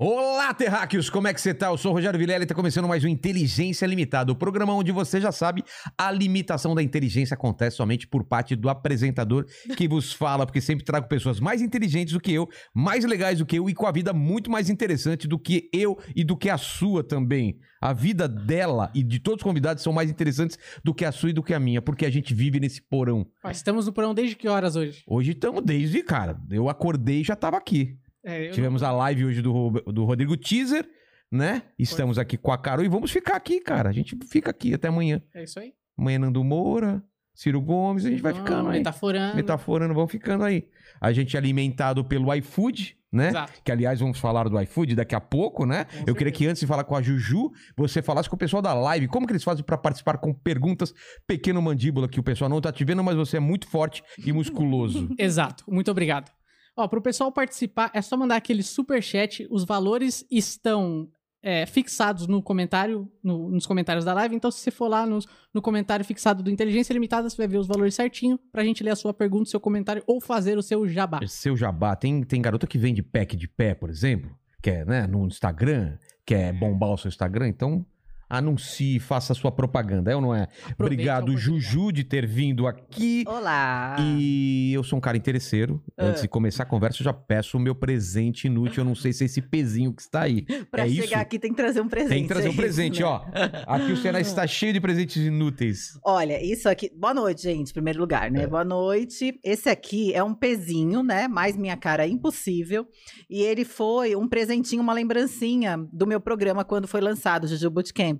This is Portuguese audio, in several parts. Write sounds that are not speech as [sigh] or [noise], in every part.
Olá, terráqueos! Como é que você tá? Eu sou o Rogério Vilela e tá começando mais um Inteligência Limitada, o programa onde você já sabe a limitação da inteligência acontece somente por parte do apresentador que vos fala, porque sempre trago pessoas mais inteligentes do que eu, mais legais do que eu e com a vida muito mais interessante do que eu e do que a sua também. A vida dela e de todos os convidados são mais interessantes do que a sua e do que a minha, porque a gente vive nesse porão. Ó, estamos no porão desde que horas hoje? Hoje estamos desde, cara, eu acordei e já tava aqui. É, eu Tivemos a live hoje do, Ro- do Rodrigo Teaser, né? Estamos aqui com a Carol e vamos ficar aqui, cara. A gente fica aqui até amanhã. não- é isso aí. Amanhã Nando Moura, Ciro Gomes, a gente vai Não, tá ficando aí. Metaforando. Metaforando, vamos ficando aí. A gente é alimentado pelo iFood, né? Exato. Que, aliás, vamos falar do iFood daqui a pouco, né? Com Eu queria certeza. que antes de falar com a Juju, você falasse com o pessoal da live. Como que eles fazem pra participar com perguntas? Pequeno mandíbula, que o pessoal não tá te vendo, mas você é muito forte e [laughs] musculoso. Exato. Muito obrigado. Ó, pro pessoal participar, é só mandar aquele super chat. Os valores estão é, fixados no comentário, no- nos comentários da live. Então, se você for lá nos- no comentário fixado do Inteligência Limitada, você vai ver os valores certinho pra gente ler a sua pergunta, seu comentário ou fazer o seu jabá. É Seu jabá, tem, tem garota que vende pack de pé, por exemplo, quer, né, no Instagram, quer bombar o seu Instagram, então anuncie, faça a sua propaganda, é ou não é? Aproveite a Obrigado, oportunidade. Juju, de ter vindo aqui. Olá! E eu sou um cara interesseiro. Ah. Antes de começar a conversa, eu já peço o meu presente inútil. Eu não sei se é esse pezinho que está [laughs] aí. Pra é chegar isso? aqui tem que trazer um presente. Tem que trazer é um isso, presente, né? ó. Aqui o Ceará [laughs] está cheio de presentes inúteis. Olha, isso aqui. Boa noite, gente, em primeiro lugar, né? É. Boa noite. Esse aqui é um pezinho, né? Mais minha cara impossível. E ele foi um presentinho, uma lembrancinha do meu programa quando foi lançado, Juju Bootcamp.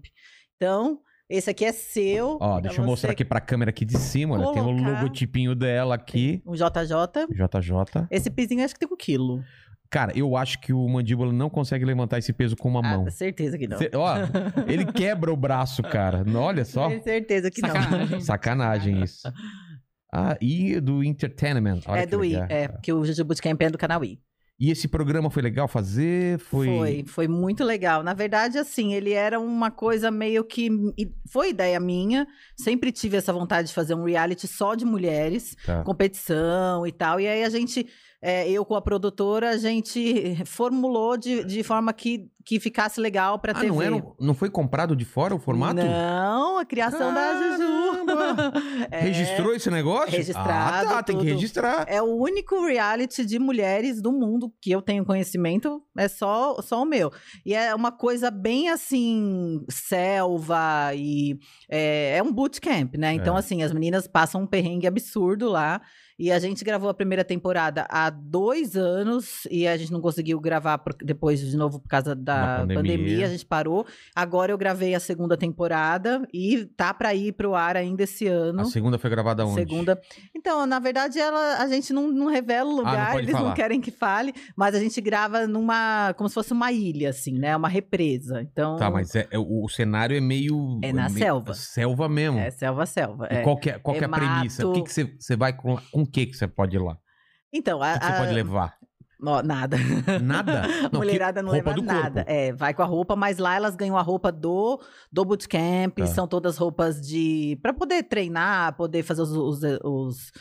Então, esse aqui é seu. Ó, pra deixa eu mostrar você. aqui pra câmera aqui de cima. Olha, tem o Colocar. logotipinho dela aqui. Um JJ. JJ. Esse pezinho acho que tem um quilo. Cara, eu acho que o mandíbula não consegue levantar esse peso com uma mão. Ah, certeza que não. Tá Cê- ó, ele quebra o braço, [laughs] cara. Não, Olha só. Tem certeza que não. [laughs] Sacanagem. Sacanagem isso. Ah, e do Entertainment. Olha É que do I, legal. é, porque o Juju Bootcamp é do canal I. E esse programa foi legal fazer? Foi. Foi, foi muito legal. Na verdade, assim, ele era uma coisa meio que. e Foi ideia minha. Sempre tive essa vontade de fazer um reality só de mulheres, Tá. competição e tal. E aí a gente, é, eu com a produtora, a gente formulou de, de forma que, que ficasse legal pra Tá. Ah, TV. não, era, não foi comprado de fora o formato? Não, a criação Caramba! da Juju. [laughs] É. Registrou esse negócio? Registrado, Ah, tá, tem que tudo. registrar. É o único reality de mulheres do mundo que eu tenho conhecimento, é só, só o meu. E é uma coisa bem assim, selva e é, é um bootcamp, né? Então, É. assim, as meninas passam um perrengue absurdo lá. E a gente gravou a primeira temporada há dois anos e a gente não conseguiu gravar por- depois de novo por causa da Da pandemia. pandemia. a gente parou. Agora eu gravei a segunda temporada e tá pra ir pro ar ainda esse ano. A segunda foi gravada onde? Segunda. Então, na verdade, ela, a gente não, não revela o Ah, não lugar, pode eles falar. não querem que fale, mas a gente grava numa. como se fosse uma ilha, assim, né? Uma represa. Então. Tá, mas é- é- o, o cenário é meio. É na meio- selva. Selva mesmo. É selva, selva. E é. qual que é, qual É que é a premissa? O que mato. que você você vai com, com o que que você pode ir lá? O Então, a, que que você a- pode levar? ó, nada. [laughs] Nada? A mulherada que- não roupa leva do nada. corpo. Tá. É, vai com a roupa, mas lá elas ganham a roupa do, do bootcamp, Tá. são todas roupas de. pra poder treinar, poder fazer os, os, os-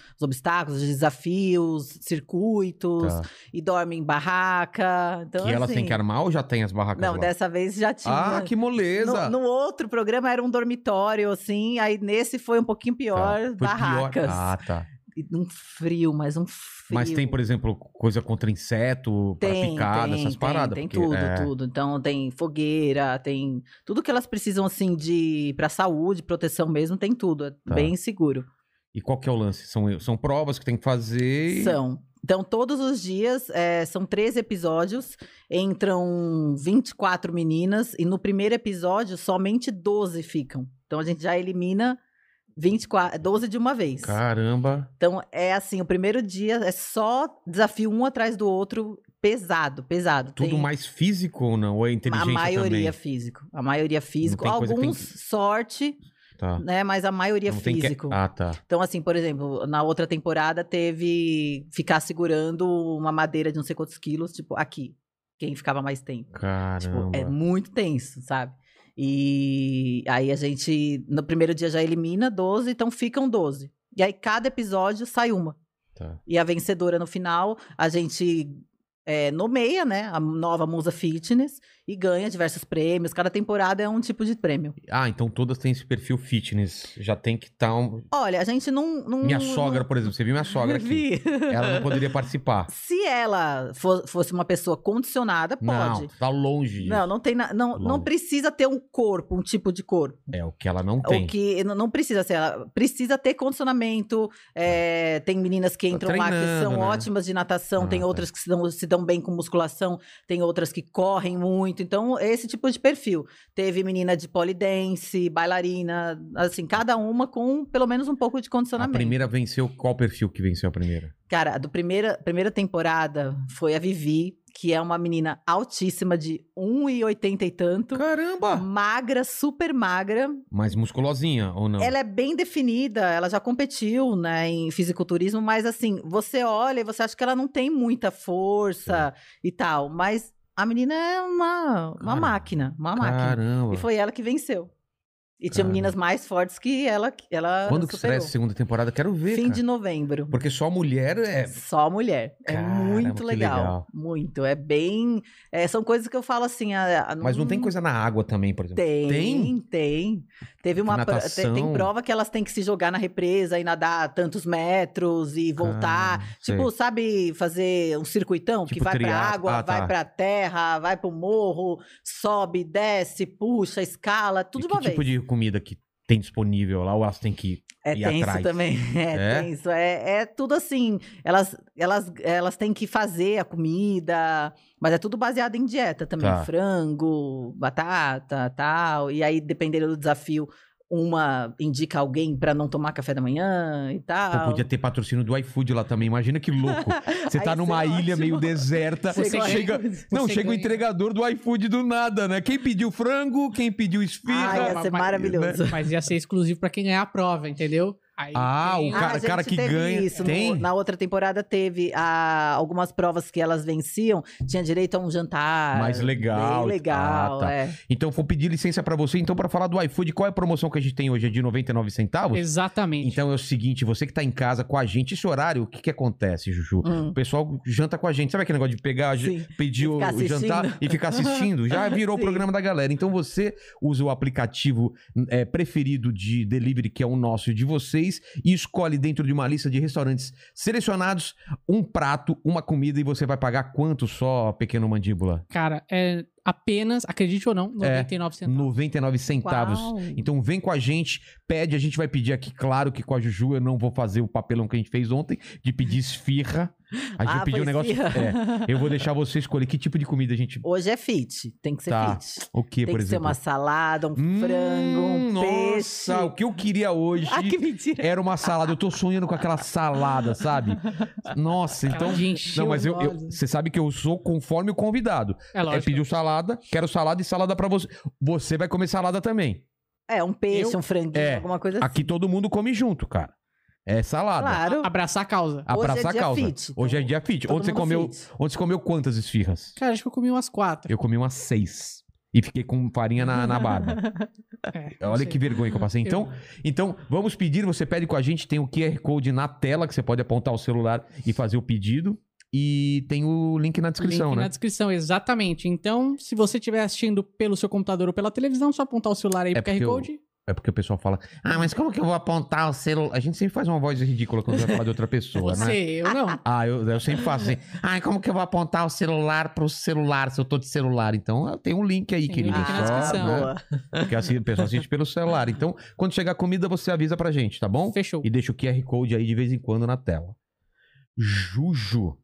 os obstáculos, os desafios, circuitos, Tá. e dormem em barraca. Então, que elas assim, têm que armar ou já tem as barracas Não, lá? dessa vez já tinha. Ah, que moleza! No, no outro programa era um dormitório, assim, aí nesse foi um pouquinho Tá. pior, Foi barracas. Pior. Ah, tá. E Um frio, mas um frio. Mas tem, por exemplo, coisa contra inseto, pra picada, essas tem, paradas. Tem porque, tudo, é, tudo. Então tem fogueira, tem tudo que elas precisam, assim, de pra saúde, proteção mesmo, tem tudo. É Tá. bem seguro. E qual que é o lance? São, são provas que tem que fazer. e- São. Então, todos os dias, é, são três episódios, entram 24 meninas, e no primeiro episódio, somente 12 ficam. Então, a gente já elimina 24, 12 de uma vez. Caramba. Então, é assim, o primeiro dia é só desafio um atrás do outro, pesado, pesado. Tudo Tem mais físico ou não? Ou é A inteligência também? maioria físico. A maioria físico. tem coisa que tem Alguns, sorte. Tá. né? Mas a maioria é Não tem que- físico. Ah, tá. Então, assim, por exemplo, na outra temporada teve ficar segurando uma madeira de não sei quantos quilos, tipo, aqui. Quem ficava mais tempo. Tipo, Caramba. é muito tenso, sabe? E aí a gente, no primeiro dia já elimina 12, então ficam 12. E aí cada episódio sai uma. Tá. E a vencedora no final, a gente é, nomeia, né? A nova musa fitness e ganha diversos prêmios. Cada temporada é um tipo de prêmio. Ah, então todas têm esse perfil fitness. Já tem que estar. um... Olha, a gente não. Hum, não Minha sogra, por exemplo. Você viu minha sogra [laughs] aqui? Vi. Ela não poderia participar. Se ela fo- fosse uma pessoa condicionada, [laughs] pode. Não, tá longe disso. Não, não tem na- não, não Longe. precisa ter um corpo, um tipo de corpo. É o que ela não O tem. que não- não precisa ser, ela precisa ter condicionamento. é, tem meninas que entram lá que treinando, são né? ótimas de natação, Ah, tem tá. outras que se dão, se dão bem com musculação, tem outras que correm muito. Então, é esse tipo de perfil. Teve menina de polidense, bailarina, assim, cada uma com pelo menos um pouco de A condicionamento. primeira venceu. Qual perfil que venceu a primeira? Cara, a do primeira, primeira temporada foi a Vivi, que é uma menina altíssima de 1,80 e tanto. Caramba! Magra, super magra. Mas musculosinha ou não? Ela é bem definida, ela já competiu, né, em fisiculturismo, mas assim, você olha e você acha que ela não tem muita força e tal, mas a menina é uma, uma Cara- máquina, uma máquina. Caramba. E foi ela que venceu. E tinha Cara. meninas mais fortes que ela, que ela Quando que estreia superou. essa segunda temporada? Quero ver. Fim cara. de novembro. Porque só mulher é. Só mulher. É Caramba, que muito legal. legal. Muito. É bem. é, são coisas que eu falo assim. ah, ah, Mas não tem coisa na água também, por exemplo. Tem, Tem? tem. Teve uma. pro- te- Natação. Tem prova que elas têm que se jogar na represa e nadar tantos metros e voltar. Ah, sei. tipo, sabe, fazer um circuitão que Tipo vai pra triatlo. água, Ah, tá. vai pra terra, vai pro morro, sobe, desce, puxa, escala, tudo E de uma que tipo vez. de comida que tem disponível lá? Ou elas têm que. É ir tenso atrás. também. [laughs] É, É? tenso. É, é tudo assim. Elas, elas, elas têm que fazer a comida, mas é tudo baseado em dieta também. Tá. Frango, batata, tal. E aí, dependendo do desafio, uma indica alguém pra não tomar café da manhã e Pô, tal. podia ter patrocínio do iFood lá também. Imagina que louco. Você tá Ah, [laughs] Aí numa isso é ilha ótimo. meio deserta. Você Você ganha- chega. Não, Você chega o ganha. entregador do iFood do nada, né? Quem pediu frango, quem pediu esfirra. Ah, ia ser Mas- maravilhoso. Mas ia ser exclusivo pra quem ganhar a prova, entendeu? Aí Ah, o Ah, cara- a gente que teve ganha- Isso. no- tem? na outra temporada teve ah, algumas provas que elas venciam, tinha direito a um jantar. Mais legal. Bem legal, Ah, tá. é. Então, vou pedir licença pra você, então, pra falar do iFood. Qual é a promoção que a gente tem hoje? É de 99 centavos? Exatamente. Então é o seguinte, você que tá em casa com a gente, esse horário, o que que acontece, Juju? Hum. O pessoal janta com a gente. Sabe aquele negócio de pegar, j- Sim. pedir o, Ficar o jantar assistindo. e ficar assistindo? [laughs] Já virou o Sim. programa da galera. Então você usa o aplicativo é, preferido de delivery, que é o nosso e de vocês, e escolhe dentro de uma lista de restaurantes selecionados um prato, uma comida, e você vai pagar quanto só, pequeno mandíbula? Cara, é apenas, acredite ou É. não, 99 centavos. 99 centavos. Uau. Então vem com a gente, pede, a gente vai pedir aqui, claro que com a Juju eu não vou fazer o papelão que a gente fez ontem, de pedir esfirra. A gente Ah, pediu um foi negócio. esfirra. É, eu vou deixar você escolher que tipo de comida a [laughs] gente. Hoje é fit, tem que ser Tá. fit. O que, Tem por que ser exemplo? uma salada, um frango, um Hum, peixe. Nossa, o que eu queria hoje. Ah, que [laughs] mentira. Era uma salada, eu tô sonhando com aquela salada, sabe? Nossa, então. de encher Não, mas os eu, eu- olhos. você sabe que eu sou conforme o convidado. É É, lógico. pediu salada, quero salada e salada pra você. Você vai comer salada também. É, um peixe, Eu- um franguinho, é, alguma coisa assim. Aqui todo mundo come junto, cara. É salada. Claro. Abraçar a causa. Hoje é Abraça a dia causa. fit, Hoje é então, dia fit. todo Ontem você, mundo comeu, fit. ontem você comeu quantas esfirras? Cara, acho que eu comi umas quatro. Eu comi umas seis. E fiquei com farinha na, na [laughs] barba. É, não Olha sei. que vergonha que eu passei. Então, então, vamos pedir. Você pede com a gente. Tem o QR Code na tela que você pode apontar o celular e fazer o pedido. E tem o link na descrição, Link né? na descrição, exatamente. Então, se você estiver assistindo pelo seu computador ou pela televisão, só apontar o celular aí É pro QR porque eu- Code. É porque o pessoal fala: Ah, mas como que eu vou apontar o celular? A gente sempre faz uma voz ridícula quando vai falar de [laughs] outra pessoa, né? Você, eu não. Ah, eu, eu sempre faço assim. Ai, como que eu vou apontar o celular pro celular se eu tô de celular? Então ah, tem um link aí, Tem um querido. link na só, descrição. né? boa. Porque assim, o pessoal assiste pelo celular. Então, quando chegar a comida, você avisa pra gente, tá [laughs] bom? Fechou. E deixa o QR Code aí de vez em quando na tela. Juju.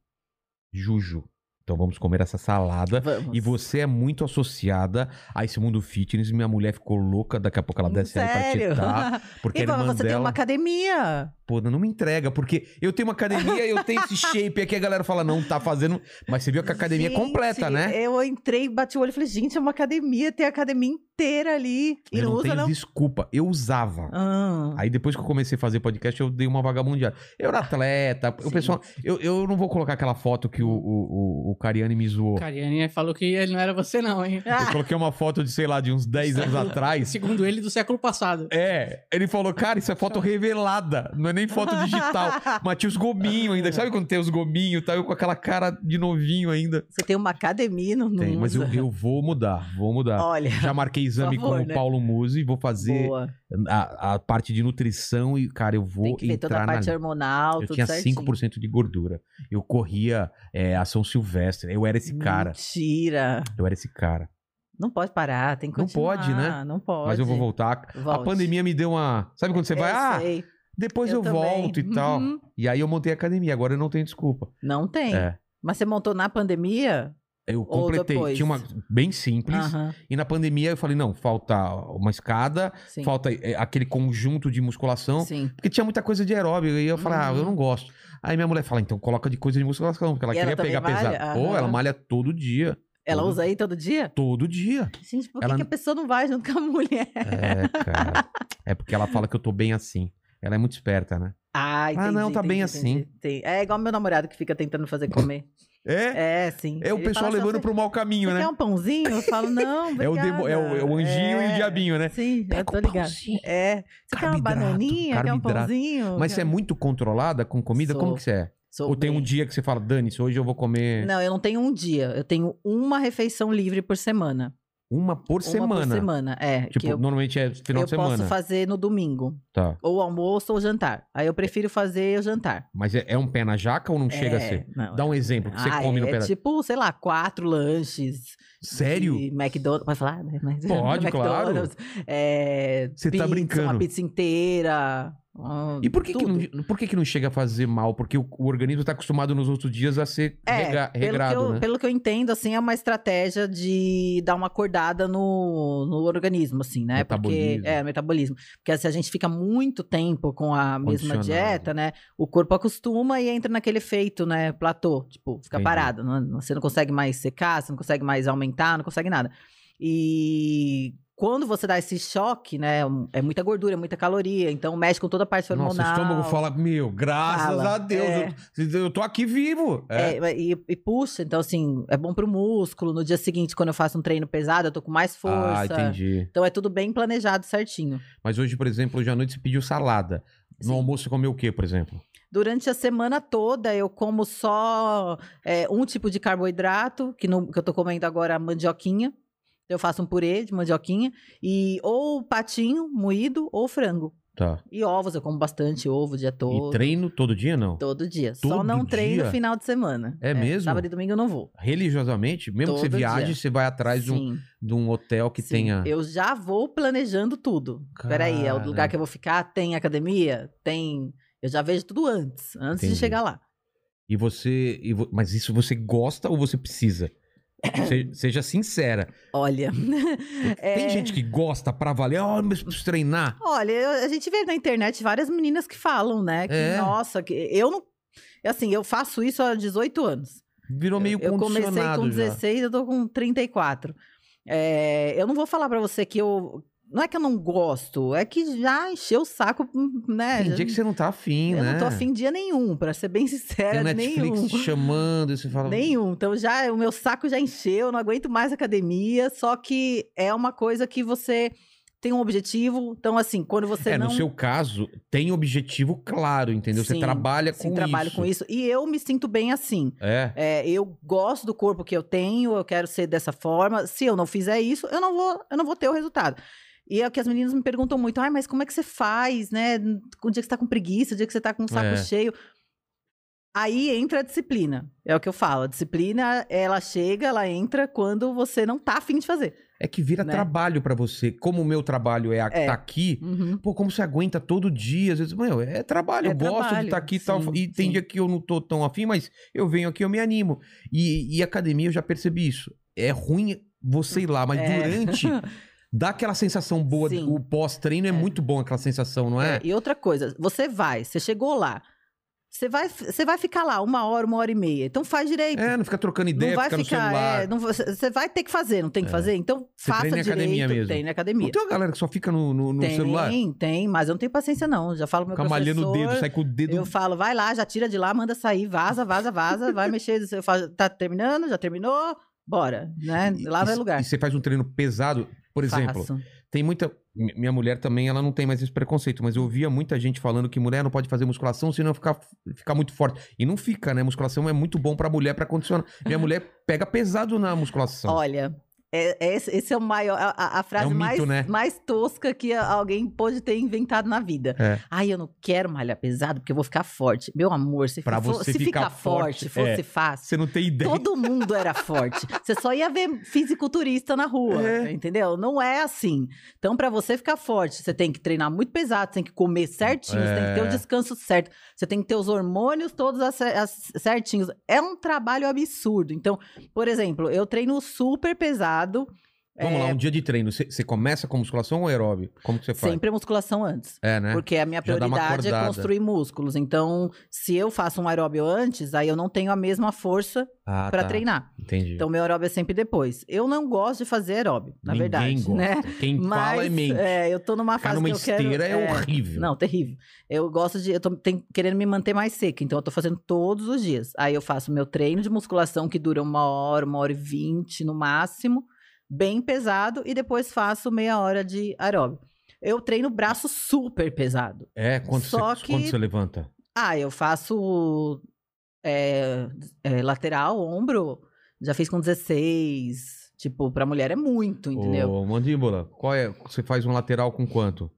Juju. Então vamos comer essa salada. Vamos. E você é muito associada a esse mundo fitness. Minha mulher ficou louca, daqui a pouco ela desce aí pra te Hum, [laughs] Sério? dar. Porque a e irmã você tem dela. uma academia. Pô, não me entrega, porque eu tenho uma academia, eu tenho [laughs] esse shape aqui, a galera fala, não, tá fazendo. Mas você viu que a academia é Gente, completa, né? Eu entrei, bati o olho e falei, gente, é uma academia, tem a academia inteira ali. E eu não, não usa, tenho não. desculpa, eu usava. Ah, [laughs] Aí depois que eu comecei a fazer podcast, eu dei uma vagabundeada. Eu era atleta, o Sim. pessoal. Eu, eu não vou colocar aquela foto que o, o, o, o Cariani me zoou. O Cariani falou que ele não era você, não, [laughs] hein? Eu coloquei uma foto de, sei lá, de uns 10 [laughs] anos atrás. Segundo ele, do século passado. É, ele falou, cara, isso é foto revelada, não é nem foto [laughs] digital. Mas tinha os gominhos ainda. Sabe quando tem os gominhos? Tá eu com aquela cara de novinho ainda. Você tem uma academia e não, não Tem, mas eu, usa. eu vou mudar, vou mudar. Olha, Já marquei exame favor, com o né? Paulo Musi, vou fazer boa. a, a parte de nutrição e, cara, eu Tem vou que ver toda a entrar na parte hormonal, Eu tudo tinha certinho. 5% de gordura. Eu corria é, a São Silvestre. Eu era esse cara. Mentira. Eu era esse cara. Não pode parar, tem que Não continuar. pode, né? Não pode. Mas eu vou voltar. A Volte. pandemia me deu uma. Sabe quando você vai? Eu Ah, sei. depois eu, Eu também. volto e tal. Uhum. E aí eu montei a academia. Agora eu não tenho desculpa. Não tem. É. Mas você montou na pandemia? Eu Ou completei. depois. Tinha uma bem simples. Aham, E na pandemia eu falei: não, falta uma escada, sim. falta é, aquele conjunto de musculação. Sim. Porque tinha muita coisa de aeróbio. E eu falava, ah, Uhum. eu não gosto. Aí minha mulher fala, então coloca de coisa de musculação, porque ela E ela queria também pegar malha? pesado. Ou Aham. ela malha todo dia. Ela Todo- usa aí todo dia? Todo [laughs] dia. Gente, por que Ela- que a pessoa não vai junto com a [laughs] mulher? É, cara. É porque ela fala que eu tô bem assim. Ela é muito esperta, né? Ah, entendi, não, tá bem assim. entendi. É igual meu namorado que fica tentando fazer [laughs] comer. É? É, sim. É o Ele pessoal fala, levando "Você- pro mau caminho, Você né? quer um pãozinho? Eu falo, não, [laughs] É o, obrigada. demo- é o- é o anjinho e o É, diabinho, né? Sim, eu Pega tô o ligado. pãozinho. É. Você quer uma Carboidrato, bananinha? Quer um carboidrato. pãozinho? Mas Quer- você é muito controlada com comida? Sou. Como que você é? Sou Ou tem um bem. dia que você fala, Dani, hoje eu vou comer Não, eu não tenho um dia. Eu tenho uma refeição livre por semana. uma por semana? Uma por semana, é. Tipo, que eu, normalmente é final eu de semana. posso fazer no domingo. Tá. Ou almoço ou jantar. Aí eu prefiro fazer o jantar. Mas é, é um pé na jaca ou não chega a É, ser? não, Dá um exemplo que você Ah, come no é pé na tipo, sei lá, quatro lanches. Sério? De McDonald's. Pode falar? né? Mas- Pode, claro. [laughs] McDonald's, É, Você tá pizza, brincando. Uma pizza inteira. hum, E por que, que tudo. não, por que, que não chega a fazer mal? Porque o, o organismo tá acostumado nos outros dias a ser É, rega- pelo, regrado, que eu, né? pelo que eu entendo, assim, é uma estratégia de dar uma acordada no, no organismo, assim, né? Porque Metabolismo. é metabolismo. Porque se a gente fica muito tempo com a mesma Condicionado. dieta, né? O corpo acostuma e entra naquele efeito, né? Platô, tipo, fica Entendi. parado. não- não- você não consegue mais secar, você não consegue mais aumentar, não consegue nada. E quando você dá esse choque, né? um- É muita gordura, é muita caloria, então mexe com toda a parte hormonal. Nossa, o estômago fala, meu, graças Fala, a Deus, é. eu, eu tô aqui vivo. É. É, e, e puxa, então assim, é bom pro músculo. No dia seguinte, quando eu faço um treino pesado, eu tô com mais força. ah, entendi. Então é tudo bem planejado certinho. Mas hoje, por exemplo, hoje à noite você pediu salada. No Sim. almoço você comeu o quê, por exemplo? Durante a semana toda, eu como só é, um tipo de carboidrato, que, não- que eu tô comendo agora mandioquinha. Eu faço um purê de mandioquinha. E ou patinho moído ou frango. Tá. E ovos, eu como bastante ovo o dia todo. E treino todo dia, não? Todo dia. Todo só não treino dia? final de semana. É mesmo? Sábado e domingo eu não vou. Religiosamente, mesmo que você Todo viaje, dia. você vai atrás de um, Sim. de um hotel que Sim, tenha. Eu já vou planejando tudo. Peraí, é o lugar que eu vou ficar? Tem academia? Tem. Eu já vejo tudo antes, antes Entendi. de chegar lá. E você. e vo- Mas isso você gosta ou você precisa? Se- Seja sincera. [laughs] Olha. Tem [laughs] é, gente que gosta pra valer, ó, mas preciso treinar. Olha, eu- a gente vê na internet várias meninas que falam, né? Que, É. nossa, que eu não. Assim, eu faço isso há 18 anos. Virou meio eu comecei condicionado com já. 16, eu tô com 34. É, eu não vou falar pra você que eu. Não é que eu não gosto, é que já encheu o saco, né? Tem já dia que você não tá afim, Eu né? não tô afim de dia nenhum, pra ser bem [laughs] Tem o sincera, Netflix nenhum. te chamando e você fala. Nenhum. Então já o meu saco já encheu, eu não aguento mais academia, só que é uma coisa que você tem um objetivo. Então assim, quando você É, não no seu caso, tem objetivo claro, entendeu? você Sim, trabalha sim, é com trabalho isso. com isso, e eu me sinto bem assim. É. É, eu gosto do corpo que eu tenho, eu quero ser dessa forma. Se eu não fizer isso, eu não vou, eu não vou ter o resultado. E é o que as meninas me perguntam muito: ai, mas como é que você faz, né? O dia que você tá com preguiça, o dia que você tá com o saco É. cheio. Aí entra a disciplina. É o que eu falo. A disciplina, ela chega, ela entra quando você não tá afim de fazer. É que vira né? trabalho pra você. Como o meu trabalho é, a- É. tá aqui, pô, como você aguenta todo dia? Às vezes, meu, é trabalho, É eu gosto de trabalho, estar aqui e sim, tal. E tem sim. dia que eu não tô tão afim, mas eu venho aqui, eu me animo. E, e academia, eu já percebi isso. É ruim você ir lá, mas É. durante [laughs] dá aquela sensação boa. Sim. O pós-treino é, muito bom aquela sensação, não é? É, E outra coisa, você vai, você chegou lá. Você vai, você vai ficar lá uma hora, uma hora e meia. Então faz direito. É, não fica trocando ideia, não vai fica no ficar. celular. É. é, não- você você vai ter que fazer, não tem que fazer? Então Você faça treina em direito. academia mesmo. Treine na Não academia. tem uma galera que só fica no, no- no tem, celular? tem, mas eu não tenho paciência, não. Já falo pro meu Fica malhando o professor, dedo, sai com o dedo. Eu falo, vai lá, já tira de lá, manda sair, vaza, vaza, vaza, vai mexer. Eu falo, tá terminando, já terminou, bora, né? Lá E- vai lugar. E você faz um treino pesado, por exemplo. Faço. Tem muita. mi- Minha mulher também, ela não tem mais esse preconceito, mas eu Uhum. ouvia muita gente falando que mulher não pode fazer musculação senão ficar ficar muito forte. E não fica, né? Musculação é muito bom pra mulher, pra condicionar. Minha mulher pega pesado na musculação. Olha, é, é esse, esse é o maior, a- a, a frase É um mito, mais, né? mais tosca que a- alguém pode ter inventado na vida. É. Ai, eu não quero malhar pesado porque eu vou ficar forte. Meu amor, se, Pra for- você se ficar ficar forte, forte, fosse é. fácil. Você não tem ideia. Todo mundo era forte. Você só ia ver fisiculturista na rua, É. entendeu? Não é assim. Então, pra você ficar forte, você tem que treinar muito pesado, você tem que comer certinho, você tem que ter É. o descanso certo, você tem que ter os hormônios todos ace- as- certinhos. É um trabalho absurdo. Então, por exemplo, eu treino super pesado. Vamos é, lá, um dia de treino. Você, você começa com musculação ou aeróbio? Como que você faz? Sempre a musculação antes. É, né? Porque a minha Já dá uma prioridade é acordada. construir músculos. Então, se eu faço um aeróbio antes, aí eu não tenho a mesma força Ah, pra tá. treinar. Entendi. Então, meu aeróbio é sempre depois. Eu não gosto de fazer aeróbio, na Ninguém verdade. gosta. né? Quem fala é mente. é, eu tô numa Ficar fase numa que eu quero... esteira é horrível. Não, terrível. Eu gosto de... Eu tô ten- querendo me manter mais seca, então eu tô fazendo todos os dias. Aí eu faço meu treino de musculação, que dura uma hora, uma hora e vinte no máximo, bem pesado, e depois faço meia hora de aeróbio. Eu treino braço super pesado. É, quando, Só você, que- quando você levanta? Ah, eu faço é, é, lateral, ombro, já fiz com 16. Tipo, pra mulher é muito, entendeu? Ô, mandíbula, qual é? Você faz um lateral com quanto?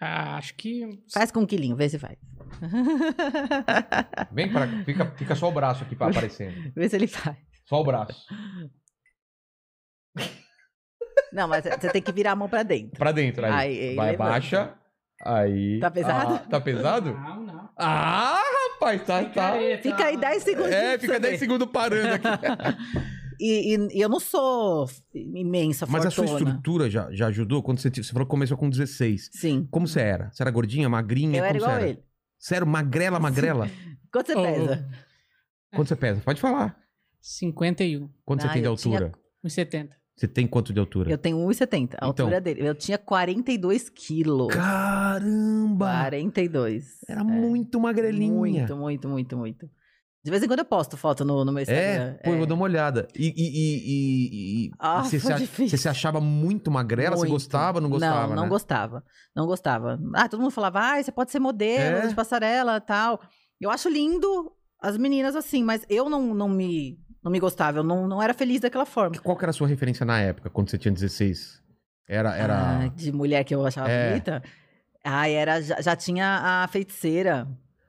Ah, acho que. Faz com um quilinho, vê se faz. [laughs] Vem para, fica, fica só o braço aqui pra aparecendo. vê se ele faz. Só o braço. Não, mas você tem que virar a mão pra dentro. Pra dentro aí. Aí, aí Vai levanta. baixa. Aí. Tá pesado? Ah, tá pesado? Não, não. Ah, rapaz, tá, tá. Picareta. Fica aí 10 segundos. É, fica 10 segundos parando [laughs] aqui. E, e- e eu não sou imensa, Mas a sua fortuna. estrutura já, já ajudou quando você, t- você falou que começou com 16. Sim. Como você era? Você era gordinha, magrinha? Eu era Como igual você a ele. Sério, magrela, magrela? Quanto você Oh, pesa? Quanto você pesa? Pode falar. 51. Quanto Ah, você tem de eu tinha- altura? 1,70. Você tem quanto de altura? Eu tenho 1,70, a Então. altura dele. Eu tinha 42 quilos. Caramba! 42. Era muito magrelinha. Muito, muito, muito, muito. De vez em quando eu posto foto no, no meu É, Instagram. pô, eu vou dar uma olhada. E, e- e- e- e- né? Ah, você, se foi ach- difícil. você se achava muito magrela? Você Muito. gostava, não gostava, Não, não né? gostava. Não gostava. Ah, todo mundo falava, ah, você pode ser modelo É? de passarela tal. Eu acho lindo as meninas assim, mas eu não, não me não me gostava, eu não, não era feliz daquela forma. Qual que era a sua referência na época, quando você tinha 16? Era... era... Ah, de mulher que eu achava É. bonita. Ah, era, já, já tinha a feiticeira.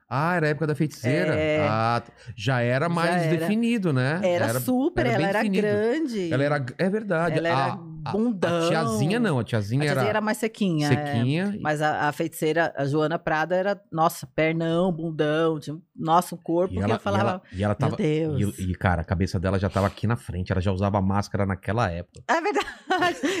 Ah, era a época da feiticeira? É. Ah, t- já era mais era. definido, né? Era, super, era ela bem era definido. grande. Ela era... É verdade. Ela era a, a- bundão. a tiazinha não, a tiazinha, A tiazinha era mais sequinha. é. sequinha. e- Mas a, a feiticeira, a Joana Prada, era, nossa, pernão, bundão, tinha, um- nossa, um corpo E que ela, eu falava, e ela, e ela tava... meu Deus. E, e, cara, a cabeça dela já tava aqui na frente, ela já usava máscara naquela época. É verdade. [laughs]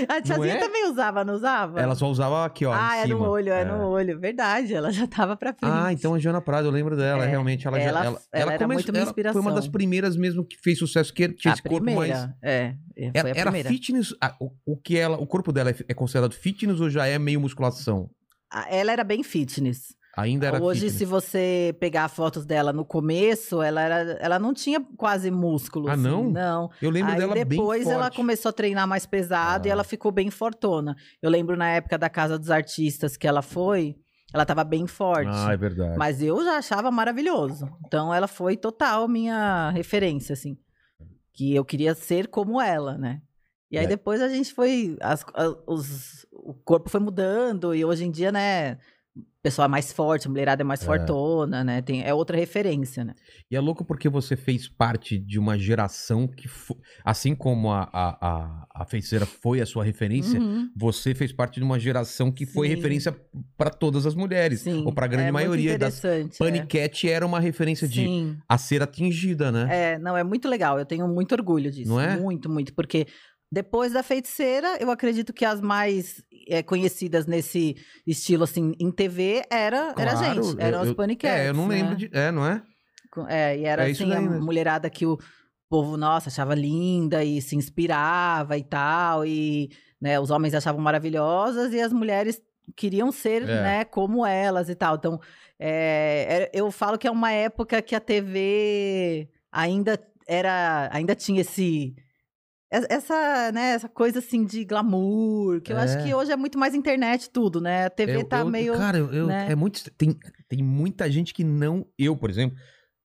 A tiazinha é? também usava, não usava? Ela só usava aqui, ó, Ah, em é cima. no olho, é, É. no olho. Verdade, ela já tava pra frente. Ah, então a Joana Prada, eu lembro dela. É, realmente, ela, já. ela- ela era muito Foi uma minha inspiração. das primeiras mesmo que fez sucesso, que tinha a esse corpo Ah, primeira. mais. É, é, foi Era, a era primeira. fitness. ah, o, o que ela, o corpo dela é, é considerado fitness ou já é meio musculação? A- Ah, Ela era bem fitness. Ainda era Hoje, fitness. se você pegar fotos dela no começo, ela, era, ela não tinha quase músculo. Ah, assim, não? Não. Eu lembro Aí dela bem depois ela forte. começou a treinar mais pesado e Ah. ela ficou bem fortona. Eu lembro na época da Casa dos Artistas que ela foi, ela tava bem forte. Ah, é verdade. Mas eu já achava maravilhoso. Então ela foi total minha referência, assim. Que eu queria ser como ela, né? E aí É. depois a gente foi. as- a- os- o corpo foi mudando e hoje em dia, né? O pessoal é mais forte, a mulherada é mais É. fortona, né? Tem, é outra referência, né? E é louco porque você fez parte de uma geração que, fo- assim como a, a, a, a feiticeira foi a sua referência, Uhum. você fez parte de uma geração que foi Sim. referência pra todas as mulheres. Sim. Ou pra grande é muito maioria das. interessante, é. Paniquete era uma referência de Sim. a ser atingida, né? É, não, é muito legal. Eu tenho muito orgulho disso. Não é? Muito, muito. Porque Depois da feiticeira, eu acredito que as mais é, conhecidas nesse estilo, assim, em TV, era, era a Claro, gente. Eram eu- as eu- Paniquetes. É, eu não né? lembro de. É, não é? Com- É, e era É isso assim, a daí mesmo. mulherada que o povo, nossa, achava linda e se inspirava e tal, e né, os homens achavam maravilhosas e as mulheres queriam ser, É. né, como elas e tal. Então, é, era- eu falo que é uma época que a TV ainda era, ainda tinha esse es- essa, né, essa coisa assim de glamour, que eu acho É. que hoje é muito mais internet tudo, né? A TV Eu- tá eu- meio Cara, eu, eu- né? é muito. estra- Tem, tem muita gente que não. Eu, por exemplo,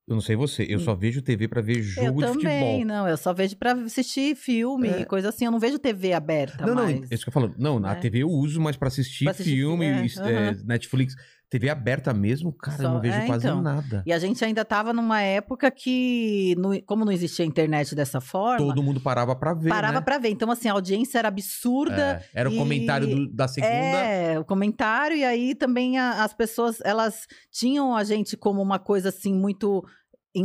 eu não sei você, eu só vejo TV pra ver jogo Hum. eu de também, futebol. não. Eu só vejo pra assistir filme, É. coisa assim. Eu não vejo TV aberta não, não, tá mais. isso que eu falo. Não, na né? TV eu uso, mas pra assistir, Pra assistir filme, filme, é, is- é, Netflix, TV aberta mesmo, cara, eu Só- não vejo é, quase então. nada. E a gente ainda tava numa época que, não- como não existia internet dessa forma, Todo mundo parava pra ver. parava né? pra ver. Então, assim, a audiência era absurda. É, Era o e- comentário do- da segunda. É, o comentário, e aí também a- as pessoas, elas tinham a gente como uma coisa assim, muito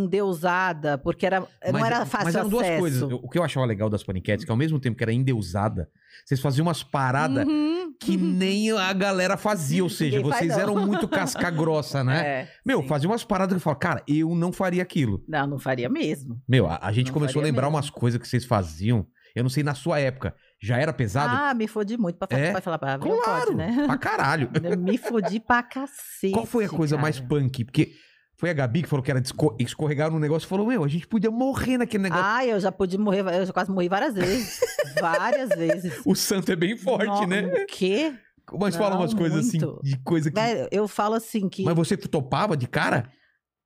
endeusada, porque era, é, não Mas- era fácil Mas eram acesso. duas coisas. Eu- O que eu achava legal das paniquetes, que ao mesmo tempo que era endeusada, vocês faziam umas paradas Uhum. que nem a galera fazia. [laughs] Ou seja, Ninguém faz, vocês não. eram muito [laughs] casca grossa, né? É, Meu, sim. fazia umas paradas que eu falava, cara, eu não faria aquilo. Não, não faria mesmo. Meu, a, a gente Não começou a faria lembrar mesmo. umas coisas que vocês faziam. Eu não sei, na sua época, já era pesado? Ah, me fodi muito pra, fa- É? pra falar pra claro, pode, né? pra [laughs] caralho. Eu Me fodi pra cacete. Qual foi a coisa cara. mais punk? Porque foi a Gabi que falou que era de esco- escorregar no negócio e falou, meu, a gente podia morrer naquele negócio. Ai, eu já pude morrer, eu já quase morri [laughs] várias vezes. várias vezes. O santo é bem forte, No- né? O quê? Mas fala Não, umas coisas assim, muito. de coisa que... Velho, eu falo assim que. Mas você topava de cara?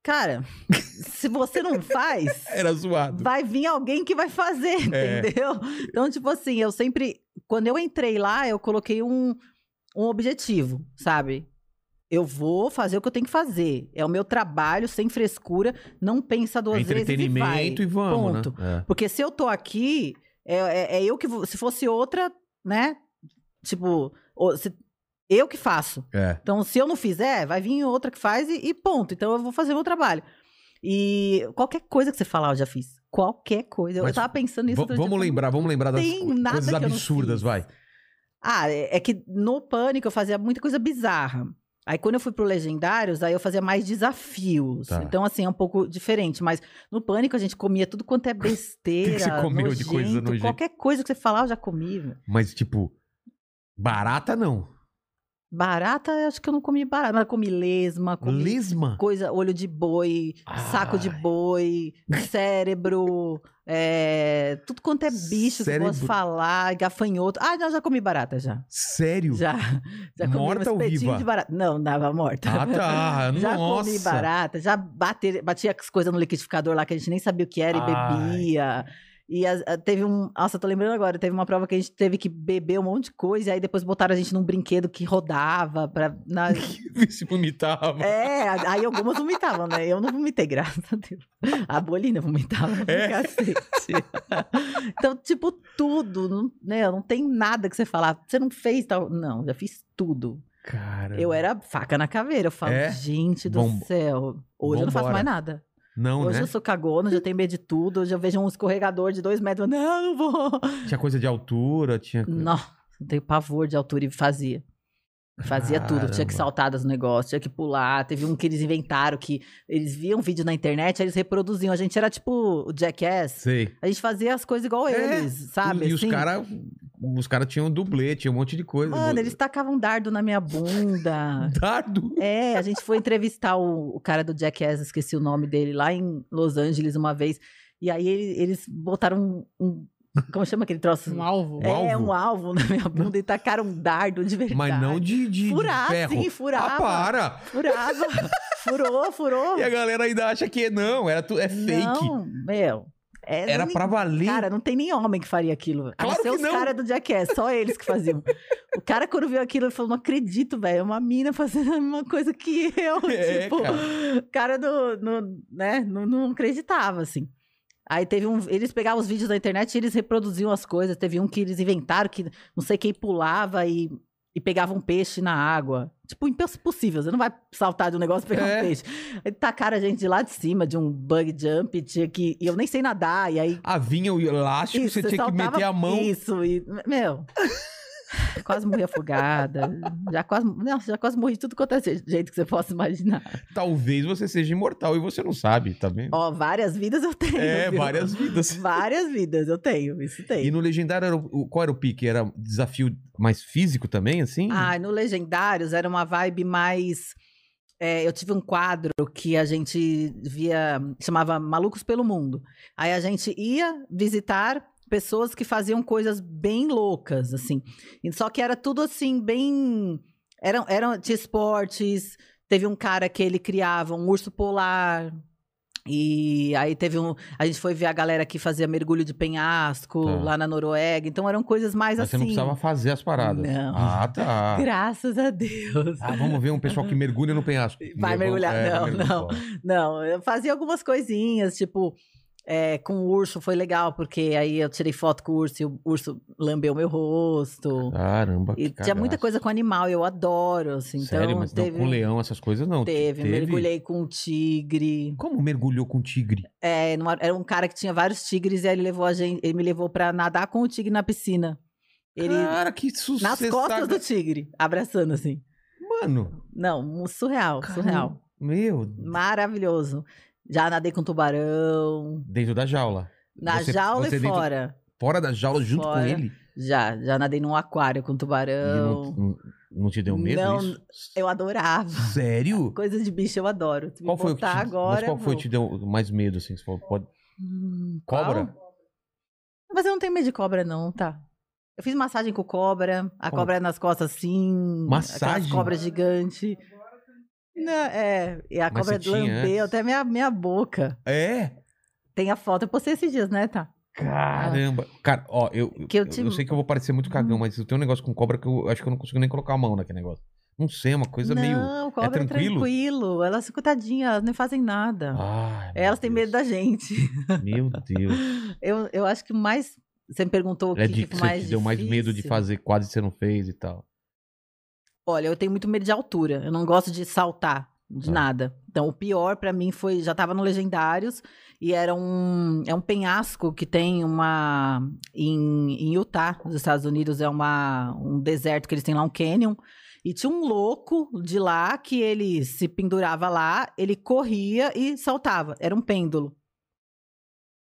Cara, se você não faz, [laughs] Era zoado. vai vir alguém que vai fazer, É. entendeu? Então, tipo assim, eu sempre. Quando eu entrei lá, eu coloquei um, um objetivo, sabe? Eu vou fazer o que eu tenho que fazer. É o meu trabalho, sem frescura. Não pensa duas É vezes e vai. entretenimento e, vamos, Ponto. né? Porque se eu tô aqui, é, é- é eu que. vou- Se fosse outra, né? Tipo, ou- se- eu que faço. É. é. Então, se eu não fizer, vai vir outra que faz e, e ponto. Então, eu vou fazer meu trabalho. E qualquer coisa que você falar, eu já fiz. Qualquer coisa. Eu Mas tava pensando nisso. Va- outro dia, vamos eu falei, lembrar, vamos lembrar das tem co- nada coisas que eu não absurdas, fiz. vai. Ah, é é que no Pânico eu fazia muita coisa bizarra. Aí quando eu fui pro Legendários, aí eu fazia mais desafios. Tá. Então, assim, é um pouco diferente. Mas no Pânico a gente comia tudo [laughs] quanto é besteira. você comeu de coisa nojento, nojenta? Qualquer coisa que você falar, eu já comi. meu. Mas, tipo, barata não. Barata, eu acho que eu não comi barata. Mas eu comi lesma, comi Lesma? coisa, olho de boi, saco de Ai. boi, cérebro, é, tudo quanto é bicho que eu Cérebro. posso falar, gafanhoto. Ah, não, já comi barata já. Sério? Já, já comi Morta um ou espetinho viva? de barata. Não, dava morta. Ah, tá. [laughs] Já Nossa. [laughs] comi barata, já bate, batia as coisas no liquidificador lá que a gente nem sabia o que era e Ai. bebia. E as- a- teve um. Nossa, eu tô lembrando agora, teve uma prova que a gente teve que beber um monte de coisa, e aí depois botaram a gente num brinquedo que rodava pra, [laughs] na, Se vomitava. é, aí algumas vomitavam, né? Eu não vomitei, graças a Deus. A Bolina vomitava pra É. cacete. [laughs] Então, tipo, tudo, não, né? Não tem nada que você falar. "Ah, Você não fez tal. Não, já fiz tudo. Cara. Eu era faca na caveira. Eu falo, É? gente do Vamos- céu. Hoje eu não faço Vambora. mais nada. Não, Hoje né? eu sou cagona, já tenho medo de tudo. Hoje eu vejo um escorregador de dois metros. eu, Não, [laughs] não vou. Tinha coisa de altura, tinha. Não, eu tenho pavor de altura e fazia. Fazia tudo, tinha que Caramba. saltar dos negócios, tinha que pular. Teve um que eles inventaram que eles viam vídeo na internet, aí eles reproduziam. A gente era tipo o Jackass. Sei. A gente fazia as coisas igual É, eles, sabe? e os assim? caras. Os caras tinham dublê, tinha um monte de coisa. Mano, eles tacavam um dardo na [laughs] minha bunda. Dardo. É, a gente foi entrevistar o, o cara do Jackass, esqueci o nome dele, lá em Los Angeles uma vez. E aí ele- eles botaram um. um- como chama aquele troço? Um alvo. É. É, alvo? um alvo na minha bunda e tacaram um dardo de verdade. Mas não de, de, de Furar, ferro. sim, Ah, furava. para! furava. [laughs] furou, furou. E a galera ainda acha que é- não, era tu, é fake. Não, meu. é- Era nem- pra valer. Cara, não tem nem homem que faria aquilo. A Claro não ser que os não. caras do Jackass, só eles que faziam. o cara, quando viu aquilo, ele falou: não acredito, velho. É uma mina fazendo a mesma coisa que eu. [laughs] É, tipo, o cara do, no- né, não, não acreditava, assim. Aí teve um. Eles pegavam os vídeos da internet e eles reproduziam as coisas. Teve um que eles inventaram que não sei quem pulava e, e pegava um peixe na água. tipo, impossível. Você não vai saltar de um negócio e pegar É. um peixe. Aí tacaram a gente de lá de cima, de um bug jump, tinha que. E eu nem sei nadar, e aí. Ah, vinha o elástico, Isso, você tinha que saltava- meter a mão. Isso, e. Meu. quase morri afogada. Já quase, nossa, já quase morri de tudo quanto é je- jeito que você possa imaginar. É. Talvez você seja imortal e você não sabe, tá vendo? Ó, várias vidas eu tenho. é, viu? várias vidas. Várias vidas eu tenho, isso tem. E no Legendário, era o- o- qual era o pique? Era um desafio mais físico também, assim? Ah, no Legendários era uma vibe mais. é, eu tive um quadro que a gente via, chamava Malucos pelo Mundo. Aí a gente ia visitar pessoas que faziam coisas bem loucas, assim. E Só que era tudo assim, bem. Eram, eram tinha esportes. Teve um cara que ele criava um urso polar. E aí teve um. A gente foi ver a galera que fazia mergulho de penhasco Tá. lá na Noruega. Então eram coisas mais Mas você assim. não precisava fazer as paradas. Não. Ah, [laughs] tá. Graças a Deus. Ah, vamos ver um pessoal que mergulha no penhasco. Vai Mergul- mergulhar, vai não, mergulhar. não. Não, eu fazia algumas coisinhas, tipo, é, com o urso foi legal, porque aí eu tirei foto com o urso e o urso lambeu meu rosto. Caramba, e que tinha muita cagaço. coisa com animal, eu adoro, assim. Sério, então, mas não, teve, com leão, essas coisas não. teve, mergulhei com um tigre. Como mergulhou com tigre? É, numa- era um cara que tinha vários tigres e aí ele, levou a gente, ele me levou pra nadar com o tigre na piscina. Ele, Cara, que sucesso. nas costas do tigre, abraçando, assim. Mano, Não, surreal, Caramba. surreal. meu, Maravilhoso. Já nadei com tubarão, dentro da jaula. na Você- jaula você e dentro- fora. Fora da jaula, junto com Fora. ele. Já, já nadei num aquário com E tubarão. não, não- não te deu medo Não, isso? Eu adorava. [laughs] Sério? Coisa de bicho eu adoro. Tu me Qual foi o que te, botar agora, mas qual foi eu que te deu mais medo, assim? Você falou, pode... Hum, Cobra? Mas eu não tenho medo de cobra não, tá? Eu fiz massagem com cobra, a Como? cobra é nas costas assim, Massagem? aquelas cobras gigante. Não, é, e a Mas cobra você tinha lambeu antes? até minha, minha boca. É? Tem a foto, eu postei esses dias, né, tá? Caramba. Cara, ó, eu, Que eu eu- te- Uhum. eu sei que eu vou parecer muito cagão, mas eu tenho um negócio com cobra que eu acho que eu não consigo nem colocar a mão naquele negócio. Não sei, é uma coisa não, meio... cobra é tranquilo? tranquilo. Elas, coitadinhas, elas não fazem nada. Ai, meu elas têm medo Deus. da gente. [laughs] Meu Deus. Eu, eu acho que o mais. Você me perguntou o É que, de que que você mais te deu mais medo de difícil. fazer, quase você não fez e tal. Olha, eu tenho muito medo de altura. Eu não gosto de saltar de Tá. nada. Então, o pior pra mim foi. Já tava no Legendários e era um. É um penhasco que tem uma. Em, em Utah, nos Estados Unidos, é uma, um deserto que eles têm lá, um canyon. E tinha um louco de lá que ele se pendurava lá, ele corria e saltava. Era um pêndulo.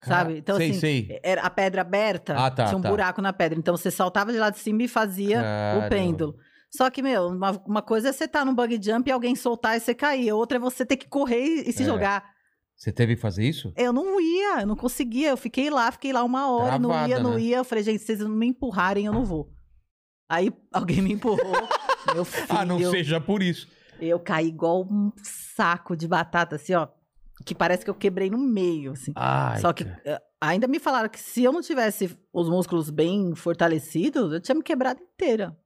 Sabe? Então, sei, assim, sei. Era a pedra aberta, Ah, tá, tinha um tá. buraco na pedra. Então você saltava de lá de cima e fazia Caramba. o pêndulo. Só que, meu, uma, uma coisa é você estar tá num bug jump e alguém soltar e você cair. Outra é você ter que correr e e se É. jogar. Você teve que fazer isso? Eu não ia, eu não conseguia. Eu fiquei lá, fiquei lá uma hora, não Travada, ia, não né? ia. Eu falei, gente, se vocês não me empurrarem, eu não vou. Aí alguém [laughs] me empurrou. meu filho, Ah, não seja por isso. eu caí igual um saco de batata, assim, ó. Que parece que eu quebrei no meio, assim. Ai, Só que cara. eh, ainda me falaram que se eu não tivesse os músculos bem fortalecidos, eu tinha me quebrado inteira.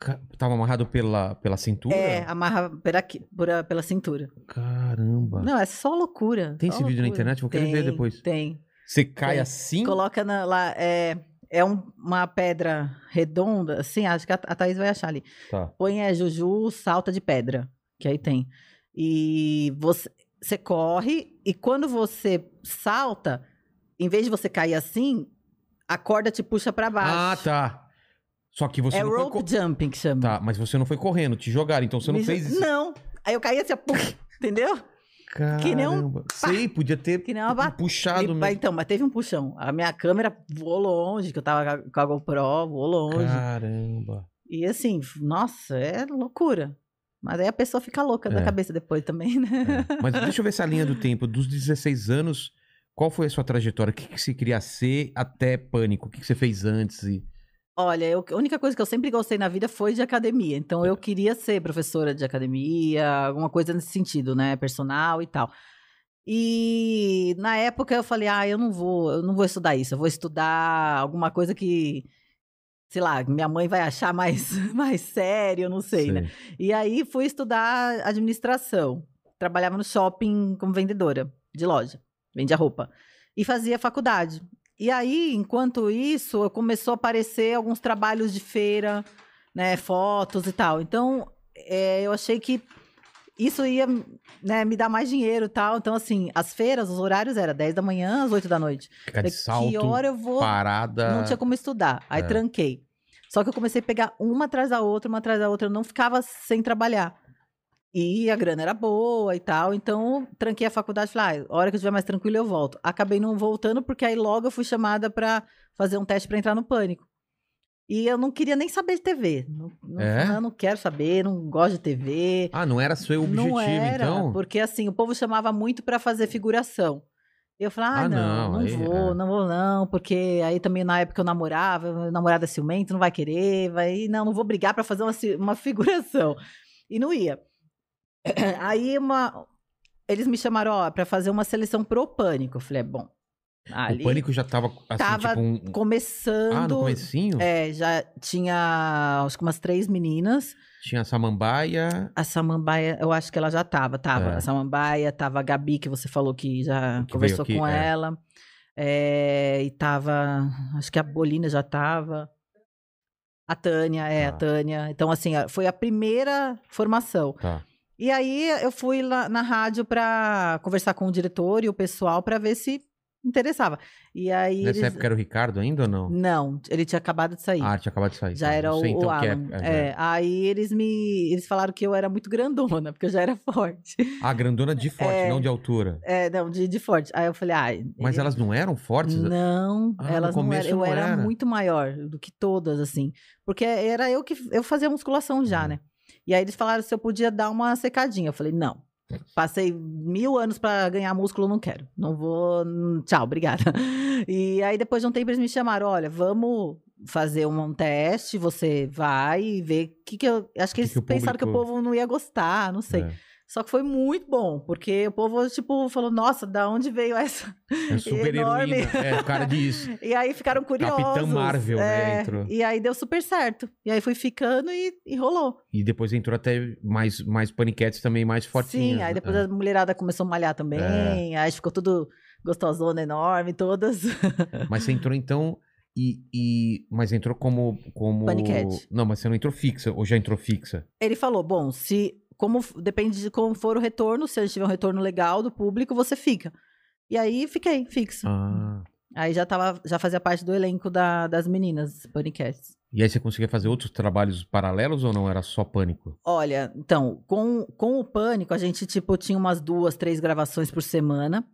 Ca- Tava amarrado pela, pela cintura? É, amarra pela, qui- pela, pela cintura. Caramba. Não, é só loucura. Ah. Tem só esse vídeo na loucura. internet? Vou querer tem, ver depois. Tem. Você cai Tem. assim? Coloca na- lá. É, é um- uma pedra redonda, assim, acho que a, a Thaís vai achar ali. Tá. Põe é Juju salta de pedra, que aí tem. E você, você corre, e quando você salta, em vez de você cair assim, a corda te puxa pra Ah, baixo. tá. Só que você É não foi... rope co- jumping que chama. Tá, mas você não foi correndo, te jogaram, então você não Me- fez isso. Não. Aí eu caí assim, ó, pum, entendeu? Caramba. Que nem um- Sei, podia ter Que nem uma batata. puxado mas, mesmo. então, mas teve um puxão. A minha câmera voou longe, que eu tava com a- com a GoPro, voou longe. [laughs] Caramba. E assim, nossa, é loucura. Mas aí a pessoa fica louca da É. cabeça depois também, né? É. Mas deixa eu ver essa linha do tempo. Dos 16 anos, qual foi a sua trajetória? O que, que você queria ser até pânico? O que, que você fez antes? E... Olha, eu- a única coisa que eu sempre gostei na vida foi de academia. Então É. eu queria ser professora de academia, alguma coisa nesse sentido, né? Personal e tal. E na época eu falei, ah, eu não vou, eu não vou estudar isso, eu vou estudar alguma coisa que, sei lá, minha mãe vai achar mais, [laughs] mais sério, eu não sei, né? E aí fui estudar administração. Trabalhava no shopping como vendedora de loja, vendia roupa. E fazia faculdade. E aí, enquanto isso, começou a aparecer alguns trabalhos de feira, né, fotos e tal. Então, é, eu achei que isso ia né, me dar mais dinheiro e tal. Então, assim, as feiras, os horários eram 10 da manhã às 8 da noite. Ficar de Falei, salto, É, que hora eu vou? parada. Não tinha como estudar. Aí É. tranquei. Só que eu comecei a pegar uma atrás da outra, uma atrás da outra. Eu não ficava sem trabalhar. E a grana era boa e tal. Então, tranquei a faculdade. Falei, ah, a hora que eu estiver mais tranquilo, eu volto. Acabei não voltando, porque aí logo eu fui chamada pra fazer um teste pra entrar no pânico. E eu não queria nem saber de TV. Não, não, É? eu não quero saber, não gosto de TV. Ah, não era seu objetivo, não era, então? Porque assim, o povo chamava muito pra fazer figuração. Eu falava, ah, Ah, não, não, não aí, vou, é. não vou não, porque aí também na época eu namorava, meu namorado é ciumento, não vai querer, vai, não, não vou brigar pra fazer uma, ci- uma [laughs] figuração. E não ia. [clears throat] Aí uma, eles me chamaram, ó, pra fazer uma seleção pro Pânico. Eu falei, é bom, ali O pânico já tava, assim, Tava tipo um... começando... Ah, no comecinho? é, já tinha acho que umas três meninas. Tinha Samambaia... A Samambaia, eu acho que ela já tava, tava. É. A Samambaia, tava a Gabi, que você falou que já Que conversou veio aqui, com é. ela. É, e tava, acho que a Bolina já tava. A Tânia, é, a Tá. Tânia. Então, assim, a- foi a primeira formação. Tá. E aí eu fui lá na rádio pra conversar com o diretor e o pessoal pra ver se interessava. E aí Nessa eles... época era o Ricardo ainda ou não? Não, ele tinha acabado de sair. A arte acabou de sair. Já tá. era Não o, sei, o então, que Alan. época- É, Aí eles me. Eles falaram que eu era muito grandona, [laughs] porque eu já era forte. Ah, grandona de forte, É. não de altura. É, não, de, de forte. Aí eu falei, ai. Mas ele- elas não eram fortes? Não, Ah, no elas não começo eram. não Eu era, era. muito maior do que todas, assim. Porque era eu que. Eu fazia musculação já, Uhum. né? E aí eles falaram se eu podia dar uma secadinha. Eu falei, não. Passei mil anos pra ganhar músculo, não quero. Não vou. hum, Tchau, obrigada. [laughs] E aí depois de um tempo eles me chamaram: olha, vamos fazer um, um teste, você vai e vê o que, que eu. Acho Que que eles que o pensaram que o público- povo não ia gostar, não sei. É. Só que foi muito bom, porque o povo, tipo, falou: nossa, da onde veio essa? É super Enorme. heroína. É, o cara diz. E aí ficaram curiosos. Capitã Marvel, né, é, entrou. E aí deu super certo. E aí fui ficando e, e rolou. E depois entrou até mais, mais paniquetes também, mais fortinhas. Sim, aí né? depois É. a mulherada começou a malhar também. Aí ficou tudo gostosona, enorme, todas. [laughs] Mas você entrou então... E, e- Mas entrou como... como... Paniquete. Não, mas você não entrou fixa, ou já entrou fixa? Ele falou: bom, se. Como f- depende de como for o retorno, se a gente tiver um retorno legal do público, você fica. E aí fiquei, fixo. Ah... Aí já tava, já fazia parte do elenco da- das meninas, Panicasts. E aí você conseguia fazer outros trabalhos paralelos ou não? Era só pânico? Olha, então, com, com o Pânico, a gente, tipo, tinha umas duas, três gravações por semana.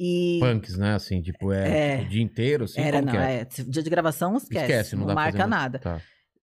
E Punks, né? Assim, tipo, é, É. tipo, o dia inteiro, assim, era, como que não, é? é, dia de gravação, esquece. Esquece, não, não, dá pra marca fazer mais. nada. Tá.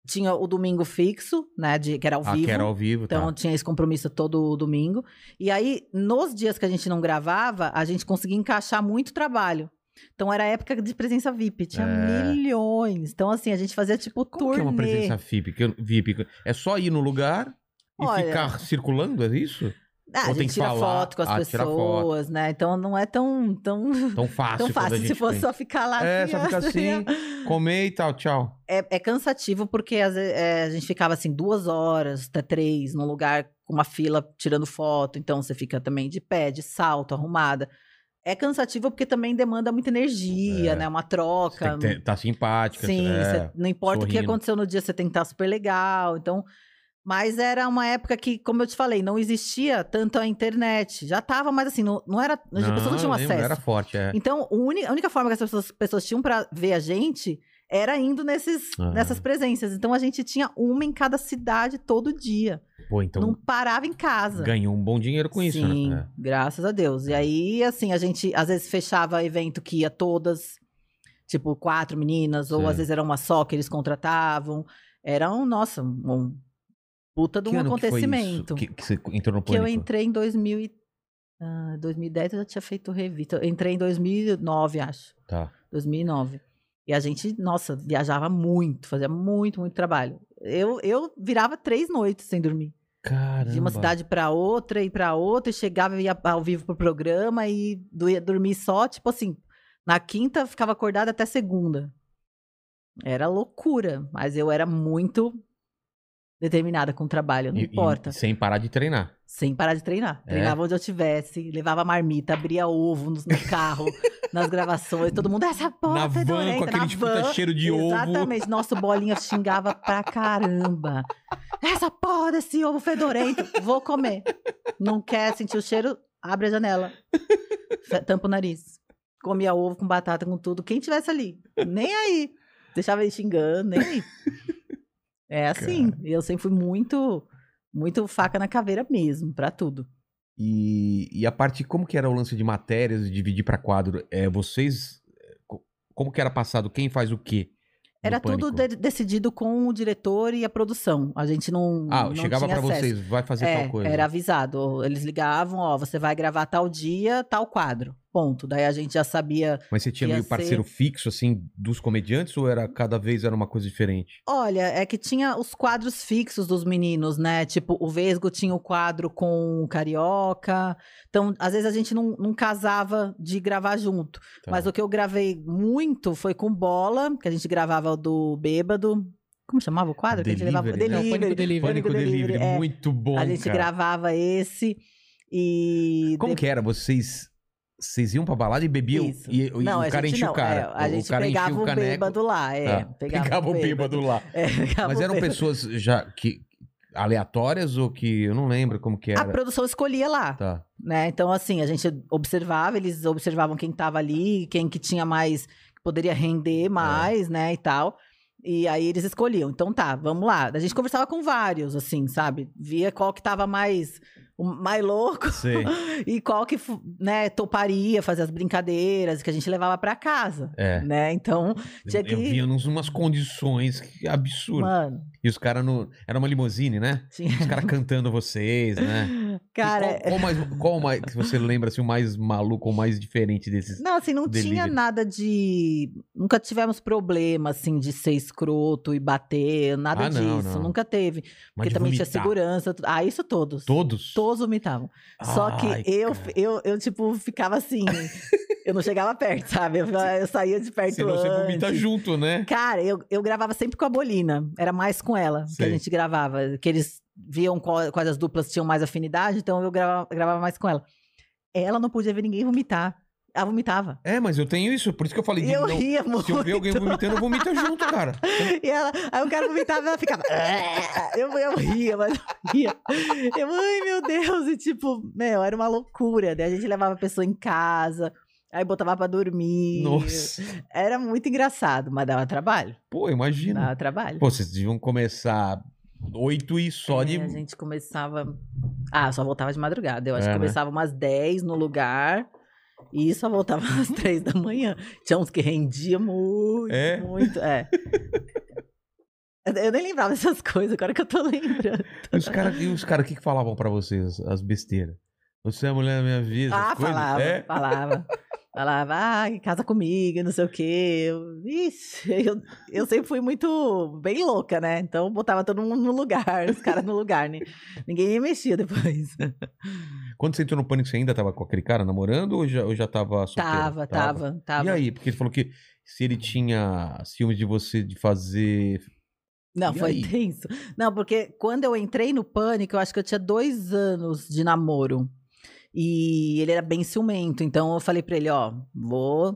Tinha o domingo fixo, né, de, que era ao Ah, vivo. que era ao vivo, Então, tá. tinha esse compromisso todo domingo. E aí, nos dias que a gente não gravava, a gente conseguia encaixar muito trabalho. Então, era época de presença VIP, tinha É. milhões. Então, assim, a gente fazia, tipo, Como turnê. que é uma presença VIP? Que eu- VIP? que- É só ir no lugar e Olha- ficar circulando, é isso? Ah, a Ou tem gente que tira falar? foto com as Ah, tira foto. pessoas, né? Então, não é tão... [laughs] tão... Tão fácil. Tão quando a fácil, se gente fosse tem. só ficar lá É, [laughs] assim, só ficar ó, assim, comer e tal, tchau. É, é cansativo porque às ve- é, a gente ficava assim duas horas até três num lugar com uma fila tirando foto, então você fica também de pé, de salto, arrumada. É cansativo porque também demanda muita energia, É. né? Uma Você tem troca. que ter- tá simpática. Sim, é. você- não importa o que sorrindo. aconteceu no dia, você tem que estar super legal. Então, mas era uma época que, como eu te falei, não existia tanto a internet. Já tava, mas assim, não, não era. as pessoas não tinham eu lembro, acesso. Era forte, é. Então, o uni- a única forma que as pessoas, pessoas tinham pra ver a gente era indo nesses, Ah. nessas presenças. Então, a gente tinha uma em cada cidade todo dia. Pô, então não parava em casa. ganhou um bom dinheiro com isso, Sim, né? É. graças a Deus. E aí, assim, a gente às vezes fechava evento que ia todas, tipo, quatro meninas, ou Sim. às vezes era uma só que eles contratavam. Era um, nossa, um um puta É. de Que um ano que foi isso? acontecimento. Que, que você entrou no Que pânico? eu entrei em 2000 e, ah, 2010 eu já tinha feito revista. Eu entrei em 2009, acho. Tá. 2009. E a gente, nossa, viajava muito, fazia muito, muito trabalho. Eu, eu virava três noites sem dormir. Caramba. De uma cidade pra outra e pra outra, e chegava e ia ao vivo pro programa e do- ia dormir só, tipo assim, na quinta ficava acordada até segunda. Era loucura, mas eu era muito determinada com o trabalho, não E- e importa. sem parar de treinar. Sem parar de treinar. É? Treinava onde eu tivesse, levava marmita, abria ovo nos- no [laughs] carro, nas gravações, todo mundo, essa porta na é van, com dorenta, na aquele puta van. cheiro de ovo. Exatamente. Nossa, o Bolinha xingava pra caramba. Essa porra desse ovo fedorento. Vou comer. Não quer sentir o cheiro? Abre a janela. Fe- Tampa o nariz. Comia ovo com batata, com tudo. Quem tivesse ali. Nem aí. Deixava ele xingando, nem aí. É assim. Eu sempre fui muito, muito faca na caveira mesmo, pra tudo. E, e a parte, como que era o lance de matérias, de dividir pra quadro? É, vocês, é, co- como que era passado? Quem faz o quê? no Era tudo Pânico? de- decidido com o diretor e a produção. A gente não. Ah, não chegava tinha pra acesso. vocês, vai fazer é, tal coisa. Era avisado. Eles ligavam, ó, você vai gravar tal dia, tal quadro. Ponto. Daí a gente já sabia. Mas você tinha ia meio parceiro fixo, assim, dos comediantes? Ou era cada vez era uma coisa diferente? Olha, é que tinha os quadros fixos dos meninos, né? Tipo, o Vesgo tinha o quadro com o Carioca. Então, às vezes a gente não, não casava de gravar junto. Tá. Mas o que eu gravei muito foi com bola, que a gente gravava o do Bêbado. Como chamava o quadro? que a gente Delivery, né? levava? Não, Pânico Delivery. Delivery. Pânico Pânico Delivery, Delivery, é. muito bom, A gente cara. gravava esse. E Como que era? Vocês, vocês iam pra balada e bebiam? Isso. E, e não, o cara a gente enchia não, o cara. é, a gente o cara enchia pegava o o caneco. bêbado lá, é. Tá. Pegava, o bêbado lá. [laughs] É, pegava Mas um o eram bêbado. pessoas já que aleatórias ou que eu não lembro como que A era. produção escolhia lá, Tá. né? Então, assim, a gente observava, eles observavam quem tava ali, quem que tinha mais, que poderia É. render mais, né, e tal. E aí eles escolhiam. Então tá, vamos lá. A gente conversava com vários, assim, sabe? Via qual que tava mais, o mais louco [laughs] Sei. e qual que, fu- né, toparia fazer as brincadeiras que a gente levava pra casa, É. né? Então, [laughs] Tinha Eu, que- eu vinha num- umas condições que absurdas. mano, E os caras no. Era uma limusine, né? tinha... Os [laughs] caras cantando vocês, né? cara, E Qual, qual mais, qual mais que você lembra assim, o mais maluco ou mais diferente desses? Não, assim, não tinha Delivery. nada de. Nunca tivemos problema, assim, de ser escroto e bater, nada Ah, não, disso. não. Nunca teve. Mas porque de também vomitar. tinha segurança. tu- Ah, isso todos. Todos? Todos vomitavam. Só que Ai, eu, cara. eu, eu, tipo, ficava assim. eu não chegava perto, sabe? Eu, eu saía de perto Senão você vomita antes. junto, né? Cara, eu, eu gravava sempre com a Bolina. Era mais com ela que a Sei. gente gravava. Que eles viam qual- quais as duplas tinham mais afinidade, então eu gravava, gravava mais com ela. Ela não podia ver ninguém vomitar. Ela vomitava. É, mas eu tenho isso, por isso que eu falei E de eu não- ria muito. Se eu ver alguém vomitando, vomita junto, [laughs] cara. E ela, aí o cara vomitava e ela ficava. "Ah", Eu, eu ria, mas eu ria. Eu, ai meu Deus, e tipo, meu, era uma loucura. Daí a gente levava a pessoa em casa, aí botava pra dormir. Nossa. Era muito engraçado, mas dava trabalho. Pô, imagina. Dava trabalho. Pô, vocês deviam começar oito e só de. É, a gente começava. Ah, só voltava de madrugada. Eu acho É, né? que começava umas 10 no lugar. E só voltava [laughs] às 3 da manhã. Tinha uns que rendia muito, É? muito. É. Eu nem lembrava dessas coisas, agora que eu tô lembrando. E os caras, o cara, que, que falavam pra vocês as besteiras? Você é a mulher da minha vida. Ah, as coisas? falava, É? falava. Falava, ah, casa comigo, não sei o quê. Eu, Ixi, eu, eu sempre fui muito bem louca, né? Então botava todo mundo no lugar, os caras no lugar, né? Ninguém nem mexia depois. Quando você entrou no pânico, você ainda tava com aquele cara namorando ou já, ou já tava solteiro? Tava, tava, tava. E aí? Porque ele falou que se ele tinha ciúmes de você de fazer. Não, E foi aí? tenso. Não, porque quando eu entrei no pânico, eu acho que eu tinha dois anos de namoro. E ele era bem ciumento. Então eu falei pra ele: ó, vou.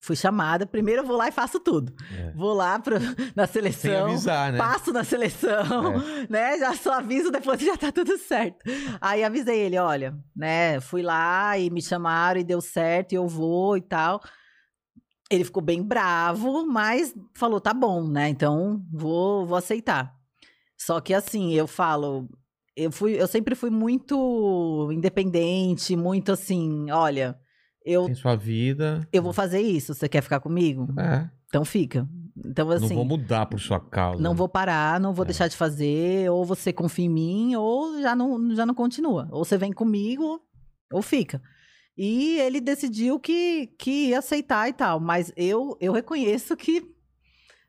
Fui chamada. Primeiro eu vou lá e faço tudo. É. Vou lá pro, [laughs] na Sem seleção. avisar, né? Passo na seleção, [laughs] né? Já só aviso, depois já tá tudo certo. Aí avisei ele, olha, né? Fui lá e me chamaram e deu certo, e eu vou e tal. Ele ficou bem bravo, mas falou, tá bom, né? Então vou, vou aceitar. Só que assim, eu falo, eu fui, eu sempre fui muito independente, muito assim, olha, eu Tem sua vida. eu vou fazer isso, você quer ficar comigo? É. Então fica. Então assim, não vou mudar por sua causa. não vou parar, não vou É. deixar de fazer, ou você confia em mim, ou já não, já não continua. Ou você vem comigo, ou fica. E ele decidiu que, que ia aceitar e tal, mas eu, eu reconheço que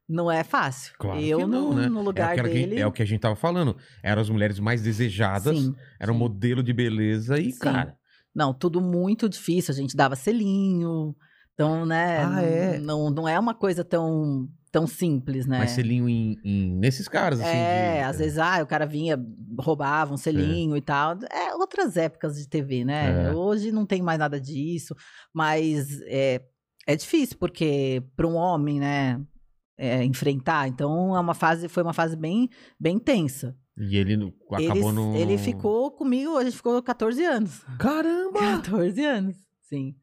não é fácil. Claro eu, que não, no, né? no lugar é, o que- dele. é o que a gente tava falando. Eram as mulheres mais desejadas, sim. era um sim. modelo de beleza e, Sim. cara. Não, tudo muito difícil. A gente dava selinho. Então, né? Ah, não, é? não, não é uma coisa tão tão simples, né? Mas selinho em, em- nesses caras, assim. é, de- É. às vezes, ah, o cara vinha, roubava um selinho e tal. É outras épocas de TV, né? É. Hoje não tem mais nada disso, mas é, é difícil, porque para um homem, né, é, enfrentar, então é uma fase, foi uma fase bem, bem tensa. E ele no- ele, acabou no. ele ficou comigo, a gente ficou 14 anos. Caramba! 14 anos, sim.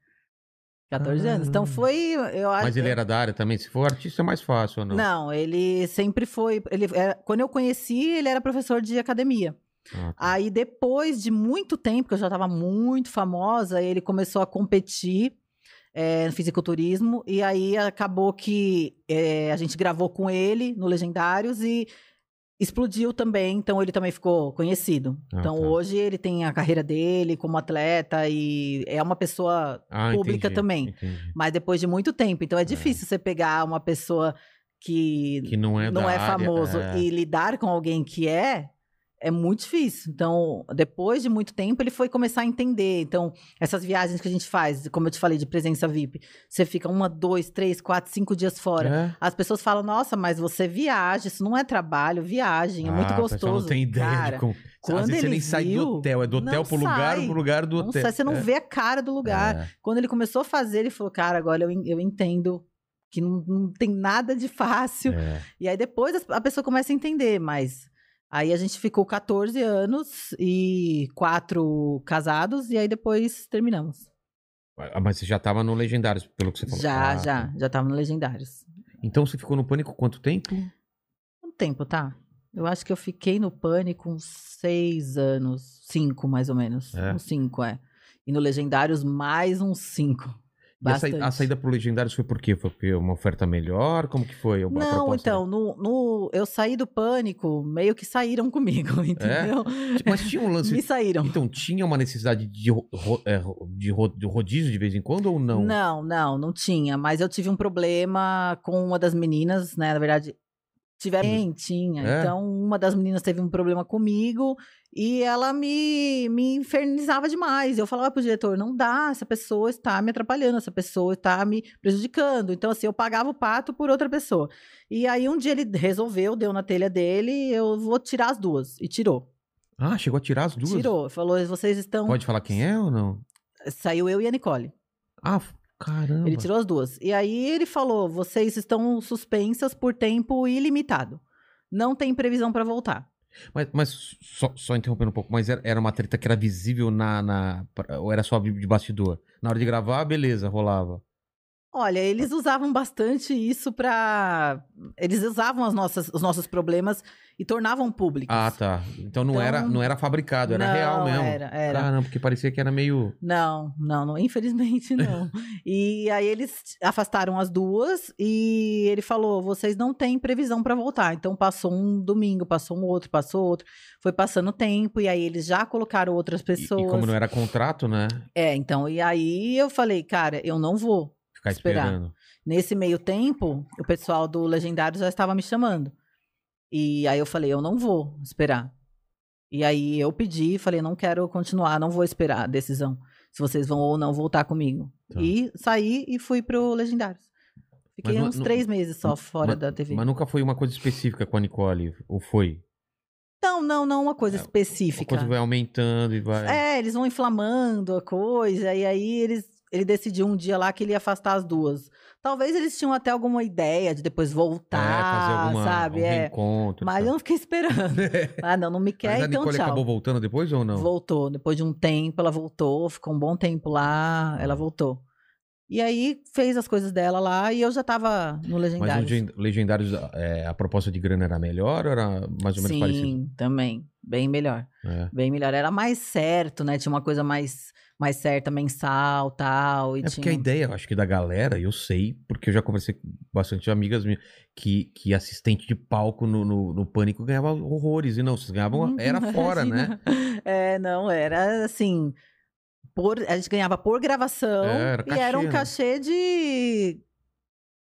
14 anos. Então Caramba. foi, eu acho. Mas ele era da área também. Se for artista, é mais fácil, ou não? Não, ele sempre foi. Ele era- quando eu conheci, ele era professor de academia. Ah, tá. Aí, depois de muito tempo, que eu já estava muito famosa, ele começou a competir eh, no fisiculturismo. E aí acabou que eh, a gente gravou com ele no Legendários e explodiu também. Então, ele também ficou conhecido. Ah, então, tá. hoje ele tem a carreira dele como atleta e é uma pessoa Ah, pública entendi, também. entendi. mas depois de muito tempo. Então é difícil você pegar uma pessoa que, Que não é não da é área, famoso é. e lidar com alguém que é é muito difícil. Então, depois de muito tempo, ele foi começar a entender. Então, essas viagens que a gente faz, como eu te falei, de presença VIP, você fica uma, dois, três, quatro, cinco dias fora. É? As pessoas falam, nossa, mas você viaja, isso não é trabalho, viagem, é muito Ah, o pessoal gostoso. não tem ideia Cara, de como. quando Às vezes você ele nem sai do viu, hotel, é do hotel não pro lugar, sai. pro lugar do não hotel. sei, você não É. vê a cara do lugar. É. Quando ele começou a fazer, ele falou, cara, agora eu, en- eu entendo que não, não tem nada de fácil. É. E aí depois as- a pessoa começa a entender, mas aí a gente ficou 14 anos e quatro casados, e aí depois terminamos. Ah, Mas você já tava no Legendários, pelo que você falou. Já, Ah, já, tá. já tava no Legendários. Então você ficou no pânico quanto tempo? Quanto tempo, tá? Eu acho que eu fiquei no pânico uns seis anos, cinco mais ou menos. É? Uns cinco, é. E no Legendários, mais uns cinco. E a, saí- Bastante. a saída pro Legendários foi por quê? Foi porque uma oferta melhor? Como que foi? A Não, proposta? então, no, no- eu saí do pânico, meio que saíram comigo, [laughs] entendeu? Mas tinha um lance. Me É? saíram. [laughs] Então, tinha uma necessidade de, ro- ro- é, ro- de ro- de rodízio de vez em quando ou não? não, não, não tinha. Mas eu tive um problema com uma das meninas, né? Na verdade, tiveram. Tinha. É? Então, uma das meninas teve um problema comigo e ela me, me infernizava demais. Eu falava pro diretor: não dá, essa pessoa está me atrapalhando, essa pessoa está me prejudicando. Então, assim, eu pagava o pato por outra pessoa. E aí, um dia ele resolveu, deu na telha dele, eu vou tirar as duas. E tirou. Ah, chegou a tirar as duas? Tirou. Falou: vocês estão. Pode falar quem é ou não? Saiu eu e a Nicole. Ah, f- caramba. Ele tirou as duas. E aí ele falou: vocês estão suspensas por tempo ilimitado. Não tem previsão pra voltar. Mas, mas só, só interrompendo um pouco, mas era, era uma treta que era visível na, na- pra- Ou era só de bastidor? Na hora de gravar, beleza, rolava. Olha, eles usavam bastante isso pra. Eles usavam as nossas, os nossos problemas e tornavam públicos. Ah, tá. Então não, Então- era, não era fabricado, era Não, real mesmo. Era, era. Caramba, porque parecia que era meio. Não, não, não, infelizmente [laughs] não. e aí eles afastaram as duas e ele falou: vocês não têm previsão pra voltar. Então passou um domingo, passou um outro, passou outro. Foi passando tempo e aí eles já colocaram outras E, e pessoas. como não era contrato, né? É, então, e aí eu falei, cara, eu não vou. Ficar Esperar. esperando. Nesse meio tempo, o pessoal do Legendário já estava me chamando. E aí eu falei, eu não vou esperar. E aí eu pedi, falei, não quero continuar, não vou esperar a decisão. Se vocês vão ou não voltar comigo. Tá. E saí e fui pro Legendários. Fiquei não- uns não- três meses só fora Mas- da TV. Mas nunca foi uma coisa específica com a Nicole, ou foi? Não, não, não uma coisa É, A específica. coisa vai aumentando e vai. É, eles vão inflamando a coisa, e aí eles, ele decidiu um dia lá que ele ia afastar as duas. Talvez eles tinham até alguma ideia de depois voltar, É, fazer alguma, sabe? um é. reencontro. e Mas tal. eu não fiquei esperando. [laughs] ah, não, não me quer, É. Mas a então Nicole tchau. acabou voltando depois ou não? Voltou. Depois de um tempo, ela voltou, ficou um bom tempo lá, Ah. ela voltou. E aí fez as coisas dela lá e eu já tava no Mas Legendário. no Gen- Legendários, é, a proposta de grana era melhor ou era mais ou menos Sim, parecida? também. Bem melhor. É. Bem melhor. Era mais certo, né? Tinha uma coisa mais, mais certa, mensal, tal. E É porque a tinha... ideia, eu acho que da galera, eu sei, porque eu já conversei com bastante amigas minhas, que, que assistente de palco no, no, no Pânico ganhava horrores. E não, vocês ganhavam, era [laughs] fora, né? Uhum, Imagina. É, não, era assim. Por, a gente ganhava por gravação É, era e era um cachê, cachê de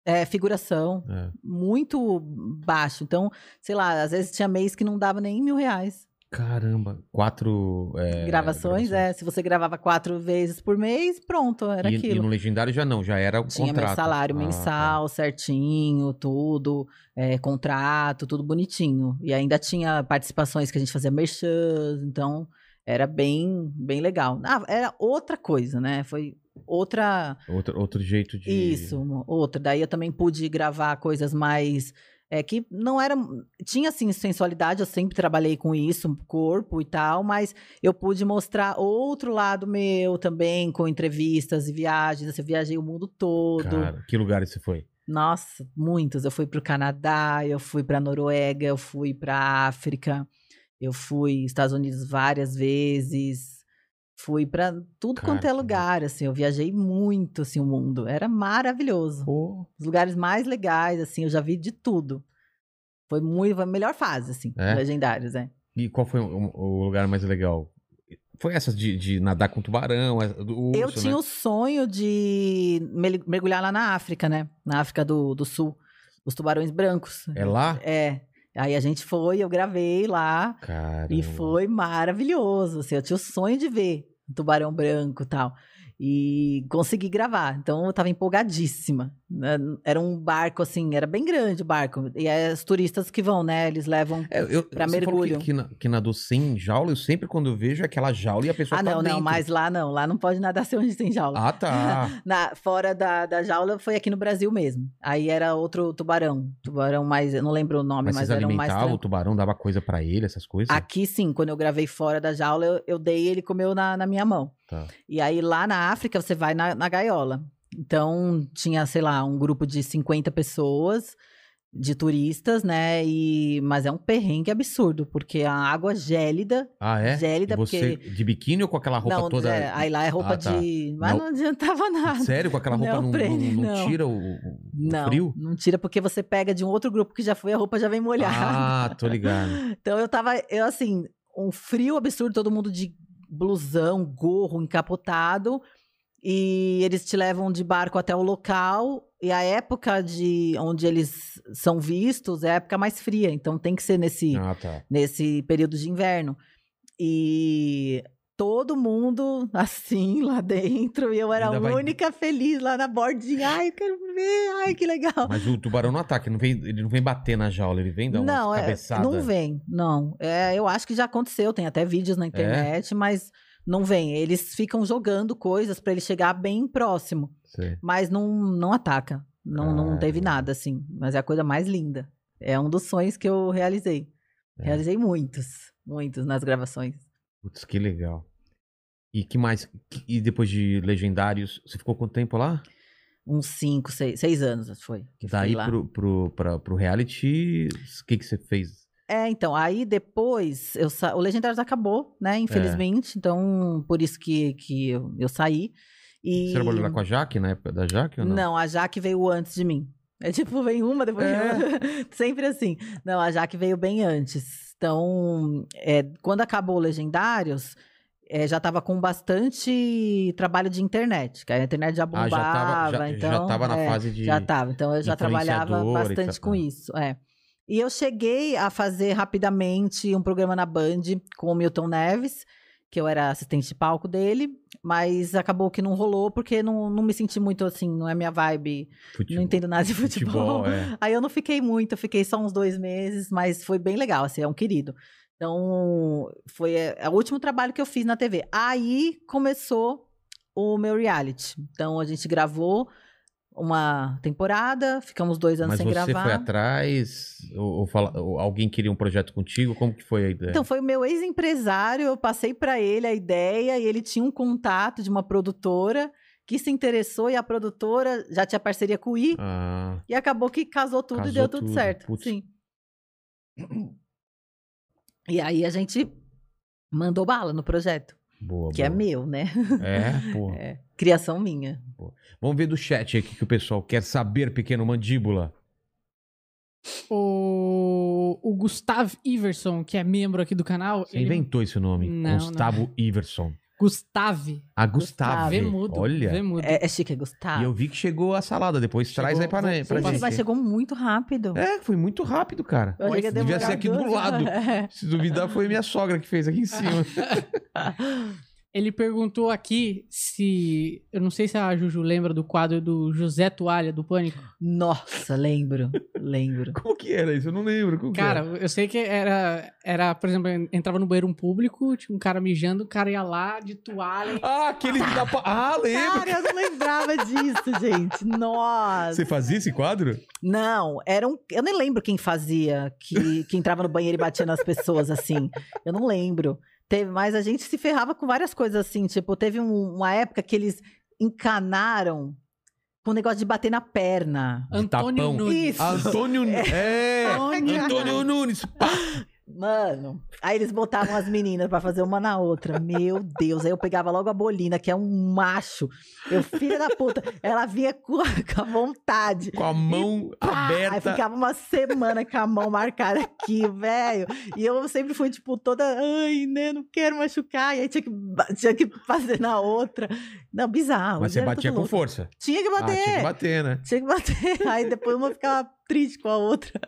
é, figuração É. muito baixo. Então, sei lá, às vezes tinha mês que não dava nem mil reais. Caramba. Quatro. é, gravações, é. Se você gravava quatro vezes por mês, pronto, era E, e aquilo. no Legendário já não, já era o Tinha meu Um contrato. salário Ah, tá. mensal certinho, tudo, é, contrato, tudo bonitinho. E ainda tinha participações que a gente fazia merchan, então era bem, bem legal. Ah, era outra coisa, né? Foi outra. tá. Outro, outro jeito de. Isso, uma- outra. Daí eu também pude gravar coisas mais. É que não era. Tinha, assim, sensualidade, eu sempre trabalhei com isso, corpo e tal, mas eu pude mostrar outro lado meu também, com entrevistas e viagens. Assim, Eu viajei o mundo todo. Cara, que lugar você foi? Nossa, muitos. Eu fui para o Canadá, eu fui para a Noruega, eu fui para África, eu fui Estados Unidos várias vezes, fui para tudo quanto é Cara, que lugar. Assim, eu viajei muito assim o mundo. Era maravilhoso. Pô. Os lugares mais legais, assim, eu já vi de tudo. Foi muito foi a melhor fase, assim, É? legendários, né? E qual foi o, o lugar mais legal? Foi essa de, de nadar com tubarão? essa Do urso, eu tinha né? o sonho de mel- mergulhar lá na África, né? Na África do, do Sul, os tubarões brancos. É lá? É. Aí a gente foi, eu gravei lá Cara. [laughs] e foi maravilhoso. Assim, eu tinha o sonho de ver um tubarão branco e tal. E consegui gravar. Então eu tava empolgadíssima. né? Era um barco, assim, era bem grande o barco. E é os turistas que vão, né? Eles levam. É, pra mergulho. que, que, na- que nadou sem jaula, eu sempre quando eu vejo é aquela jaula e a pessoa ah, tá não, não, dentro. mas lá não. Lá não pode nadar [laughs] sem onde tem jaula. Ah, [laughs] tá. Na, fora da, da jaula foi aqui no Brasil mesmo. Aí era outro tubarão. Tubarão mais. Eu não lembro o nome, mas mas, vocês era um mais. alimentavam tran- o tubarão, dava coisa pra ele, essas coisas? Aqui sim, quando eu gravei fora da jaula, eu, eu dei e ele comeu na, na minha mão. Tá. E aí lá na África você vai na, na gaiola. Então tinha, sei lá, um grupo de 50 pessoas, de turistas, né? E, mas é um perrengue absurdo, porque a água gélida. Ah, é? Gélida, E você de biquíni ou com aquela roupa não, toda... é, aí lá é roupa Ah, tá. de. Mas Não- não, adiantava [laughs] nada. Sério? Com aquela roupa não, Ah, Não, não, prende, não não. tira o, o- o Não, frio? não tira porque você pega de um outro grupo que já foi, a roupa já vem molhada. Ah, tô ligado. Então eu tava, eu assim, um frio absurdo, todo mundo de blusão, gorro, encapotado. E eles te levam de barco até o local. E a época de onde eles são vistos é a época mais fria. Então tem que ser nesse, Ah, tá. nesse período de inverno. E todo mundo [laughs] assim lá dentro. E eu era Ainda a vai- única feliz lá na bordinha. Ai, eu quero ver. Ai, que legal. Mas o tubarão não ataca, ele não vem, ele não vem bater na jaula, ele vem dar uma Não, é, cabeçada. não vem, não. É, eu acho que já aconteceu, tem até vídeos É? na internet, mas não vem. Eles ficam jogando coisas pra ele chegar bem próximo, Sei. mas não, não ataca. Não, não teve Caramba. nada assim, mas é a coisa mais linda. É um dos sonhos que eu realizei. É. Realizei muitos, muitos nas gravações. Putz, que legal. E que mais? E depois de Legendários, você ficou quanto tempo lá? Uns cinco, seis, seis anos foi. Que fui Daí lá. pro, pro, pra, pro reality, o que, que você fez? É, então, aí depois, eu sa... o Legendários acabou, É. né, infelizmente. Então, por isso que, que eu, eu saí. E... Você trabalhou lá com a Jaque, na época da Jaque ou não? não? a Jaque veio antes de mim. É tipo, vem uma, depois É. vem outra. [laughs] Sempre assim. Não, a Jaque veio bem antes. Então, é, quando acabou o Legendários, é, já tava com bastante trabalho de internet. que A internet já bombava. ah, já tava, já, então, já tava na é, fase de... Já tava. Então, eu já trabalhava influenciadora e bastante tal. né? com isso. É. E eu cheguei a fazer rapidamente um programa na Band com o Milton Neves, que eu era assistente de palco dele, mas acabou que não rolou porque não, não me senti muito assim, não é minha vibe, Futebol. não entendo nada de futebol. é. Aí eu não fiquei muito, eu fiquei só uns dois meses, mas foi bem legal, assim, é um querido. Então, foi é, é o último trabalho que eu fiz na TV. Aí começou o meu reality. Então, a gente gravou uma temporada, ficamos dois anos Mas sem você gravar. foi atrás? Ou, ou fala- ou alguém queria um projeto contigo? Como que foi a ideia? Então, foi o meu ex-empresário, eu passei para ele a ideia e ele tinha um contato de uma produtora que se interessou e a produtora já tinha parceria com o I Ah, e acabou que casou tudo Casou e deu tudo, tudo, certo. putz. Sim. E aí a gente mandou bala no projeto, boa, que é boa. meu, né? [laughs] É, porra. É, criação minha. Vamos ver do chat aqui que o pessoal quer saber, pequeno mandíbula. O, o Gustavo Iverson, que é membro aqui do canal, Você ele, inventou esse nome, Não, Gustavo Iverson. Gustave. A Gustave. Vê mudo. Olha. Vê mudo. É, é chique, E é Gustavo. eu vi que chegou a salada depois. Chegou. Traz aí pra, Vou- pra vou Gente, gente. mas chegou muito rápido. É, foi muito rápido, cara. Eu achei que ia Devia demorar ser aqui do duas- lado. É. Se duvidar, foi minha sogra que fez aqui [laughs] em cima. Ele perguntou aqui se. Eu não sei se a Juju lembra do quadro do José Toalha, do Pânico. [laughs] Nossa, lembro. Lembro. Como que era isso? Eu não lembro. Como que Cara, era? eu sei que era, era, por exemplo, entrava no banheiro um público, tinha um cara mijando, o cara ia lá de toalha. Ah, aquele Tá. da. pa- Ah, lembro. Cara, eu não lembrava disso, [laughs] gente. Nossa. Tá. Você fazia esse quadro? Não, era um. Eu nem lembro quem fazia, que, que entrava no banheiro e batia nas pessoas, assim. Eu não lembro. Teve, mas a gente se ferrava com várias coisas, assim. Tipo, teve um- uma época que eles encanaram com o negócio de bater na perna. Antônio tapão. Nunes. Isso. Antônio Nunes. É! Antônio Antônio Nunes. Pá. Mano, aí eles botavam as meninas pra fazer uma na outra. Meu Deus, aí eu pegava logo a Bolina, que é um macho. Eu, filha da puta, ela vinha com a, com a vontade. Com a mão Pá! Aí aberta. Ah, ficava uma semana com a mão marcada aqui, velho. E eu sempre fui, tipo, toda, ai, né, não quero machucar. E aí tinha que, ba- tinha que fazer na outra. Não, bizarro. né? Mas você era tudo batia com louco. força. Tinha que Ah, bater. tinha que bater, né? Tinha que bater. [laughs] Aí depois uma ficava triste com a outra.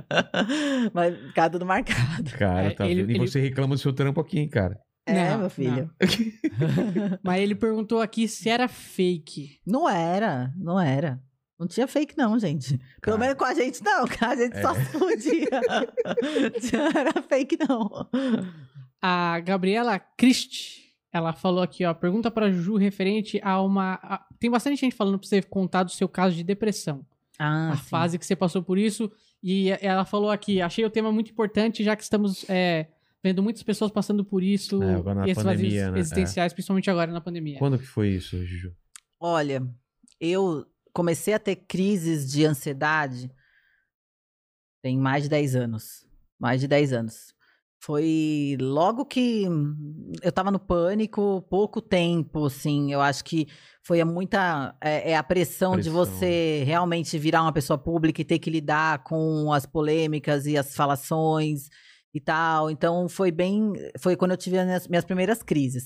[laughs] Mas ficava tudo marcado. Cara, É, tá ele- vendo? E ele- você reclama do seu trampo aqui, hein, cara? É, Não, meu filho. [laughs] Mas ele perguntou aqui se era fake. Não. era, não era. Não tinha fake, não, gente. Cara. Pelo menos com a gente, não. [laughs] cara. A gente só É. se fudia. [laughs] não era fake, não. A Gabriela Christ, ela falou aqui, ó, pergunta pra Juju referente a uma... a- tem bastante gente falando pra você contar do seu caso de depressão. Ah, a sim. fase que você passou por isso. E ela falou aqui, achei o tema muito importante, já que estamos é, vendo muitas pessoas passando por isso. É, agora na e esses pandemia, vazios né? É. existenciais, principalmente agora na pandemia. Quando que foi isso, Juju? Olha, eu comecei a ter crises de ansiedade tem mais de 10 anos. Mais de 10 anos. Foi logo que hum, eu tava no pânico, pouco tempo, assim. Eu acho que foi a muita. É, é a pressão, de Pressão. você realmente virar uma pessoa pública e ter que lidar com as polêmicas e as falações e tal. Então foi bem. Foi quando eu tive as minhas- minhas primeiras crises.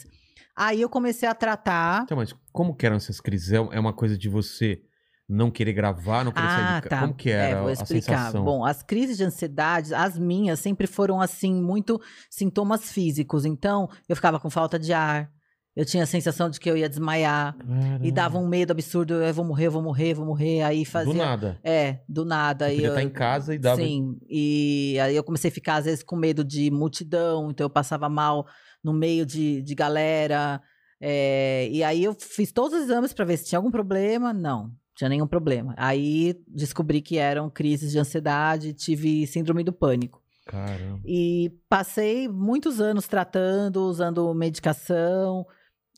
Aí eu comecei a tratar. Então, mas como que eram essas crises? É é uma coisa de você não querer gravar, não querer sair de casa? é Como que era É, vou a explicar. sensação? Bom, as crises de ansiedade, as minhas, sempre foram assim, muito sintomas físicos. Então, eu ficava com falta de ar, eu tinha a sensação de que eu ia desmaiar. Caramba. E dava um medo absurdo, eu vou morrer, eu vou morrer, eu vou morrer. Aí fazia. Do nada. É, do nada. Podia aí eu- estar em casa e dava... Sim, e aí eu comecei a ficar, às vezes, com medo de multidão, então eu passava mal no meio de, de galera. é, e aí eu fiz todos os exames para ver se tinha algum problema. Não, tinha nenhum problema. Aí descobri que eram crises de ansiedade, tive síndrome do pânico. Caramba. E passei muitos anos tratando, usando medicação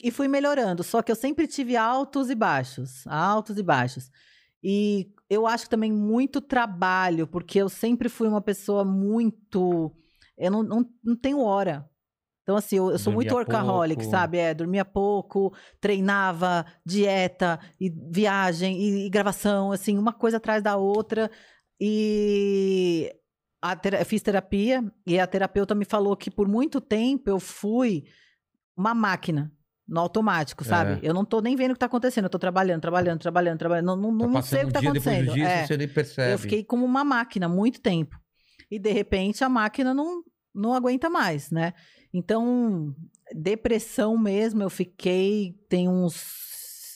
e fui melhorando. Só que eu sempre tive altos e baixos, altos e baixos. E eu acho que também muito trabalho, porque eu sempre fui uma pessoa muito. Eu não, não, não tenho hora. Então, assim, eu, eu sou muito Dormia workaholic, pouco. sabe? É, dormia pouco, treinava, dieta, e viagem, e, e gravação, assim, uma coisa atrás da outra. E a tera- eu fiz terapia e a terapeuta me falou que por muito tempo eu fui uma máquina no automático, É. sabe? Eu não tô nem vendo o que tá acontecendo, eu tô trabalhando, trabalhando, trabalhando, trabalhando, não, não, Tá não passando sei o que tá um dia depois acontecendo. do dia, É, você nem percebe. eu fiquei como uma máquina muito tempo. E de repente a máquina não, não aguenta mais, né? Então, depressão mesmo, eu fiquei tem uns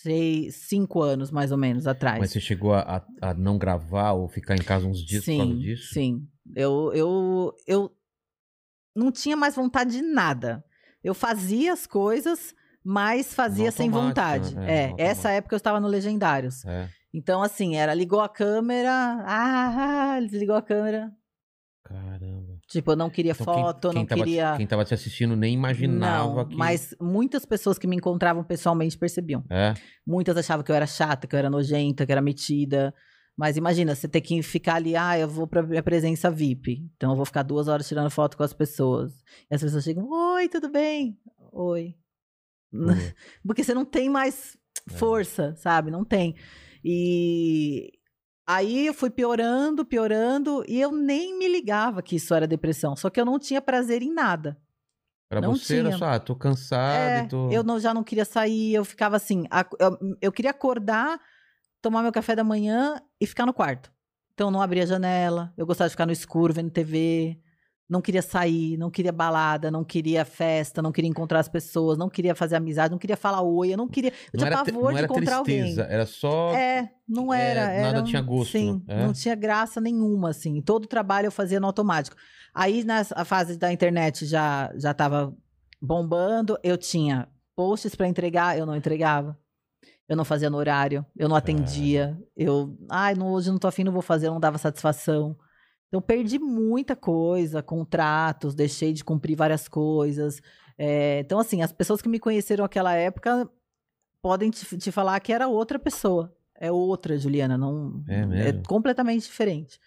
seis, cinco anos mais ou menos atrás. Mas você chegou a, a- a não gravar ou ficar em casa uns dias por causa disso? Sim, eu, eu, eu não tinha mais vontade de nada. Eu fazia as coisas, mas fazia No sem automático, vontade. né? É, É, no automático. essa época eu estava no Legendários. É. Então, assim, era ligou a câmera, ah, ah, desligou a câmera. Caramba. Tipo, eu não queria Então, quem- foto, eu quem não tava, queria. Quem tava te assistindo nem imaginava não, que... mas muitas pessoas que me encontravam pessoalmente percebiam. É, Muitas achavam que eu era chata, que eu era nojenta, que eu era metida. Mas imagina, você ter que ficar ali, ah, eu vou pra minha presença VIP. Então eu vou ficar duas horas tirando foto com as pessoas. E as pessoas chegam, oi, tudo bem? Oi. pô. [laughs] Porque você não tem mais força, sabe? Não tem. E aí eu fui piorando, piorando, e eu nem me ligava que isso era depressão. Só que eu não tinha prazer em nada. Era [laughs] Não você, era tinha. só, ah, tô cansado, É, e tô... Eu não- já não queria sair, eu ficava assim. a- eu, eu queria acordar, tomar meu café da manhã e ficar no quarto. Então eu não abria a janela, eu gostava de ficar no escuro vendo TV. Não queria sair, não queria balada, não queria festa, não queria encontrar as pessoas, não queria fazer amizade, não queria falar oi, eu não queria. Eu não tinha era, te- pavor não de era encontrar tristeza, era só... alguém. É, não era. É, nada era um- tinha gosto, Sim, né? É. não tinha graça nenhuma, assim. Todo trabalho eu fazia no automático. Aí, na fase da internet já, já tava bombando, eu tinha posts para entregar, eu não entregava. Eu não fazia no horário, eu não atendia. É. Eu, ai, não, hoje não tô afim, não vou fazer, eu não dava satisfação. Então, perdi muita coisa, contratos, deixei de cumprir várias coisas. É, então, assim, as pessoas que me conheceram naquela época podem te, te falar que era outra pessoa. É outra, Juliana, não É mesmo? completamente diferente.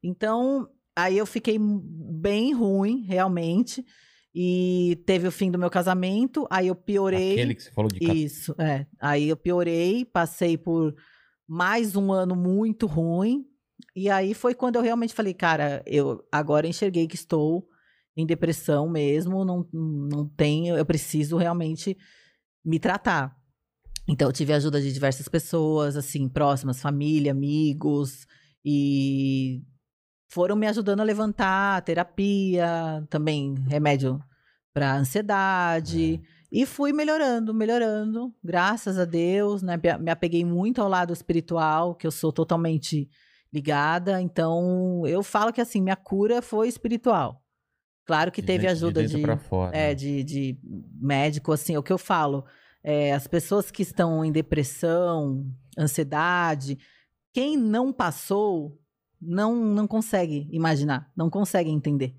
Então, aí eu fiquei bem ruim, realmente. E teve o fim do meu casamento, aí eu piorei. Aquele que você falou de... cat- Isso, é. Aí eu piorei, passei por mais um ano muito ruim. E aí foi quando eu realmente falei, cara, eu agora enxerguei que estou em depressão mesmo, não, não tenho, eu preciso realmente me tratar. Então eu tive a ajuda de diversas pessoas, assim, próximas, família, amigos, e foram me ajudando a levantar, terapia, também remédio para ansiedade. E fui melhorando, melhorando, graças a Deus, né? Me- Me apeguei muito ao lado espiritual, que eu sou totalmente ligada. Então, eu falo que assim, minha cura foi espiritual. Claro que de teve dentro- ajuda de... de, dentro pra fora. é, né? de, de médico, assim, é o que eu falo. É, as pessoas que estão em depressão, ansiedade, quem não passou não, não consegue imaginar, não consegue entender.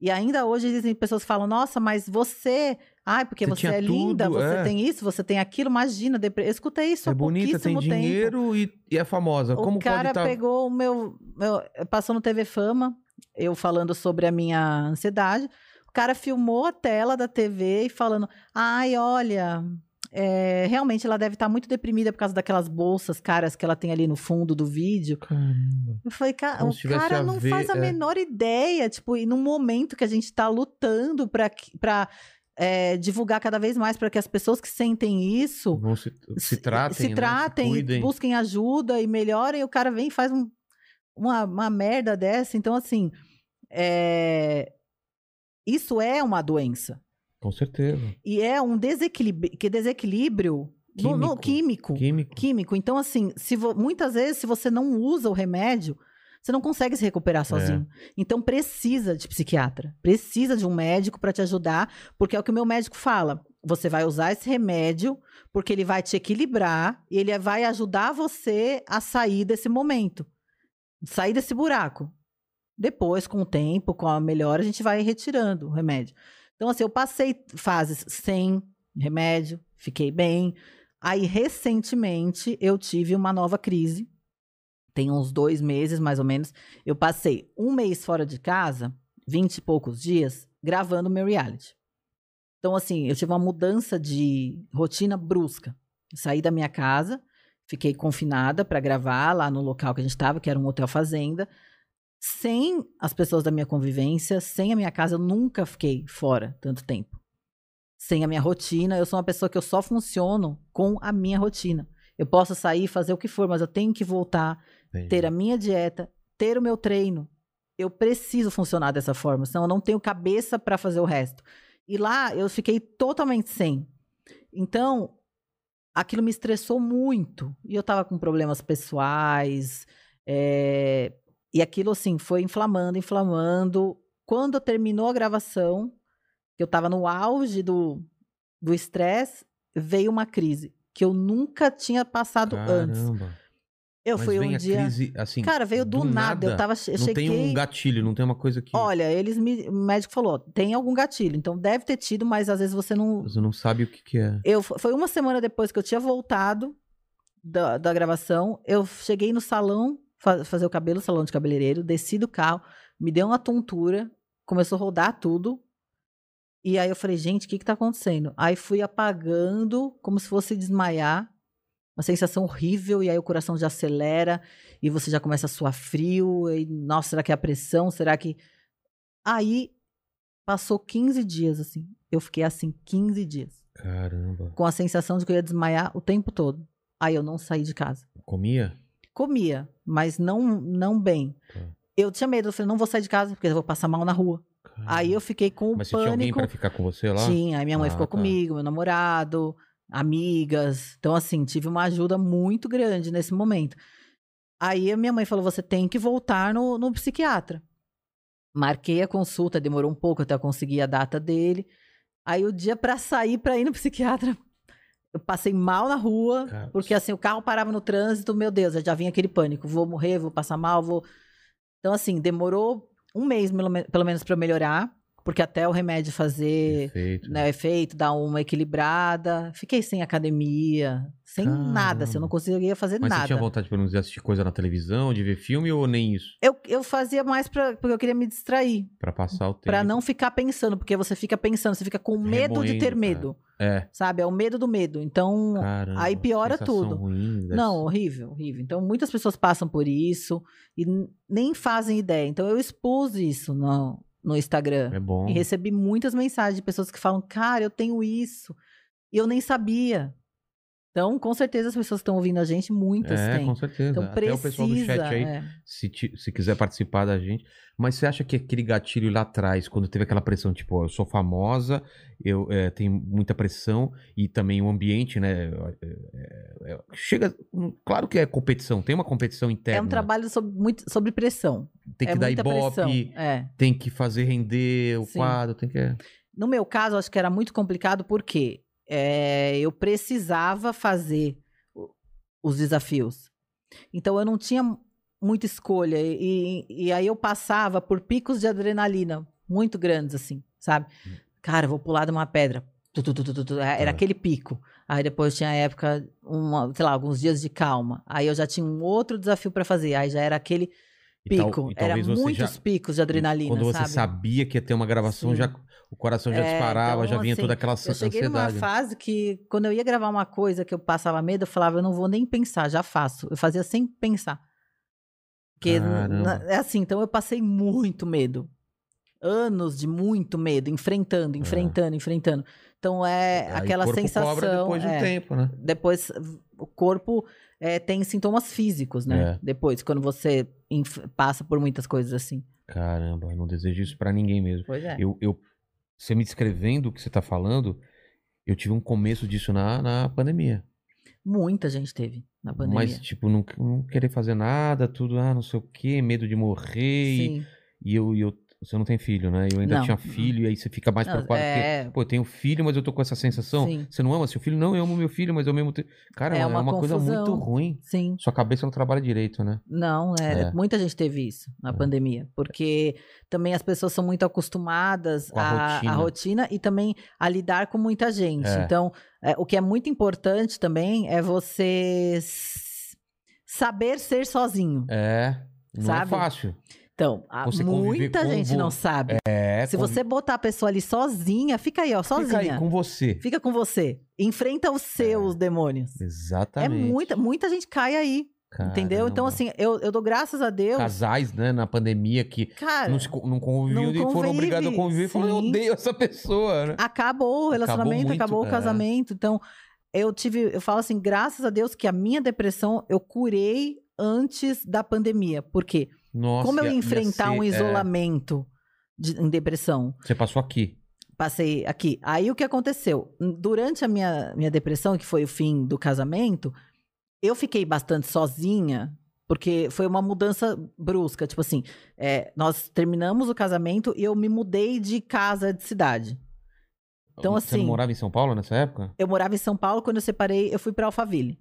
E ainda hoje existem pessoas que falam, nossa, mas você. Ai, porque Você você, tinha é linda, tudo, você é. tem isso, você tem aquilo, imagina. depre- Eu escutei isso Você é há bonita, tem pouquíssimo tempo. dinheiro e, e é famosa. O Como cara pode tá... pegou o meu, meu- Passou no TV Fama, eu falando sobre a minha ansiedade. O cara filmou a tela da TV e falando: ai, olha. é, realmente ela deve estar muito deprimida por causa daquelas bolsas caras que ela tem ali no fundo do vídeo. Caramba. Eu falei, "Ca- Como se o tivesse a cara não ver, faz a é. menor ideia, tipo, e num momento que a gente tá lutando pra, que- pra é, divulgar cada vez mais para que as pessoas que sentem isso Não se, se tratem, se né? tratem, cuidem. busquem ajuda e melhorem. O cara vem e faz um- uma, uma merda dessa. Então, assim, é, isso é uma doença. Com certeza. E é um desequilíbrio, que desequilíbrio no- no- Químico. químico. Químico. Químico. Então, assim, se vo- muitas vezes, se você não usa o remédio, você não consegue se recuperar sozinho. Então, precisa de psiquiatra. Precisa de um médico para te ajudar, porque é o que o meu médico fala. Você vai usar esse remédio porque ele vai te equilibrar e ele vai ajudar você a sair desse momento, sair desse buraco. Depois, com o tempo, com a melhora, a gente vai retirando o remédio. Então, assim, eu passei fases sem remédio, fiquei bem, Aí, recentemente, eu tive uma nova crise. Tem uns dois meses, mais ou menos. Eu passei um mês fora de casa, vinte e poucos dias, gravando meu reality. Então, assim, eu tive uma mudança de rotina brusca. Saí da minha casa, fiquei confinada para gravar lá no local que a gente estava, que era um hotel fazenda. Sem as pessoas da minha convivência, sem a minha casa, eu nunca fiquei fora tanto tempo sem a minha rotina. Eu sou uma pessoa que eu só funciono com a minha rotina. Eu posso sair, fazer o que for, mas eu tenho que voltar, Entendi. ter a minha dieta, ter o meu treino. Eu preciso funcionar dessa forma, senão eu não tenho cabeça para fazer o resto. E lá eu fiquei totalmente sem. Então, aquilo me estressou muito. E eu tava com problemas pessoais. é, E aquilo, assim, foi inflamando, inflamando. Quando terminou a gravação, que eu tava no auge do do estresse, veio uma crise que eu nunca tinha passado antes. Caramba. Eu Mas fui vem um a dia. crise, assim, Cara, veio do, do nada. Eu nada, tava. Eu não cheguei. tem um gatilho, não tem uma coisa que Olha, eles me. O médico falou: ó, tem algum gatilho. Então deve ter tido, mas às vezes você não. você não sabe o que, que é. Eu, foi uma semana depois que eu tinha voltado da, da gravação. Eu cheguei no salão fa- fazer o cabelo, salão de cabeleireiro, desci do carro, me deu uma tontura, começou a rodar tudo. E aí eu falei, gente, o que que tá acontecendo? Aí fui apagando, como se fosse desmaiar. Uma sensação horrível, e aí o coração já acelera, e você já começa a suar frio, e nossa, será que é a pressão? Será que. Aí Passou 15 dias, assim. Eu fiquei assim 15 dias. Caramba. Com a sensação de que eu ia desmaiar o tempo todo. Aí eu não saí de casa. Comia? Comia, mas não, não bem. Tá. Eu tinha medo, eu falei, não vou sair de casa porque eu vou passar mal na rua. Aí eu fiquei com o Uhum. Mas você tinha alguém pânico. pra ficar com você lá? Tinha, aí minha mãe Ah, ficou tá. comigo, meu namorado, amigas. Então, assim, tive uma ajuda muito grande nesse momento. Aí a minha mãe falou: você tem que voltar no, no psiquiatra. Marquei a consulta, demorou um pouco até eu conseguir a data dele. Aí o dia pra sair pra ir no psiquiatra, eu passei mal na rua, Cara, porque assim, o carro parava no trânsito, meu Deus, já vinha aquele pânico, vou morrer, vou passar mal, vou. Então, assim, demorou um mês, pelo me- pelo menos, pra eu melhorar, porque até o remédio fazer Perfeito. né, o efeito, dar uma equilibrada. Fiquei sem academia, sem nada, assim, eu não conseguia fazer Mas você nada. tinha vontade, pelo menos, de assistir coisa na televisão, de ver filme ou nem isso? Eu, eu fazia mais pra, porque eu queria me distrair, Pra passar o tempo. pra não ficar pensando, porque você fica pensando, você fica com medo de ter É Remoendo, medo, É. sabe? É o medo do medo. Então, Caramba, Aí piora sensação tudo. Ruim, deve Não, horrível, horrível. Então, muitas pessoas passam por isso e n- nem fazem ideia. Então, eu expus isso no, no Instagram. É bom. E recebi muitas mensagens de pessoas que falam: Cara, eu tenho isso. E eu nem sabia. Então, com certeza, as pessoas que estão ouvindo a gente, muitas é, têm. com certeza. Então, Até precisa. o pessoal do chat aí, é. se, ti- se quiser participar da gente. Mas você acha que aquele gatilho lá atrás, quando teve aquela pressão, tipo, ó, eu sou famosa, eu eh, tenho muita pressão e também o ambiente, né? eh, eh, chega. Claro que é competição, tem uma competição interna. É um trabalho sob, muito, sobre pressão. Tem que é dar muita ibope, pressão. É. tem que fazer render o Sim. quadro, tem que. No meu caso, eu acho que era muito complicado porque é, eu precisava fazer o- os desafios. Então, eu não tinha muita escolha. E, e- e aí eu passava por picos de adrenalina muito grandes, assim, sabe? Hum. Cara, eu vou pular de uma pedra. Tu, tu, tu, tu, tu, tu. Era Tá. aquele pico. Aí depois tinha a época, uma, sei lá, alguns dias de calma. Aí eu já tinha um outro desafio para fazer. Aí já era aquele E tal- pico. e era talvez você muitos já- picos de adrenalina, Quando você sabe? sabia que ia ter uma gravação, Sim. já o coração já É, disparava, então, já vinha assim, toda aquela Eu cheguei numa ansiedade. né? fase que, quando eu ia gravar uma coisa que eu passava medo, eu falava, eu não vou nem pensar, já faço. Eu fazia sem pensar. Porque, Caramba. na- é assim, então eu passei muito medo. Anos de muito medo, enfrentando, enfrentando, enfrentando. Então é É. Aí o aquela corpo sensação. Cobra depois de um é. tempo, né? Depois, o corpo é, tem sintomas físicos, né? É. Depois, quando você inf- passa por muitas coisas assim. Caramba, eu não desejo isso pra ninguém mesmo. Pois é. Eu, eu, você me descrevendo o que você tá falando, eu tive um começo disso na, na pandemia. Muita gente teve na pandemia. Mas, tipo, não, não querer fazer nada, tudo, ah, não sei o quê, medo de morrer. E, Sim. e eu, e eu, você não tem filho, né? Eu ainda Não. hum, tinha filho, e aí você fica mais Não, preocupado. porque, é, Pô, eu tenho filho, mas eu tô com essa sensação. Sim. Você não ama seu filho? Não, eu amo meu filho, mas ao mesmo tempo. Cara, É é uma, uma coisa confusão. muito ruim. sim. Sua cabeça não trabalha direito, né? Não, é, É. muita gente teve isso na É. pandemia, porque também as pessoas são muito acostumadas Com a à à rotina. rotina. e também a lidar com muita gente. É. Então, é, o que é muito importante também é você s- saber ser sozinho. É. Não Sabe? é fácil. Então, a- Você conviver muita com gente vo- não sabe. É. Se com- você botar a pessoa ali sozinha, fica aí, ó, sozinha. Fica aí com você. Fica com você. Enfrenta os seus demônios. Exatamente. É muita, muita gente cai aí, entendeu? Então, Caramba. assim, eu, eu dou graças a Deus. Casais, né, na pandemia que Cara, não, se co- não conviviam não e foram convive, obrigados a conviver e falaram, eu sim. odeio essa pessoa, né? acabou o relacionamento, muito, acabou o é. casamento. Então, eu tive, eu falo assim, graças a Deus que a minha depressão eu curei antes da pandemia. Por quê? Nossa, Como eu ia- ia enfrentar ser- um é, isolamento de- em depressão? você passou aqui. Passei aqui. Aí o que aconteceu? Durante a minha, minha depressão, que foi o fim do casamento, eu fiquei bastante sozinha. Porque foi uma mudança brusca. Tipo assim, é, nós terminamos o casamento e eu me mudei de casa, de cidade. Então, Você não assim- morava em São Paulo nessa época? Eu morava em São Paulo, quando eu separei, eu fui pra Alphaville.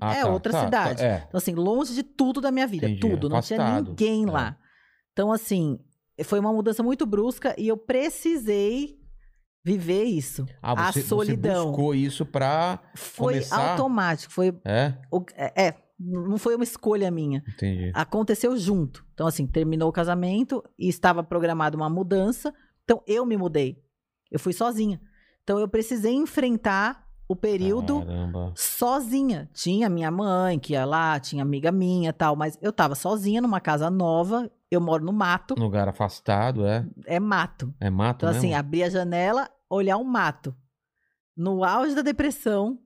Ah, É, outra cidade. é. Então, assim, longe de tudo da minha vida, Entendi, tudo. Não tinha afastado, ninguém é. lá. Então, assim, foi uma mudança muito brusca e eu precisei viver isso. Ah, A você, solidão. você buscou isso pra... Foi Começar? automático, foi. É? o- É, é, não foi uma escolha minha. Entendi. Aconteceu junto. Então, assim, terminou o casamento e estava programada uma mudança. Então, eu me mudei. Eu fui sozinha. Então, eu precisei enfrentar o período Caramba. sozinha. Tinha minha mãe que ia lá, tinha amiga minha tal, mas eu tava sozinha numa casa nova, Eu moro no mato, Um lugar afastado, é. é mato. É mato Então, assim, mesmo? abrir a janela, olhar um mato. No auge da depressão,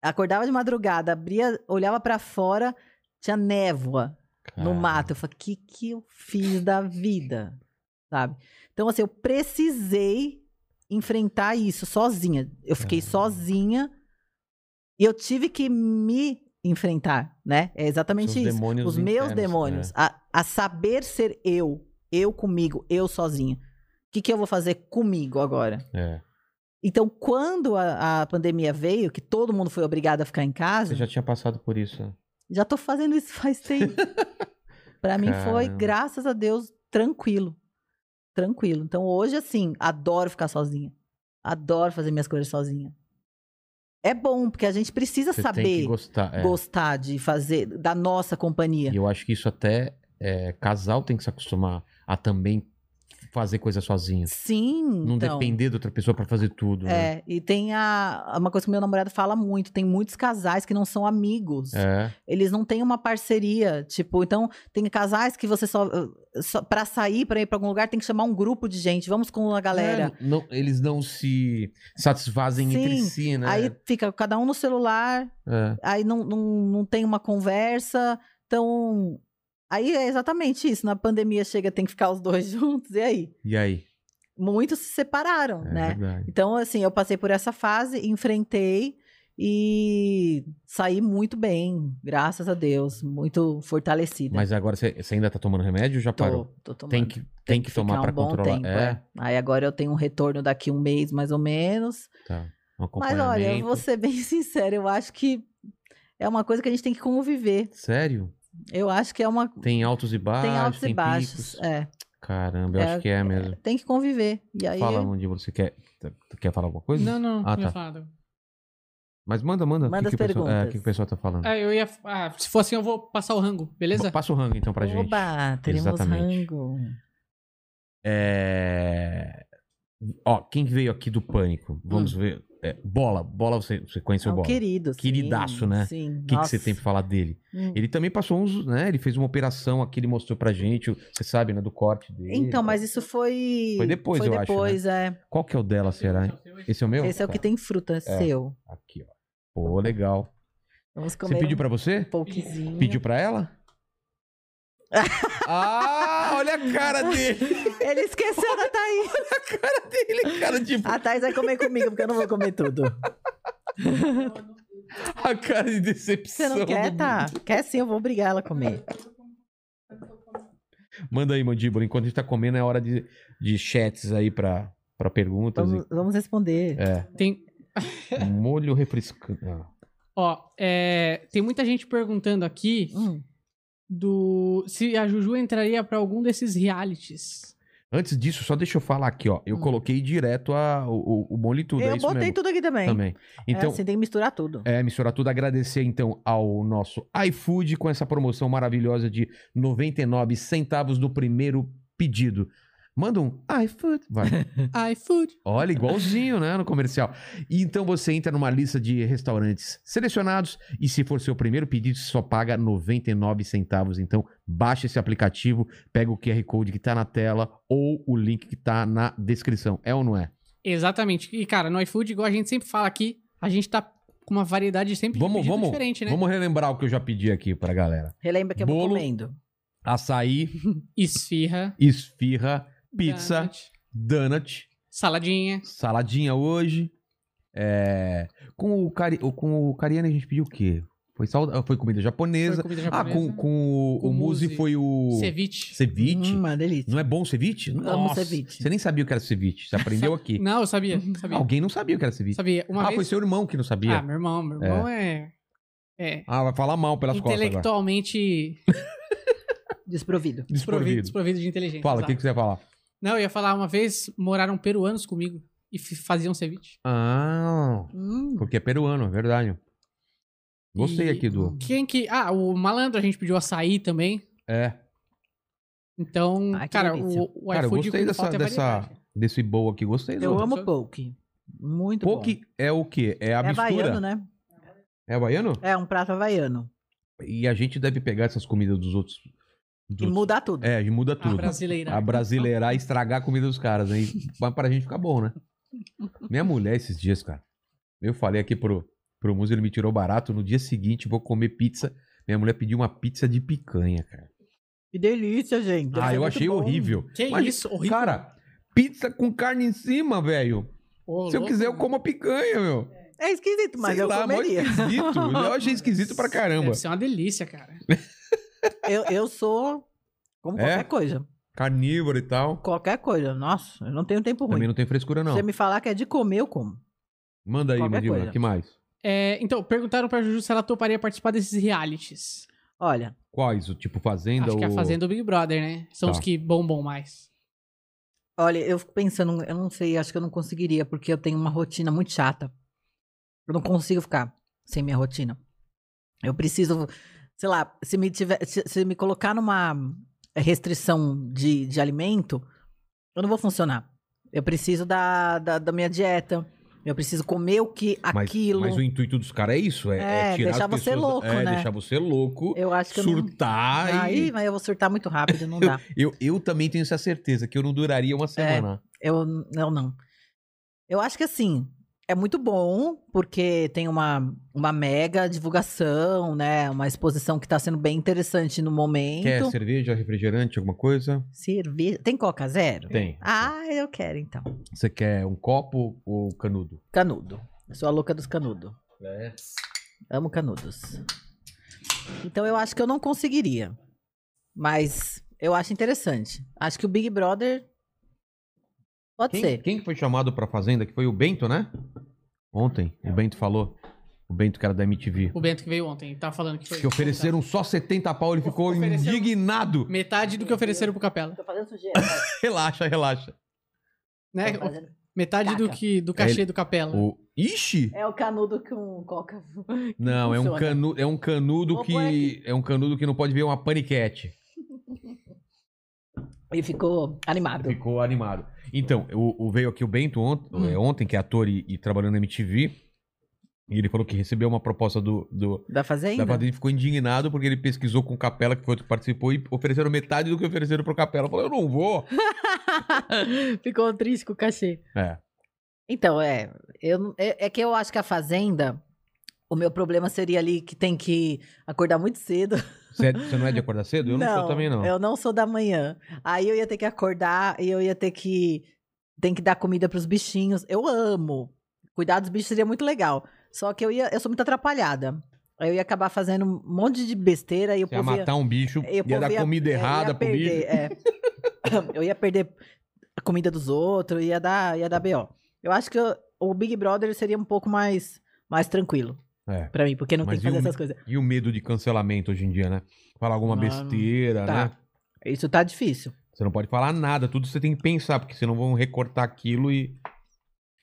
acordava de madrugada, abria, olhava pra fora, tinha névoa no Cara, mato. Eu falei, o que, que eu fiz da vida? Sabe? Então, assim, eu precisei enfrentar isso sozinha. Eu fiquei Caramba. sozinha e eu tive que me enfrentar, né? É exatamente seus isso demônios os meus internos, demônios, né? a, a saber ser eu, eu comigo, eu sozinha. O que, que eu vou fazer comigo agora? É. Então, quando a, a pandemia veio, que todo mundo foi obrigado a ficar em casa, Você já... já tinha passado por isso. né? tô fazendo isso [laughs] faz tempo. Pra mim foi, Caramba. graças a Deus, tranquilo. Tranquilo. Então, hoje, assim, adoro ficar sozinha. Adoro fazer minhas coisas sozinha. É bom, porque a gente precisa Você tem saber que gostar. é. gostar de fazer, da nossa companhia. E eu acho que isso até é, casal tem que se acostumar a também fazer coisa sozinho. Sim, Não então. depender de outra pessoa pra fazer tudo. né? É, e tem a, uma coisa que meu namorado fala muito: tem muitos casais que não são amigos. É. Eles não têm uma parceria. Tipo, então, tem casais que você só. uh, só pra sair, pra ir pra algum lugar, tem que chamar um grupo de gente. Vamos com a galera. É, não- eles não se satisfazem entre Sim, si, né? Aí fica cada um no celular, É. aí não, não, não tem uma conversa. Então. Aí é exatamente isso. Na pandemia chega, tem que ficar os dois [laughs] juntos. E aí? E aí? Muitos se separaram, É né? verdade. Então, assim, eu passei por essa fase, enfrentei e saí muito bem, graças a Deus, muito fortalecida. Mas agora você, você ainda tá tomando remédio ou já tô, parou? tô tomando. Tem que, tem que tomar ficar pra um bom controlar. tempo. é, é. Aí agora eu tenho um retorno daqui um mês, mais ou menos. tá. Um Mas olha, eu acompanhamento. vou ser [laughs] bem sincera, eu acho que é uma coisa que a gente tem que conviver. Sério? Eu acho que é uma. Tem altos e baixos, Tem altos e picos. baixos. É, Caramba, eu É, acho que é mesmo. tem que conviver. E aí. Fala onde você quer. Tu quer falar alguma coisa? Não, não, Ah, eu tá. ia falar. do- Mas manda, manda. o Manda que que as o pessoal- é, o perguntas. que, que o pessoal tá falando? Ah, eu ia. Ah, se for assim, eu vou passar o rango, beleza? Passa o rango então pra gente. Oba, teremos Exatamente. rango. É... Ó, quem veio aqui do pânico? Vamos Hum. ver. É, bola, bola, você, você conhece É o um bola. querido. sim, Queridaço, né? Sim. Hum. O que, que você tem pra falar dele? Ele também passou uns, né? Ele fez uma operação aqui, ele mostrou pra gente, o- você sabe, né? Do corte dele. Então, mas isso foi. é. Foi depois, eu acho, depois, Qual que é o dela, será? hein? Esse é o meu? Tá, é. Esse é o que tem fruta, é, seu. Aqui, ó. Pô, legal. Vamos comer Você pediu um pra você? pouquinho. Pediu pra [laughs] ela? ah, olha a cara dele! [laughs] Ele esqueceu da Thaís. Ele, cara, tipo, A Thaís vai comer comigo, porque eu não vou comer tudo. a cara de Você decepção. não quer, do- tá? Quer sim, eu vou obrigar ela a comer. Manda aí, mandíbula. Enquanto a gente tá comendo, é hora de, de chats aí pra, pra perguntas. Vamos, vamos É responder. Tem, e- [laughs] Molho refrescante. Ah, ó, é, tem muita gente perguntando aqui Hum. do se a Juju entraria pra algum desses realities. Antes disso, só deixa eu falar aqui, ó. Eu Hum. coloquei direto a, o, o- o molho e tudo. é eu isso botei mesmo. tudo aqui também. também. Então, é, assim, tem que misturar tudo. É, misturar tudo. Agradecer então ao nosso iFood com essa promoção maravilhosa de 99 centavos do primeiro pedido. Manda um iFood. Vai. iFood. Olha, igualzinho, né? No comercial. E então você entra numa lista de restaurantes selecionados e se for seu primeiro pedido, você só paga 99 centavos. Então, baixa esse aplicativo, pega o QR Code que tá na tela ou o link que tá na descrição. É ou não é? Exatamente. E, cara, no iFood, igual a gente sempre fala aqui, a gente tá com uma variedade sempre Vamos, pedido vamos, diferente, né? vamos relembrar o que eu já pedi aqui pra galera. Relembra que eu Bolo. vou comendo. Açaí, Esfirra. esfirra, pizza, donut, donut, saladinha. saladinha hoje. É, Com, o Cari... o- com o Cariani a gente pediu o quê? Foi, sal- foi comida japonesa. foi comida Ah, japonesa. com, com o, É Com o Muzi Muzi. foi o... Ceviche. Ceviche. Hum, uma delícia. Não é bom ceviche? Amo ceviche. Você nem sabia o que era ceviche. Você aprendeu aqui. Não, eu sabia. Sabia. Alguém não sabia o que era ceviche. sabia. Uma ah, vez... foi seu irmão que não sabia. Ah, meu irmão. Meu irmão é... É... Ah, vai falar mal pelas costas agora. intelectualmente é? Desprovido. desprovido, né? Desprovido. desprovido de inteligência. Fala, o exato. que, que você ia falar? Não, eu ia falar, uma vez moraram peruanos comigo e f- faziam ceviche. Ah, Hum. porque é peruano, é verdade. Gostei E- aqui hum. do... Quem que... Ah, o malandro a gente pediu açaí também. É, Então, Ah, que cara, delícia. o, o Cara, eu iFood o gostei que dessa- falta é dessa- variedade. desse bowl aqui. Gostei. do- Eu Não, amo só- poke. Muito bom. é Poke é o quê? É a é mistura? havaiano, né? É havaiano? É um prato havaiano. E a gente deve pegar essas comidas dos outros E Dos- mudar tudo. É, e muda A tudo. brasileira. A brasileirar e estragar a comida dos caras, hein? Mas pra gente ficar bom, né? Minha mulher esses dias, cara. Eu falei aqui pro, pro Muzi, ele me tirou barato. No dia seguinte, vou comer pizza. Minha mulher pediu uma pizza de picanha, cara. Que delícia, gente. Deve ah, ser eu muito achei bom. horrível. Que Mas, isso, horrível. Cara, pizza com carne em cima, velho. Ô, Se louco, eu né? quiser, eu mano. como a picanha, meu. É esquisito, mas Sei eu lá, mó comeria. esquisito. Eu achei um esquisito [laughs] pra caramba. Deve ser uma delícia, cara. Eu, eu sou como É? qualquer coisa. Carnívoro e tal. Qualquer coisa. Nossa, eu não tenho tempo ruim. Também não tem frescura, não. Se você me falar que é de comer, eu como. Manda aí, Qualquer Mandíbula. coisa. que mais? É, então, perguntaram pra Juju se ela toparia participar desses realities. Olha, Quais? O tipo Fazenda? Acho que é a ou- Fazenda do Big Brother, né? São Tá. os que bombam mais. olha, eu fico pensando, eu não sei, acho que eu não conseguiria, porque eu tenho uma rotina muito chata. Eu não consigo ficar sem minha rotina. Eu preciso, sei lá, se me tiver, se, se me colocar numa restrição de, de alimento, eu não vou funcionar. Eu preciso da, da, da minha dieta. Eu preciso comer o que Mas, aquilo. mas o intuito dos caras é isso, é, é É, tirar deixar as você pessoas, louco, é, né? deixar você louco, Eu acho que eu não. surtar Aí, e... mas eu vou surtar muito rápido, não dá. Eu, eu também tenho essa certeza, que eu não duraria É, uma semana. Eu não, não. Eu acho que assim, é muito bom, porque tem uma, uma mega divulgação, né? Uma exposição que tá sendo bem interessante no momento. Quer cerveja, refrigerante, alguma coisa? Cerveja. Tem Coca Zero? Tem. Ah, eu quero então. Você quer um copo ou canudo? Canudo. Eu sou a louca dos canudos. É. Amo canudos. Então eu acho que eu não conseguiria. Mas eu acho interessante. Acho que o Big Brother. Pode Quem, ser. quem que foi chamado pra Fazenda? Que foi o Bento, né? Ontem, É. o Bento falou. O Bento, cara da MTV. O Bento que veio ontem, tá falando que foi. Que ofereceram só 70 pau, ele ficou Ofereceram- indignado. Metade do que ofereceram pro Capela. Tô [laughs] fazendo sujeira. Relaxa, relaxa. Né? Tô fazendo- Metade do, Caca. que, do cachê É, Ele- do Capela. O... Ixi! É o canudo com coca. Não, é um, Funciona. canu, é um canudo Vou pôr que. aqui. É um canudo que não pode ver uma paniquete. E ficou animado. Ficou animado. Então, o, o- veio aqui o Bento ont- Hum. é, ontem, que é ator e, e trabalhando na MTV. E ele falou que recebeu uma proposta do. do Da da fazenda? Padrinho ficou indignado porque ele pesquisou com o Capela, que foi outro que participou, e ofereceram metade do que ofereceram pro Capela. Falou, eu não vou. [laughs] ficou triste com o cachê. É. Então, é, eu, não- é. É que eu acho que a fazenda. O meu problema seria ali que tem que acordar muito cedo. Você, é- você não é de acordar cedo? Eu não, sou também, não. Eu não sou da manhã. Aí eu ia ter que acordar e eu ia ter que. Tem que dar comida pros bichinhos. Eu amo. Cuidar dos bichos seria muito legal. Só que eu ia. Eu sou muito atrapalhada. Aí eu ia acabar fazendo um monte de besteira e eu Você ia povo ia- matar um bicho, Eu ia dar podia- comida é, eu errada ia pro bicho. perder, é. [coughs] Eu ia perder a comida dos outros, ia dar, ia dar B.O. Eu acho que eu- o Big Brother seria um pouco mais, mais tranquilo É. pra mim, porque não Mas né? tem que e fazer o- essas coisas. E o medo de cancelamento hoje em dia, né? Falar alguma Mano, besteira, tá. né? Isso tá difícil. Você não pode falar nada, tudo você tem que pensar, porque senão vão recortar aquilo e.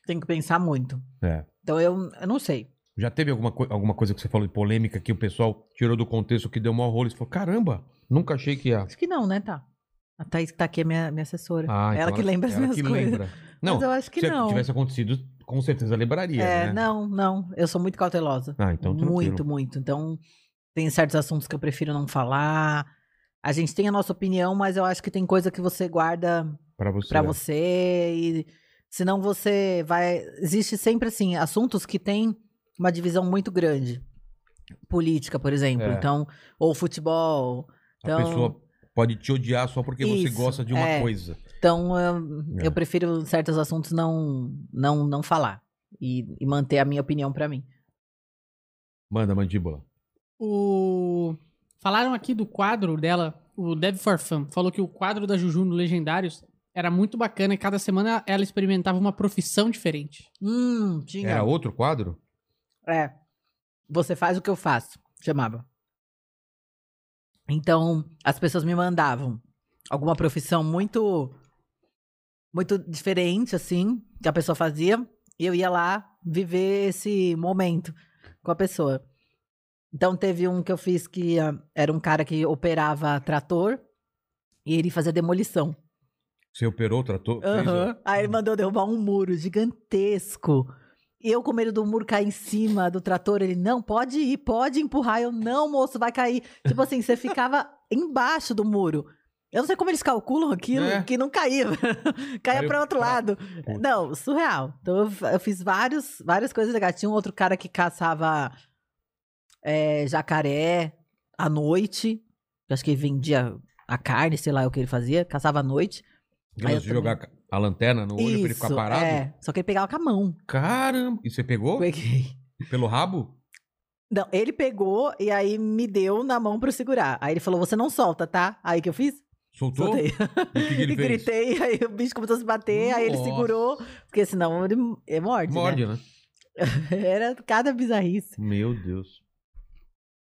Tem que pensar muito. É. Então eu, eu não sei. Já teve alguma, coi- alguma coisa que você falou de polêmica que o pessoal tirou do contexto que deu maior rolo e você falou: caramba, nunca achei que ia. Acho que não, né, tá? A Thaís que tá aqui é minha, minha assessora. Ah, então ela que lembra as ela minhas que coisas. lembra. Não, Mas eu acho que se não. tivesse acontecido, com certeza lembraria. É, né? não, não. Eu sou muito cautelosa. Ah, então tranquilo. muito, muito. Então, tem certos assuntos que eu prefiro não falar. A gente tem a nossa opinião, mas eu acho que tem coisa que você guarda Pra você. pra você e senão você vai existe sempre assim assuntos que tem uma divisão muito grande política por exemplo É. então ou futebol A então- pessoa pode te odiar só porque você Isso, gosta de uma é. coisa. então eu, É. eu prefiro certos assuntos não não não falar e, e manter a minha opinião pra mim Manda, mandíbula. O... Falaram aqui do quadro dela, o Dev for Fun. Falou que o quadro da Juju no Legendários era muito bacana e cada semana ela experimentava uma profissão diferente. hum tinha Era outro quadro? É. Você faz o que eu faço, chamava. Então, as pessoas me mandavam alguma profissão muito muito diferente assim, que a pessoa fazia, e eu ia lá viver esse momento com a pessoa. Então teve um que eu fiz que ah, era um cara que operava trator e ele fazia demolição. Você operou, tratou? fez, um. Aham. ó. Aí ele mandou eu derrubar um muro gigantesco. E eu com medo do muro cair em cima do trator. Ele, não, pode ir, pode empurrar. Eu, não, moço, vai cair. Tipo assim, você ficava embaixo do muro. Eu não sei como eles calculam aquilo, É. que não caía. [laughs] caía Caiu para outro pra- lado. Putz. Não, surreal. Então eu, f- eu fiz vários, várias coisas legais. Tinha um outro cara que caçava é, jacaré à noite. Eu acho que ele vendia a carne, sei lá o que ele fazia, caçava à noite. Aquelas Aí eu de jogar a lanterna no olho pra ele ficar parado. é. Só que ele pegava com a mão. Caramba! E você pegou? Peguei. Pelo rabo? Não, ele pegou e aí me deu na mão pra eu segurar. Aí ele falou: você não solta, tá? Aí que eu fiz? Soltou? Soltei. E o que, que ele [laughs] e fez? gritei, aí o bicho começou a se bater, aí ele Nossa. segurou, porque senão ele é morde. né? Morde, né? [laughs] Era cada bizarrice. Meu Deus.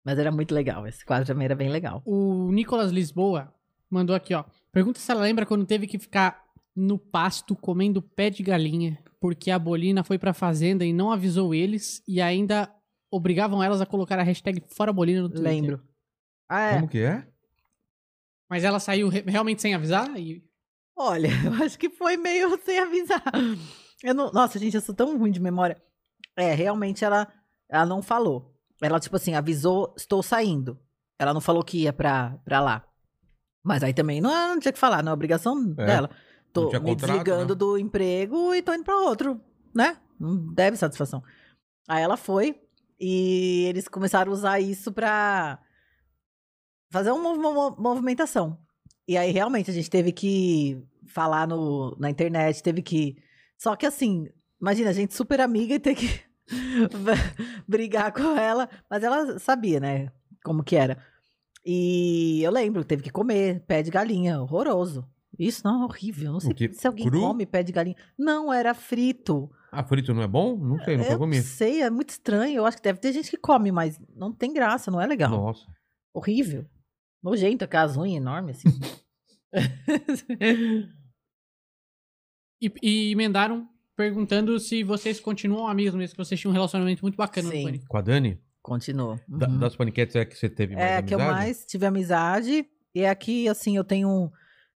Mas era muito legal. Esse quadro também era bem legal. O Nicolas Lisboa mandou aqui, ó. Pergunta se ela lembra quando teve que ficar no pasto comendo pé de galinha, porque a Bolina foi pra fazenda e não avisou eles e ainda obrigavam elas a colocar a hashtag Fora Bolina no Twitter. Lembro. Ah, é. Como que é? Mas ela saiu re- realmente sem avisar e Olha, [laughs] eu acho que foi meio [laughs] sem avisar. Eu não... Nossa, gente, eu sou tão ruim de memória. É, realmente ela, ela não falou. Ela, tipo assim, avisou, estou saindo. Ela não falou que ia pra, pra lá. Mas aí também não, não tinha que falar, não é obrigação É, dela. Tô tinha me contrato, desligando né? do emprego e tô indo pra outro, né? Não deve satisfação. Aí ela foi e eles começaram a usar isso pra fazer uma mov- mov- movimentação. E aí, realmente, a gente teve que falar no, na internet, teve que. Só que assim, imagina, a gente super amiga e ter que [laughs] brigar com ela. Mas ela sabia, né? Como que era. E eu lembro, teve que comer pé de galinha, horroroso. Isso não é horrível. Não sei O quê? se alguém Cru? come pé de galinha. Não, era frito. Ah, frito não é bom? Não sei, nunca eu comi. não sei, é muito estranho. Eu acho que deve ter gente que come, mas não tem graça, não é legal. Nossa. Horrível. Nojento, com as unhas enormes, assim. [laughs] E, e emendaram perguntando se vocês continuam amigos mesmo, que vocês tinham um relacionamento muito bacana Sim. no Pânico. Com a Dani? Continuou. Da- Uhum. das paniquetes é a que você teve mais É, a amizade? que eu mais tive amizade. E aqui, assim, eu tenho.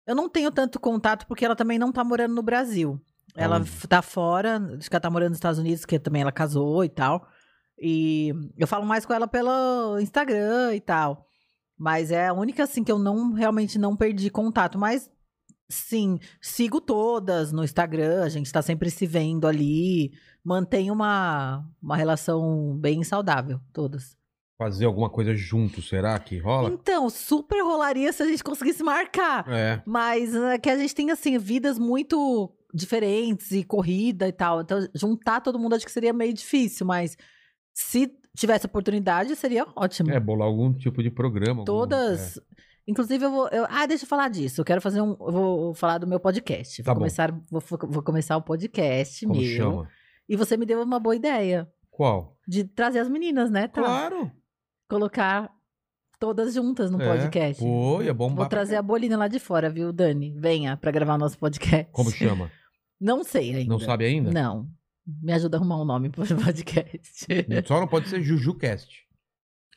Eu não tenho tanto contato porque ela também não tá morando no Brasil. Ela Aonde? f- tá fora, acho que ela tá morando nos Estados Unidos, que também ela casou e tal. E eu falo mais com ela pelo Instagram e tal. Mas é a única, assim, que eu não realmente não perdi contato. Mas, sim, sigo todas no Instagram, a gente tá sempre se vendo ali. Mantém uma, uma relação bem saudável, todas. Fazer alguma coisa junto, será que rola? Então, super rolaria se a gente conseguisse marcar. É. Mas é que a gente tem, assim, vidas muito diferentes e corrida e tal. Então, juntar todo mundo acho que seria meio difícil, mas se tivesse oportunidade, seria ótimo. É, bolar algum tipo de programa. algum- é. Todas. Inclusive, eu vou. eu- ah, deixa eu falar disso. Eu quero fazer um. Eu vou falar do meu podcast. Tá vou, bom. começar, vou, vou começar o podcast é. Como meu. chama? E você me deu uma boa ideia Qual? de trazer as meninas, né? Tá? Claro. Colocar todas juntas no É. podcast. Pô, ia bombar. Vou trazer a Bolina lá de fora, viu, Dani? Venha pra gravar o nosso podcast. Como chama? Não sei ainda. Não sabe ainda? Não. Me ajuda a arrumar um nome pro [laughs] podcast. Só não pode ser JujuCast.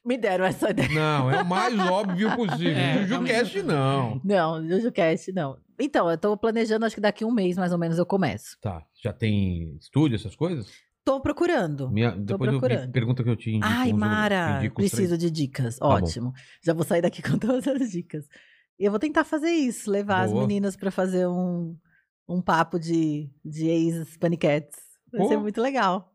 Me deram essa ideia. Não, é o mais óbvio possível. É, JujuCast não. Não, JujuCast não. Então, eu tô planejando, acho que daqui um mês mais ou menos eu começo. Tá, já tem estúdio, essas coisas? Tô procurando. Minha, depois eu procurando. pergunta que eu te indico. Ai, uns- Mara, indico os três. Tá preciso de dicas. bom. Ótimo. Já vou sair daqui [laughs] com todas as dicas. E eu vou tentar fazer isso, levar Boa. as meninas pra fazer um, um papo de, de ex-paniquetes. Vai ser Pô. muito legal.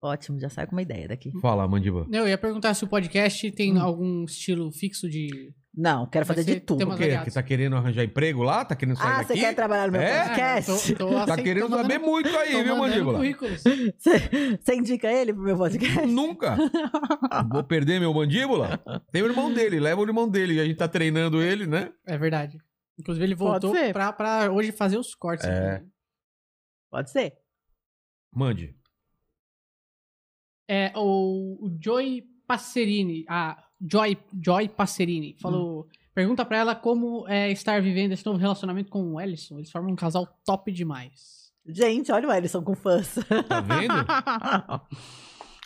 Ótimo, já saio com uma ideia daqui. Fala, Mandiba. Não, eu ia perguntar se o podcast tem Hum. algum estilo fixo de. Não, quero Vai fazer ser- de tudo. tem O umas quê? variadas. Que tá querendo arranjar emprego lá? Tá querendo sair Ah, daqui? você quer trabalhar no meu É? podcast? tô, tô aceitando- Tá querendo tô mandando- saber muito aí, tô viu, mandando Mandíbula? currículos. [laughs] Você você indica ele pro meu podcast? Nunca! [laughs] Vou perder meu mandíbula? Tem o irmão dele, leva o irmão dele. A gente tá treinando ele, né? É verdade. Inclusive, ele Pode voltou ser. pra, pra hoje fazer os cortes. É. aqui. né? Pode ser. Mande. É, o, o Joy Passerini, a Joy, Joy Passerini, falou. Hum. Pergunta pra ela como é estar vivendo esse novo relacionamento com o Ellison. Eles formam um casal top demais. Gente, olha o Ellison com fãs. Tá [laughs] vendo?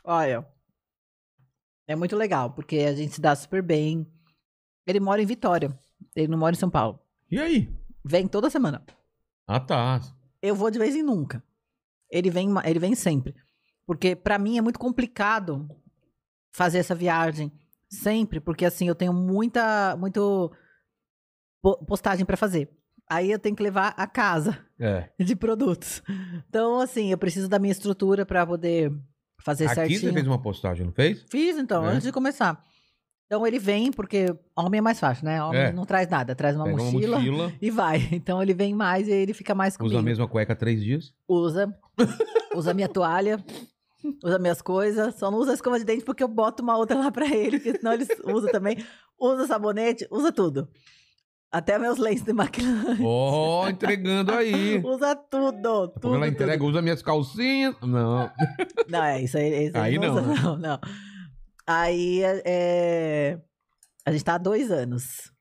olha. É muito legal, porque a gente se dá super bem. Ele mora em Vitória. Ele não mora em São Paulo. E aí? Vem toda semana. Ah, tá. Eu vou de vez em nunca. Ele vem, ma- ele vem sempre. Porque pra mim é muito complicado fazer essa viagem, Sempre, porque assim, eu tenho muita muito po- postagem pra fazer. Aí eu tenho que levar a casa [laughs] É. de produtos. Então, assim, eu preciso da minha estrutura pra poder fazer Aqui você certinho. fez uma postagem, não fez? Fiz, então, É. antes de começar. Então ele vem, porque homem é mais fácil, né? Homem É. não traz nada, traz uma, Pega uma mochila, mochila, [laughs] e vai. Então ele vem mais e ele fica mais comigo. usa a mesma cueca três dias. Usa. Usa minha toalha. Usa minhas coisas. Só não usa a escova de dente porque eu boto uma outra lá pra ele, porque senão ele usa também. Usa sabonete, usa tudo. Até meus lenços de maquilagem. Ó, entregando aí. [laughs] Usa tudo, tudo. Porque ela entrega, usa minhas calcinhas. Não. tudo. Não, é isso aí. Isso Aí não, usa, né? não, não. Aí é- é, a gente tá há dois anos.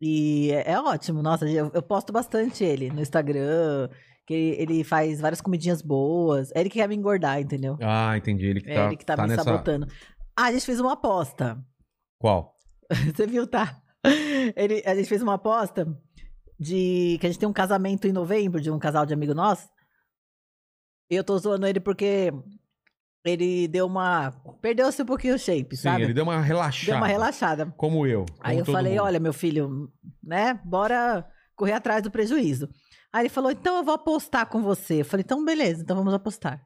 E é, é ótimo, nossa, eu, eu posto bastante ele no Instagram, que ele faz várias comidinhas boas. É ele que quer me engordar, entendeu? Ah, entendi. Ele que É tá, ele que tá, tá me nessa. sabotando. Ah, a gente fez uma aposta. [laughs] Qual? Você viu, tá? Ele- a gente fez uma aposta de que a gente tem um casamento em novembro de um casal de amigo nosso. E eu tô zoando ele porque ele deu uma. Perdeu-se um pouquinho o shape, Sim, sabe? ele deu uma relaxada. Deu uma relaxada. Como eu. Aí como eu todo falei, mundo. olha, meu filho, né? Bora correr atrás do prejuízo. Aí ele falou, então eu vou apostar com você. Eu falei, então beleza, então vamos apostar.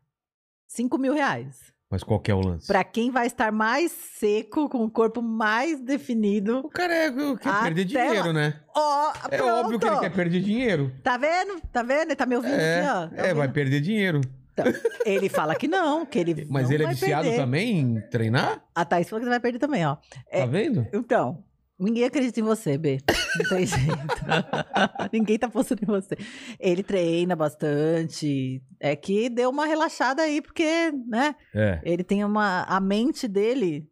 5 mil reais. Mas qual que é o lance? Pra quem vai estar mais seco, com o corpo mais definido. O cara é, quer Até perder dinheiro, lá. né? Ó, É pronto! óbvio que ele quer perder dinheiro. Tá vendo? Tá vendo? Ele tá me ouvindo É, aqui, ó. Tá é, ouvindo? vai perder dinheiro. Ele fala que não, que [laughs] ele Mas não ele é vai viciado perder. também em treinar? A Thaís falou que você vai perder também, ó. É. Tá vendo? Então, ninguém acredita em você, B. [laughs] Não tem jeito. [laughs] ninguém tá postando em você. Ele treina bastante. É que deu uma relaxada aí, porque, né? É, Ele tem uma... A mente dele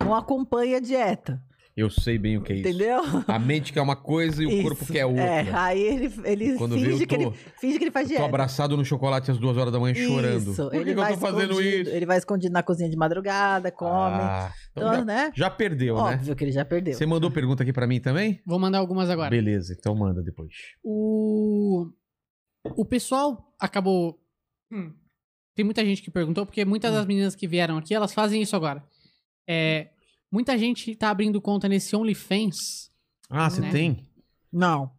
não acompanha a dieta. eu sei bem o que é isso. Entendeu? A mente quer uma coisa e o Isso. corpo quer É, [laughs] outra. aí ele, ele Quando finge, vê, eu que ele, tô, finge que ele faz tô dieta. abraçado no chocolate às duas horas da manhã chorando. Isso, Por que, ele que vai eu tô fazendo escondido, isso? Ele vai escondido na cozinha de madrugada, come. Ah, então então, já, né? já perdeu, né? Óbvio que ele já perdeu. Você mandou pergunta aqui pra mim também? Vou mandar algumas agora. Beleza, então manda depois. O, o pessoal acabou. Hum. Tem muita gente que perguntou, porque muitas Hum. das meninas que vieram aqui, elas fazem isso agora. É, muita gente tá abrindo conta nesse OnlyFans. Ah, você Né? tem? Não.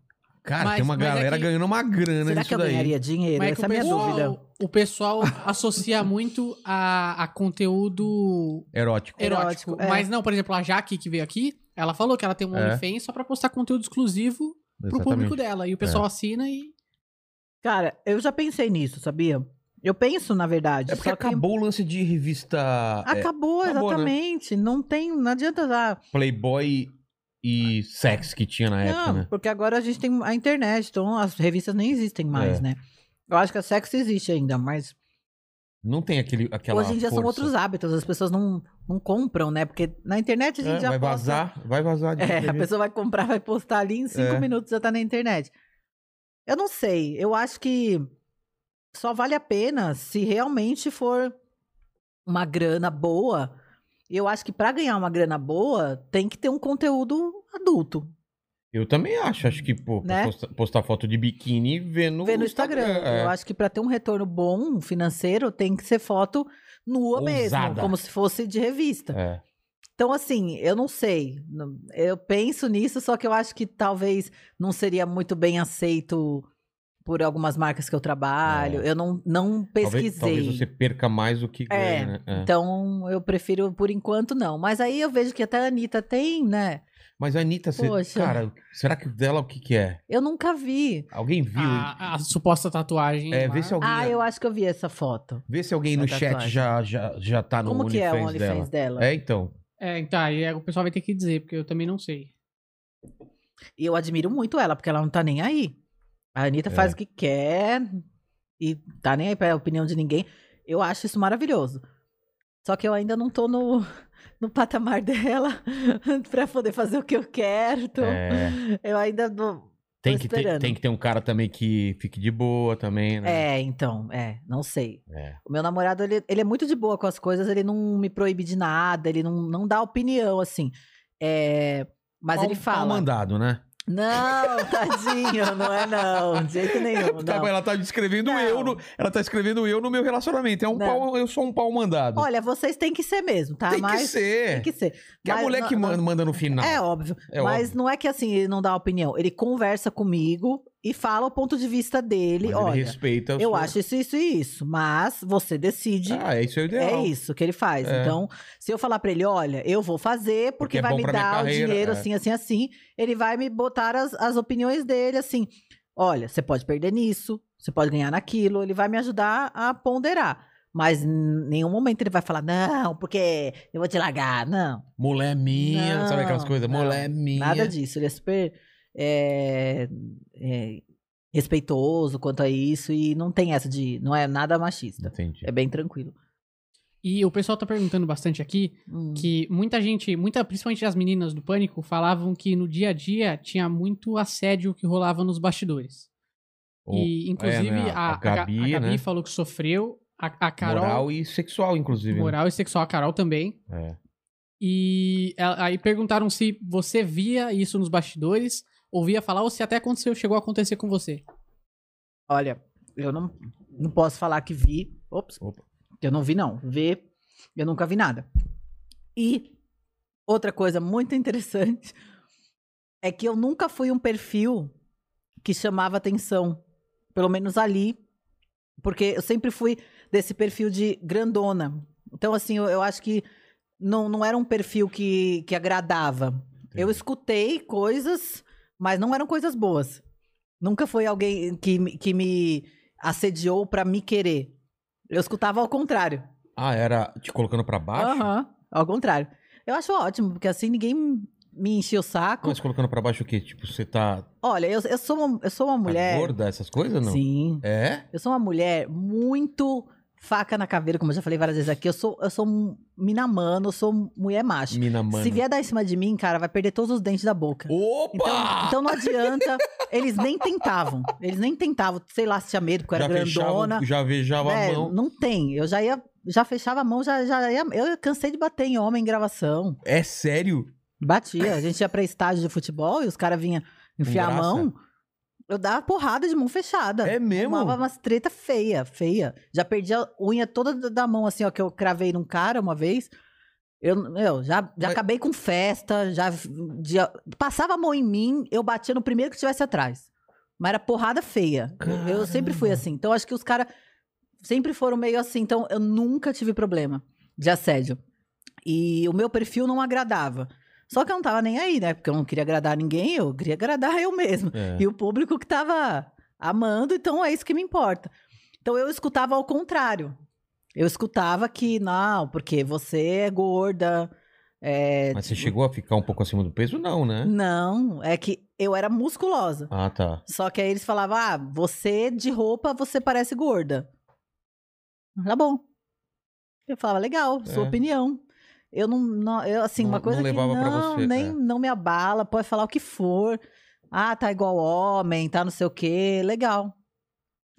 Cara, Mas- tem uma mas é galera que- ganhando uma grana tá Será nisso que eu daí. ganharia dinheiro? Mas é que Essa é o a minha dúvida. pessoal, o pessoal associa muito a, a conteúdo Erótico. erótico. Erótico, é. Mas não, por exemplo, a Jaque que veio aqui, ela falou que ela tem um É. OnlyFans só pra postar conteúdo exclusivo pro público dela. E o É. pessoal assina e. Cara, eu já pensei nisso, sabia? Eu penso, na verdade. É porque só que- Ah, acabou o lance de revista é, Acabou, acabou, né? exatamente. Não tem, não adianta já. Playboy e Sex que tinha na época, não, né? porque agora a gente tem a internet, então as revistas nem existem mais, É. né? Eu acho que a sexo existe ainda, mas Não tem aquele, aquela hoje em dia são força. outros hábitos. As pessoas não, não compram, né? Porque na internet a gente É, já vai posta- vazar, vai vazar. de [laughs] É, a qualquer jeito. pessoa vai comprar, vai postar ali, em cinco É. minutos já tá na internet. Eu não sei, eu acho que só vale a pena se realmente for uma grana boa. E eu acho que pra ganhar uma grana boa, tem que ter um conteúdo adulto. Eu também acho, acho que pô, Né? posta- postar, foto de biquíni e ver no, Ver no Instagram. é. Eu acho que pra ter um retorno bom financeiro, tem que ser foto nua Ousada. mesmo, como se fosse de revista. É. Então, assim, eu não sei. Não- Eu penso nisso, só que eu acho que talvez não seria muito bem aceito por algumas marcas que eu trabalho. Eu não, não pesquisei. É. Talvez, talvez você perca mais do que ganha, É, né? É. Então, eu prefiro por enquanto não. Mas aí eu vejo que até a Anitta tem, né? Mas a Anitta, você- Poxa. cara, será que dela o que que é? Eu nunca vi. Alguém viu? A, a suposta tatuagem. É, Ah, lá. vê se alguém, Ah, eu acho que eu vi essa foto. vê se alguém no A chat tatuagem. já, já, já tá no Como que é o OnlyFans dela. OnlyFans dela? É, então. É, então, aí o pessoal vai ter que dizer, porque eu também não sei. E eu admiro muito ela, porque ela não tá nem aí. A Anitta É. faz o que quer e tá nem aí pra opinião de ninguém. Eu acho isso maravilhoso. Só que eu ainda não tô no, [laughs] no patamar dela [laughs] pra poder fazer o que eu quero. Então é. Eu ainda não. Tem Tô que, ter, esperando. tem que ter um cara também que fique de boa também, né? É, então, é, não sei. É. O meu namorado, ele, ele é muito de boa com as coisas, ele não me proíbe de nada, ele não, não dá opinião, assim. É, mas Pau- ele pau fala. mandado, né? Não, tadinho, não é não, [laughs] de jeito nenhum. Tá, não. mas ela tá descrevendo Não. eu no, ela tá escrevendo eu no meu relacionamento. É um Não. pau, eu sou um pau mandado. Olha, vocês têm que ser mesmo, tá? tem, Mas que ser. tem que ser. Que a Mas mulher não- que não- manda, manda no final. É óbvio. É mas óbvio. não é que assim, ele não dá opinião. Ele conversa comigo e fala o ponto de vista dele. Mas Olha, ele respeita. o eu seu- acho isso, isso e isso. Mas você decide. Ah, é isso é o ideal. É isso que ele faz. É. Então, se eu falar pra ele, olha, eu vou fazer Porque porque, é vai bom me pra minha dar carreira, o dinheiro é. assim, assim, assim, ele vai me botar as, as opiniões dele, assim. Olha, você pode perder nisso, você pode ganhar naquilo, ele vai me ajudar a ponderar. Mas em nenhum momento ele vai falar, não, porque eu vou te largar, não. Mulher minha, sabe aquelas Não, coisas? não, Mulher minha. Nada disso. Ele é super é, é, respeitoso quanto a isso e não tem essa de. Não é nada machista. Entendi. É bem tranquilo. E o pessoal tá perguntando bastante aqui Hum. que muita gente, muita, principalmente as meninas do Pânico, falavam que no dia a dia tinha muito assédio que rolava nos bastidores. E, inclusive, é, né, a, a, Ga- a Gabi, né? falou que sofreu, a, a Carol. Moral, Moral e sexual, inclusive. né? e sexual, a Carol também. É. E ela- aí perguntaram se você via isso nos bastidores, ouvia falar, ou se até aconteceu, chegou a acontecer com você. Olha, eu não, não posso falar que vi. Ops. Opa. Eu não vi, não. Ver, eu nunca vi nada. E outra coisa muito interessante [laughs] é que eu nunca fui um perfil que chamava atenção. Pelo menos ali. Porque eu sempre fui desse perfil de grandona. Então, assim, eu, eu acho que não, não era um perfil que, que agradava. Eu escutei coisas, mas não eram coisas boas. Nunca foi alguém que, me- que me assediou pra me querer. Eu escutava ao contrário. Ah, era te colocando pra baixo? Aham, ao contrário. Eu acho ótimo, porque assim ninguém me enchia o saco. Mas colocando pra baixo o quê? Tipo, você tá, tá Olha, eu, eu sou uma, eu sou uma mulher. gorda, essas coisas Tá não? Sim. É? Eu sou uma mulher muito faca na caveira, como eu já falei várias vezes aqui. Eu sou, eu sou um minamano, eu sou mulher macho. Mina, mano. Se vier dar em cima de mim, cara, vai perder todos os dentes da boca. Opa! Então, então não adianta. Eles nem tentavam. Eles nem tentavam. Sei lá se tinha medo, porque eu era já é grandona. fechava, já beijava né? a mão. Não tem. Eu já ia. Já fechava a mão, já, já ia. Eu cansei de bater em homem em gravação. É sério? Batia. A gente ia pra estádio de futebol e os caras vinham enfiar a graça. mão. Eu dava porrada de mão fechada. É mesmo? Tomava umas treta feia, feia. Já perdi a unha toda da- da mão, assim, ó, que eu cravei num cara uma vez. Eu, meu, já, já Mas- acabei com festa, já, já- Passava a mão em mim, eu batia no primeiro que estivesse atrás. Mas era porrada feia. Eu- Eu sempre fui assim. Então, acho que os caras sempre foram meio assim. Então, eu nunca tive problema de assédio. E o meu perfil não agradava. Só que eu não tava nem aí, né? Porque eu não queria agradar ninguém, eu queria agradar eu mesma. É. E o público que tava amando, então é isso que me importa. Então eu escutava ao contrário. Eu escutava que, não, porque você é gorda. é, Mas você chegou a ficar um pouco acima do peso? Não, né? Não, é que eu era musculosa. Ah, tá. Só que aí eles falavam: ah, você de roupa, você parece gorda. Tá bom. Eu falava: legal, sua É. opinião. Eu não, não- eu, assim, Não- uma coisa não que levava pra não, você, nem, é. não me abala, pode falar o que for. Ah, tá igual homem, tá não sei o quê, legal.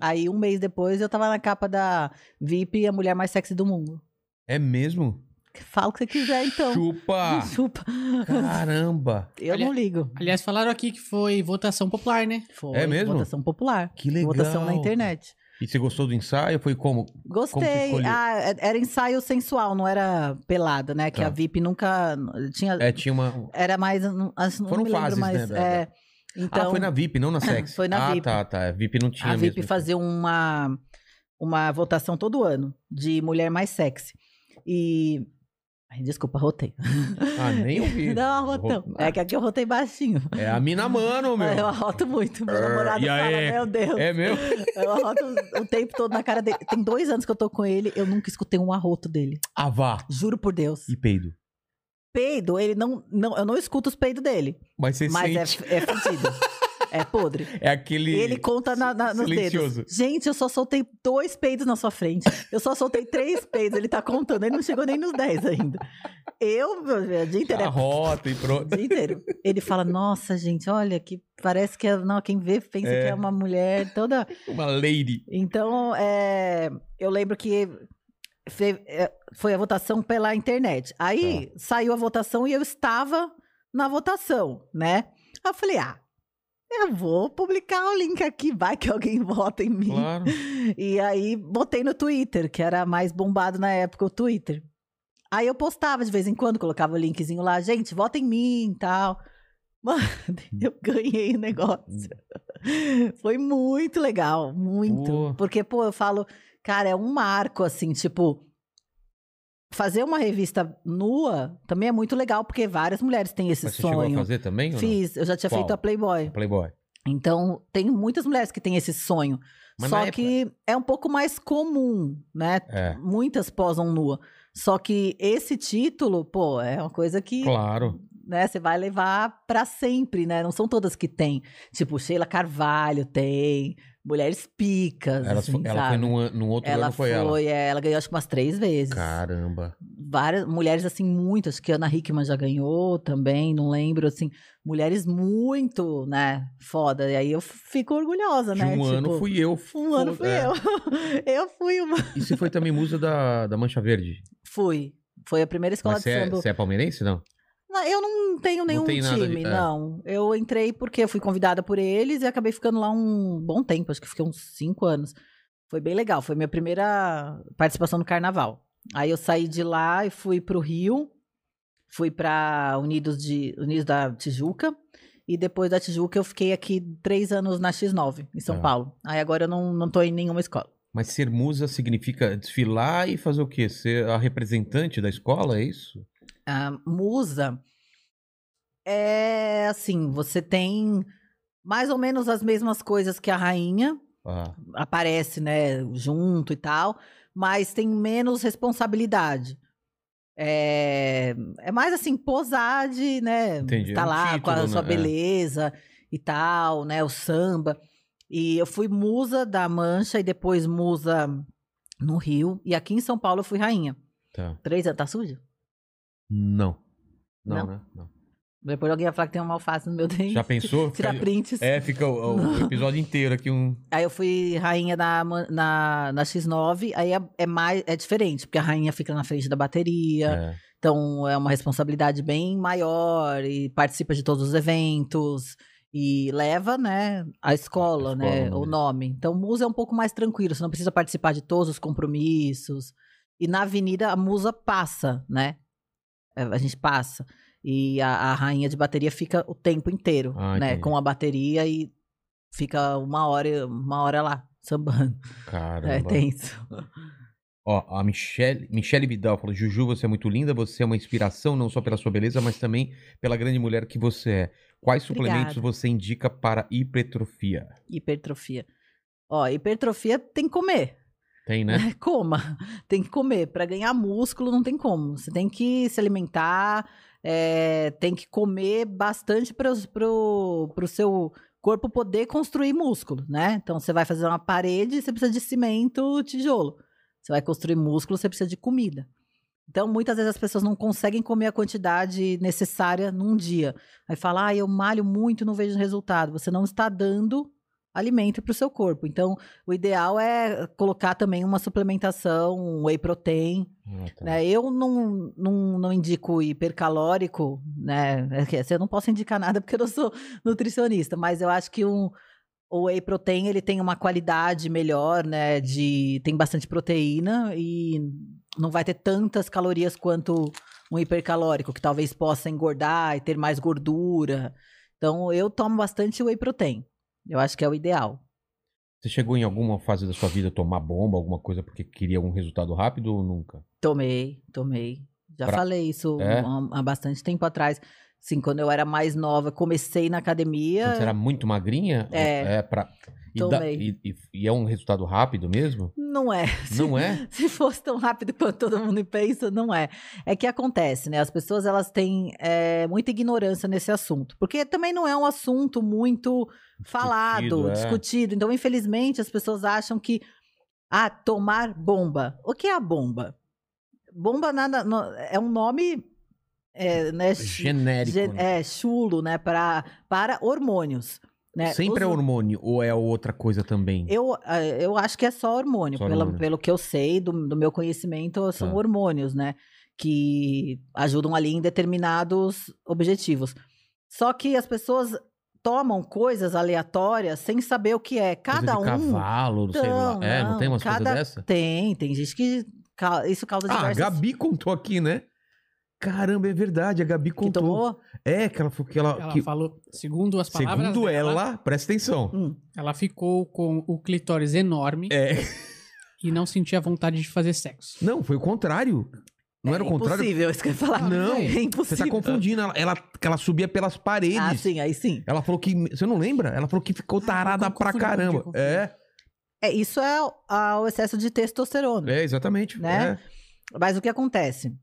Aí um mês depois eu tava na capa da VIP, a mulher mais sexy do mundo. É mesmo? Fala o que você quiser, então. [laughs] Chupa! Chupa. Caramba! Eu Aliás- não ligo. Aliás, falaram aqui que foi votação popular, né? Foi É mesmo? votação popular. Que legal. Votação na internet. E você gostou do ensaio? Foi como? Como você Gostei. escolheu? Ah, é- era ensaio sensual, não era pelada, né? Que Tá. a VIP nunca tinha. É, tinha uma. Era mais. Não, acho- não Foram me lembro fases, mais. né, da- é. Então, ah, foi na VIP, [coughs] não na Sex. Foi na ah, VIP. tá, tá. A VIP não tinha a VIP mesmo. então. fazia uma, uma votação todo ano de mulher mais sexy. E. Ai, desculpa, rotei. Ah, nem ouvi. [laughs] Não, rotão. Ro- É que aqui eu rotei baixinho. Ah, É a mina mano, meu. Eu arroto muito. Meu É, namorado e fala, aí? meu Deus. É meu? Eu arroto o tempo todo na cara dele. Tem dois anos que eu tô com ele, eu nunca escutei um arroto dele. Ah, vá. Juro por Deus. E peido. peido, ele não, não. Eu não escuto os peidos dele. Mas você mas sente. é, é [laughs] fedido. é podre. É, aquele. Ele conta na, na, nos silencioso. dedos. Gente, eu só soltei dois peidos na sua frente. Eu só soltei três peidos. Ele tá contando. Ele não chegou nem nos dez ainda. Eu, meu, o dia inteiro. é- Arrota e o pronto. dia inteiro. Ele fala, nossa, gente, olha, que parece que é, não, quem vê pensa É. que é uma mulher toda. Uma lady. Então, é, eu lembro que fe- é, foi a votação pela internet. Aí saiu a votação e eu estava na votação, né? Aí eu falei, ah, Eu vou publicar o link aqui, vai que alguém [laughs] vota em mim. Claro. E aí botei no Twitter, que era mais bombado na época, o Twitter. Aí eu postava de vez em quando, colocava o linkzinho lá, gente, vota em mim e tal. [laughs] Mano, eu ganhei o negócio. [laughs] Foi muito legal, muito. Pô. Porque, pô, eu falo, cara, é um marco, assim, tipo. Fazer uma revista nua também é muito legal, porque várias mulheres têm esse Mas você chegou a sonho. fazer também? ou não? Fiz, eu já tinha Qual? feito a Playboy. Playboy. Então, tem muitas mulheres que têm esse sonho. Mas na Só época- que é um pouco mais comum, né? É. Muitas posam nua. Só que esse título, pô, é uma coisa que Claro. né, você vai levar pra sempre, né? Não são todas que têm. Tipo, Sheila Carvalho tem, mulheres picas. Ela, assim, fo- ela foi sabe? num, an- num outro Ela ano, foi ela. é, ela ganhou acho que umas três vezes. Caramba. Várias mulheres, assim, muito. Acho que a Ana Hickman já ganhou também, não lembro, assim. Mulheres muito, né? Foda. E aí eu fico orgulhosa, De né? um ano Tipo, fui eu. Um ano fui É. eu. Eu [laughs] fui uma. E você foi também musa da, da Mancha Verde. Fui. Foi a primeira escola Mas de você é, samba. você é palmeirense, não? Não, Eu não tenho nenhum tem nada de- time, é. não. Eu entrei porque eu fui convidada por eles e acabei ficando lá um bom tempo, acho que fiquei uns cinco anos. Foi bem legal, foi minha primeira participação no carnaval. Aí eu saí de lá e fui pro Rio, fui pra Unidos, de, Unidos da Tijuca. E depois da Tijuca eu fiquei aqui três anos na X9, em São Tá. Paulo. Aí agora eu não, não tô em nenhuma escola. Mas ser musa significa desfilar e fazer o quê? Ser a representante da escola, é isso? a Ah, musa é assim, você tem mais ou menos as mesmas coisas que a rainha, Ah, aparece, né, junto e tal, mas tem menos responsabilidade. É, é mais assim, posar de, né, Entendi, é tá um lá com a título, sua né, é. beleza e tal, né, o samba. E eu fui musa da Mancha e depois musa no Rio e aqui em São Paulo eu fui rainha. tá. Três anos, tá sujo? Não. Não, Não? né? Não. Depois alguém vai falar que tem uma alface no meu [laughs] dente. Já pensou? Tirar Fica- prints. É, fica o, o episódio inteiro aqui um. Aí eu fui rainha na, ma- na, na X9, aí é, é mais, é diferente, porque a rainha fica na frente da bateria, [laughs] É. então é uma responsabilidade bem maior e participa de todos os eventos e leva, né, a escola, A escola, né, o o nome. nome. Então Musa é um pouco mais tranquilo, você não precisa participar de todos os compromissos. E na avenida a Musa passa, né? É, A gente passa. E a, a rainha de bateria fica o tempo inteiro, Ah, né, entendi. com a bateria e fica uma hora, uma hora lá sambando. [laughs] Caramba. É tenso. Ó, a Michele, Michele Vidal falou: Juju, você é muito linda, você é uma inspiração não só pela sua beleza, mas também pela grande mulher que você é. Quais suplementos Obrigada. você indica para hipertrofia? Hipertrofia. Ó, hipertrofia tem que comer. Tem, [laughs] né? [laughs] Coma, tem que comer. Para ganhar músculo, não tem como. Você tem que se alimentar, é, tem que comer bastante para o seu corpo poder construir músculo, né? Então, você vai fazer uma parede, você precisa de cimento, tijolo. Você vai construir músculo, você precisa de comida. Então, muitas vezes as pessoas não conseguem comer a quantidade necessária num dia. Aí fala, ah, eu malho muito e não vejo resultado. Você não está dando alimento para o seu corpo. Então, o ideal é colocar também uma suplementação, um whey protein. Ah, tá. Né? Eu não, não, não indico hipercalórico, né? É que assim, Eu não posso indicar nada porque eu não sou nutricionista, mas eu acho que um, o whey protein ele tem uma qualidade melhor, né? De, tem bastante proteína e não vai ter tantas calorias quanto um hipercalórico, que talvez possa engordar e ter mais gordura. Então, eu tomo bastante whey protein. Eu acho que é o ideal. Você chegou em alguma fase da sua vida a tomar bomba, alguma coisa porque queria um resultado rápido ou nunca? Tomei, tomei. Já Pra- falei isso É? há, há bastante tempo atrás. Assim, quando eu era mais nova, comecei na academia. Quando você era muito magrinha? É. é pra... e, dá- Tomei. e- e- e é um resultado rápido [laughs] mesmo? Não é. Se- Não é? Se fosse tão rápido quanto todo mundo pensa, não é. É que acontece, né? As pessoas elas têm é, muita ignorância nesse assunto, porque também não é um assunto muito falado, Discutido, é. discutido. Então, infelizmente, as pessoas acham que ah, tomar bomba. O que é a bomba? Bomba nada, no- é um nome é, né, Genérico. Gen- né? é chulo, né, para para hormônios, né? Sempre é Os- hormônio ou é outra coisa também? eu, eh, eu acho que é só hormônio, Só pelo, hormônio. pelo que eu sei, do, do meu conhecimento, são Tá. hormônios, né? Que ajudam ali em determinados objetivos. Só que as pessoas tomam coisas aleatórias sem saber o que é. Cada coisa de um. cavalo, não sei lá. Então, É, não, tem umas cada- coisas dessa? Tem, tem gente que ca- isso causa Ah, a diversas Gabi contou aqui, né? Caramba, é verdade, a Gabi que contou. tomou. É, que ela, falou que ela, Ela que- falou, segundo as palavras segundo dela, ela, presta atenção. Hum. ela ficou com o clitóris enorme É. e não sentia vontade de fazer sexo. Não, foi o contrário. Não era o contrário. É Impossível, isso que eu ia falar. Não, [laughs] é Você impossível. tá confundindo. Ela, ela, que ela subia pelas paredes. Ah, sim, aí sim. Ela falou que. Você não lembra? Ela falou que ficou Ah, tarada eu pra confundi, caramba. confundi. É, É, isso é o- a- o excesso de testosterona. é, exatamente. é. Né? Mas o que acontece?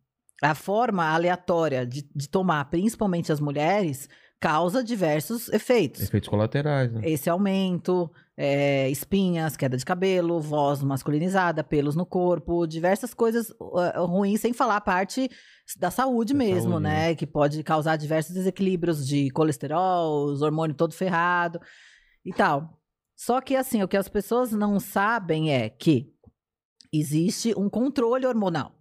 A forma aleatória de, de tomar, principalmente as mulheres, causa diversos efeitos. Efeitos colaterais, né? Esse aumento, é, espinhas, queda de cabelo, voz masculinizada, pelos no corpo, diversas coisas uh, ruins, sem falar a parte da saúde Da mesmo, saúde, né? Que pode causar diversos desequilíbrios de colesterol, os hormônios todo ferrado e tal. Só que, assim, o que as pessoas não sabem é que existe um controle hormonal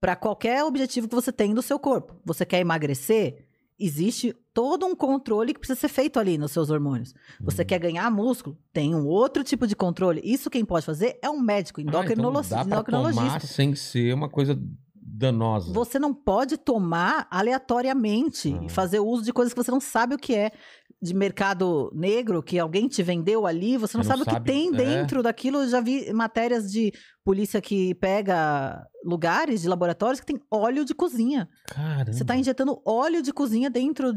para qualquer objetivo que você tem no seu corpo. Você quer emagrecer? Existe todo um controle que precisa ser feito ali nos seus hormônios. Você Uhum. quer ganhar músculo? Tem um outro tipo de controle. Isso quem pode fazer é um médico, endocrinolog- Ah, então dá pra tomar endocrinologista. sem ser uma coisa danosa. Você não pode tomar aleatoriamente Ah. e fazer uso de coisas que você não sabe o que é. De mercado negro, que alguém te vendeu ali, você não, Não sabe, o sabe, que tem é. dentro daquilo. Eu já vi matérias de polícia que pega lugares de laboratórios que tem óleo de cozinha. Caramba. Você está injetando óleo de cozinha dentro.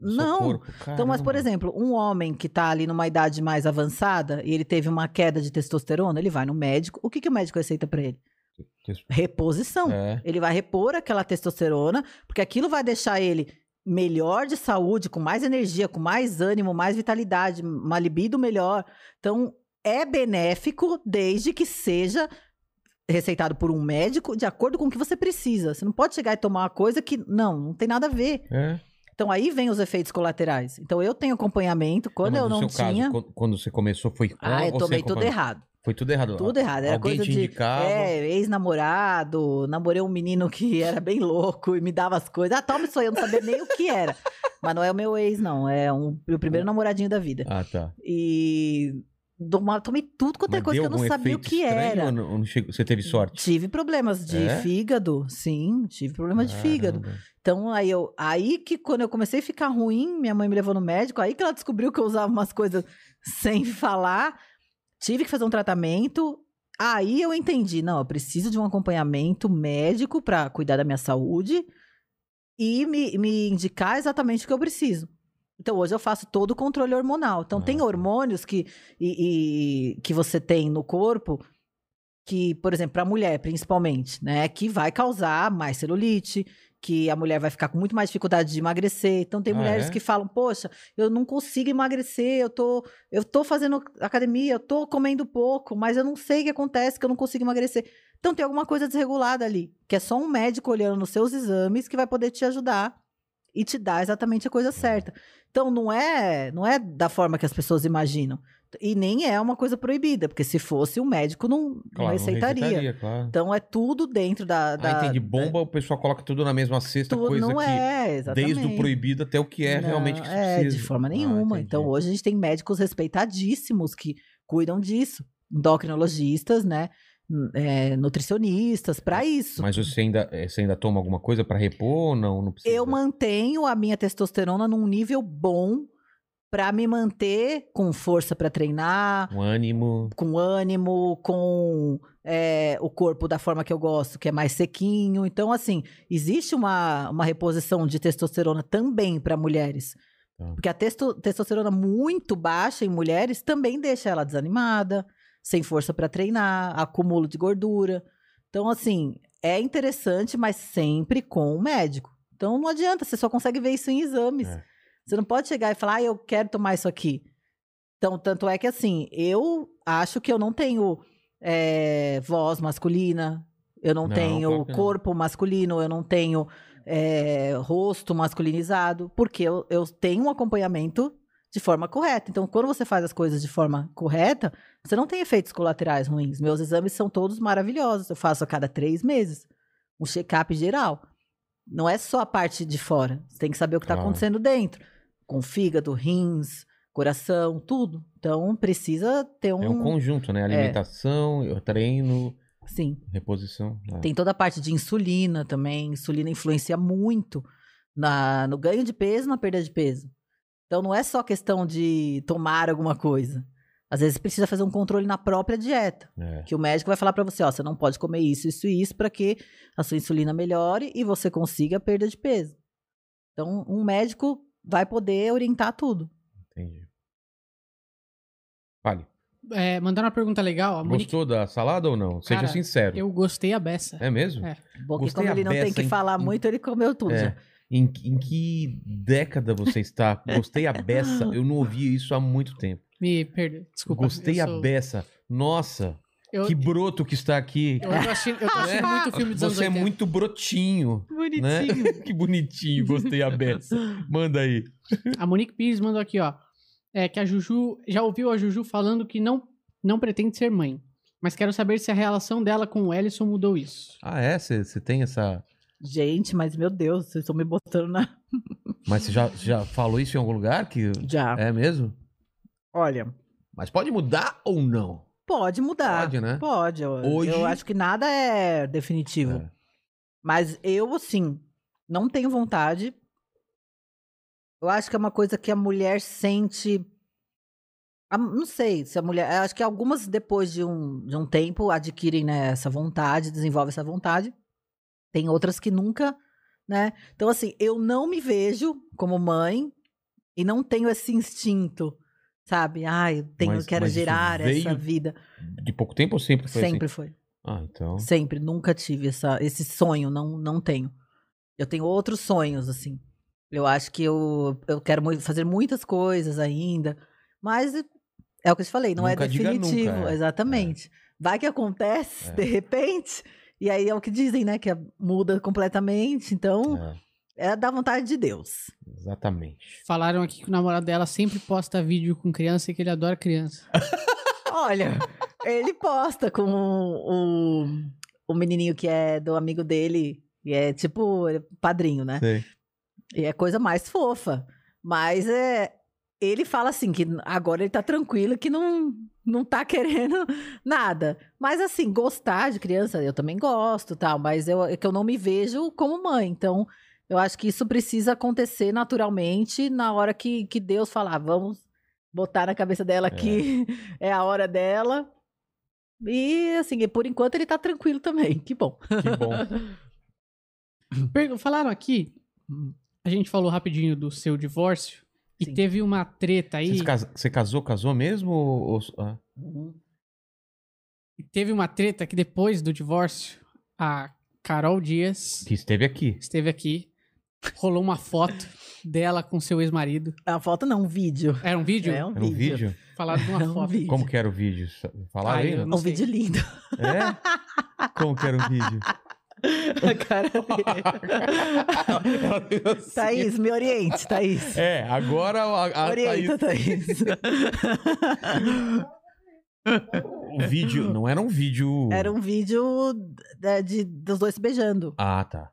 no Hum. seu não! corpo, Então, mas, por caramba. exemplo, um homem que tá ali numa idade mais avançada e ele teve uma queda de testosterona, ele vai no médico. O que, que o médico receita pra ele? Reposição. É. Ele vai repor aquela testosterona, porque aquilo vai deixar ele melhor de saúde, com mais energia, com mais ânimo, mais vitalidade, uma libido melhor. Então, é benéfico desde que seja receitado por um médico de acordo com o que você precisa. Você não pode chegar e tomar uma coisa que não, não tem nada a ver. É. Então aí vem os efeitos colaterais. Então eu tenho acompanhamento, quando mas eu no não seu caso, tinha. quando- quando você começou, foi com ah, eu ou tomei sem tudo acompanhamento? errado. Foi tudo errado. Tudo errado. Era Alguém coisa te de. indicava. É, ex-namorado, namorei um menino que [laughs] era bem louco e me dava as coisas. Ah, toma isso aí, eu não sabia nem o que era. Mas não é o meu ex, não. É um- o primeiro namoradinho da vida. Ah, tá. E doma- tomei tudo quanto é Mas coisa deu que eu não algum sabia o efeito que estranho era. ou não- ou não chegou- Você teve sorte? Tive problemas de É? fígado, sim, tive problemas de fígado. Caramba. Então, aí, eu, aí que quando eu comecei a ficar ruim, minha mãe me levou no médico, aí que ela descobriu que eu usava umas coisas sem falar, tive que fazer um tratamento. Aí eu entendi, não, eu preciso de um acompanhamento médico para cuidar da minha saúde e me, me indicar exatamente o que eu preciso. Então, hoje eu faço todo o controle hormonal. Então, Ah, tem tá. hormônios que, e- e- que você tem no corpo que, por exemplo, para a mulher, principalmente, né, que vai causar mais celulite, que a mulher vai ficar com muito mais dificuldade de emagrecer. Então tem Ah, mulheres é? que falam: "Poxa, eu não consigo emagrecer, eu tô, eu tô fazendo academia, eu tô comendo pouco, mas eu não sei o que acontece que eu não consigo emagrecer". Então tem alguma coisa desregulada ali, que é só um médico olhando nos seus exames que vai poder te ajudar e te dar exatamente a coisa certa. Então não é, não é da forma que as pessoas imaginam. E nem é uma coisa proiceita, porque se fosse o médico não, não Claro, receitaria. claro. Então é tudo dentro da, da ah, entendi. Bomba, o pessoal coloca tudo na mesma cesta, tudo coisa não que... é, exatamente. Desde o proibido até o que é Não, realmente que se é, precisa. de forma Ah, nenhuma. entendi. então, hoje a gente tem médicos respeitadíssimos que cuidam disso. Endocrinologistas, né? N- é, nutricionistas, pra isso. Mas você ainda, eh, você ainda toma alguma coisa pra repor ou não? Não precisa. Eu mantenho a minha testosterona num nível bom pra me manter com força pra treinar, Um ânimo. com ânimo, com é, o corpo da forma que eu gosto, que é mais sequinho. Então, assim, existe uma, uma reposição de testosterona também para mulheres. Tá. Porque a testo- testosterona muito baixa em mulheres também deixa ela desanimada, sem força para treinar, acúmulo de gordura. Então, assim, é interessante, mas sempre com o médico. Então, não adianta, você só consegue ver isso em exames. É. Você não pode chegar e falar, ah, eu quero tomar isso aqui. Então, tanto é que assim, eu acho que eu não tenho é, voz masculina, eu não, Não, claro tenho que não. corpo masculino, eu não tenho é, rosto masculinizado, porque eu, eu tenho um acompanhamento de forma correta. Então, quando você faz as coisas de forma correta, você não tem efeitos colaterais ruins. Meus exames são todos maravilhosos. Eu faço a cada três meses um check-up geral. Não é só a parte de fora. Você tem que saber o que está Claro. acontecendo dentro. com fígado, rins, coração, tudo. Então precisa ter um. É um conjunto, né? Alimentação, eu treino, Sim. reposição. né? Tem toda a parte de insulina também. Insulina influencia muito na, no ganho de peso e na perda de peso. Então não é só questão de tomar alguma coisa. Às vezes precisa fazer um controle na própria dieta. É. Que o médico vai falar pra você, ó, você não pode comer isso, isso e isso para que a sua insulina melhore e você consiga a perda de peso. Então, um médico vai poder orientar tudo. Entendi. Vale. É, mandaram uma pergunta legal. A Monique, Gostou da salada ou não? Seja Cara, sincero. eu gostei a beça. É mesmo? É. Bom, que Gostei como a ele não tem beça, que hein? falar Hum. muito, ele comeu tudo. É. já. Em, que- em que década você está? Gostei a beça. Eu não ouvi isso há muito tempo. Me perdoe, desculpa. Gostei eu a sou- beça. Nossa, Eu, que broto que está aqui. eu tô assistindo, eu tô assistindo É? muito filme dos anos Você é né? 80. muito brotinho. [laughs] Bonitinho. que bonitinho, gostei a beça. Manda aí. A Monique Pires mandou aqui, ó. É que a Juju. Já ouviu a Juju falando que não, não pretende ser mãe. Mas quero saber se a relação dela com o Ellison mudou isso. Ah, é? Você você tem essa. Gente, mas meu Deus, vocês estão me botando na. Mas você já, já falou isso em algum lugar? Que... Já. É mesmo? Olha, Mas pode mudar ou não? pode mudar. Pode, né? Pode, eu, Hoje- eu acho que nada é definitivo. É. Mas eu, assim, não tenho vontade. Eu acho que é uma coisa que a mulher sente. a- Não sei se a mulher. eu Acho que algumas, depois de um, de um tempo, adquirem né, essa vontade, desenvolvem essa vontade. Tem outras que nunca, né? Então, assim, eu não me vejo como mãe e não tenho esse instinto, sabe? Ai, eu tenho, Mas- quero mas isso gerar essa veio vida. De pouco tempo ou sempre foi Sempre assim? foi. Ah, então. Sempre, nunca tive essa, esse sonho, não, não tenho. Eu tenho outros sonhos, assim. Eu acho que eu, eu quero mui- fazer muitas coisas ainda, mas é o que eu te falei, não Nunca é diga nunca, definitivo, é. exatamente. Vai que acontece, É. de repente, e aí é o que dizem, né, que é- muda completamente, então É, é da vontade de Deus. exatamente. Falaram aqui que o namorado dela sempre posta vídeo com criança e que ele adora criança. Olha, ele posta com o, o menininho que é do amigo dele, e é tipo padrinho, né? Sei. E é coisa mais fofa. Mas é, ele fala assim que agora ele tá tranquilo, que não não tá [laughs] querendo nada. Mas assim, gostar de criança, eu também gosto, tal, mas eu é que eu não me vejo como mãe. Então, eu acho que isso precisa acontecer naturalmente na hora que, que Deus falar, "Ah, vamos botar na cabeça dela que [laughs] é, a hora dela. E assim, e por enquanto ele tá tranquilo também. [laughs] Que bom. Que bom. Per- Falaram aqui. A gente falou rapidinho do seu divórcio. E Sim. teve uma treta aí. Vocês cas- Você casou, casou mesmo? Ou... ou- ah, Uhum. E teve uma treta que depois do divórcio, a Carol Dias Que esteve aqui. esteve aqui, rolou uma foto dela com seu ex-marido. A foto não, um vídeo. Era um vídeo? É um Era um vídeo. vídeo? Falaram de uma [laughs] É um foto. vídeo. Como que era o vídeo? Falaram Ah, aí? eu né? não Um sei. vídeo lindo. É? Como que era o [laughs] vídeo? A [laughs] cara dele. Thaís, me oriente, Thaís. É, agora a, tá a Orienta, Thaís. [laughs] Thaís- o vídeo não era um vídeo. Era um vídeo da- de, dos dois se beijando. Ah, [laughs] tá.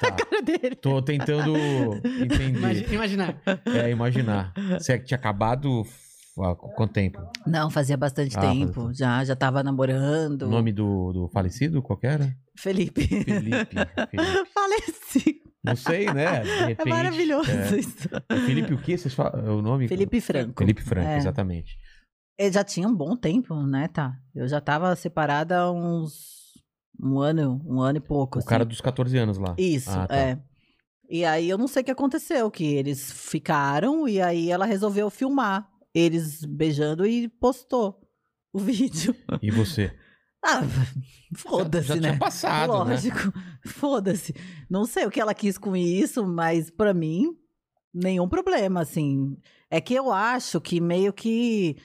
tá. Cara dele. Tô tentando entender, Imagi- imaginar. é, imaginar. Você tinha acabado f- há quanto tempo? Não, fazia bastante Ah, tempo. fazia- Já, já tava namorando. O nome do, do falecido? Qual que era? Felipe. [laughs] Felipe. [laughs] Felipe. Faleci. Não sei, né? De É repente, maravilhoso é. isso. Felipe o quê? Vocês falam? é O nome? Felipe Franco. Felipe Franco, É. exatamente. Ele já tinha um bom tempo, né, tá? Eu já tava separada há uns. Um ano, um ano e pouco. O assim. cara dos 14 anos lá. Isso, Ah, tá. é. E aí eu não sei o que aconteceu, que eles ficaram e aí ela resolveu filmar eles beijando e postou o [laughs] vídeo. E você? Ah, já foda-se, tinha né? passado, né? Lógico, [laughs] foda-se. Não sei o que ela quis com isso, mas pra mim, nenhum problema, assim. É que eu acho que meio que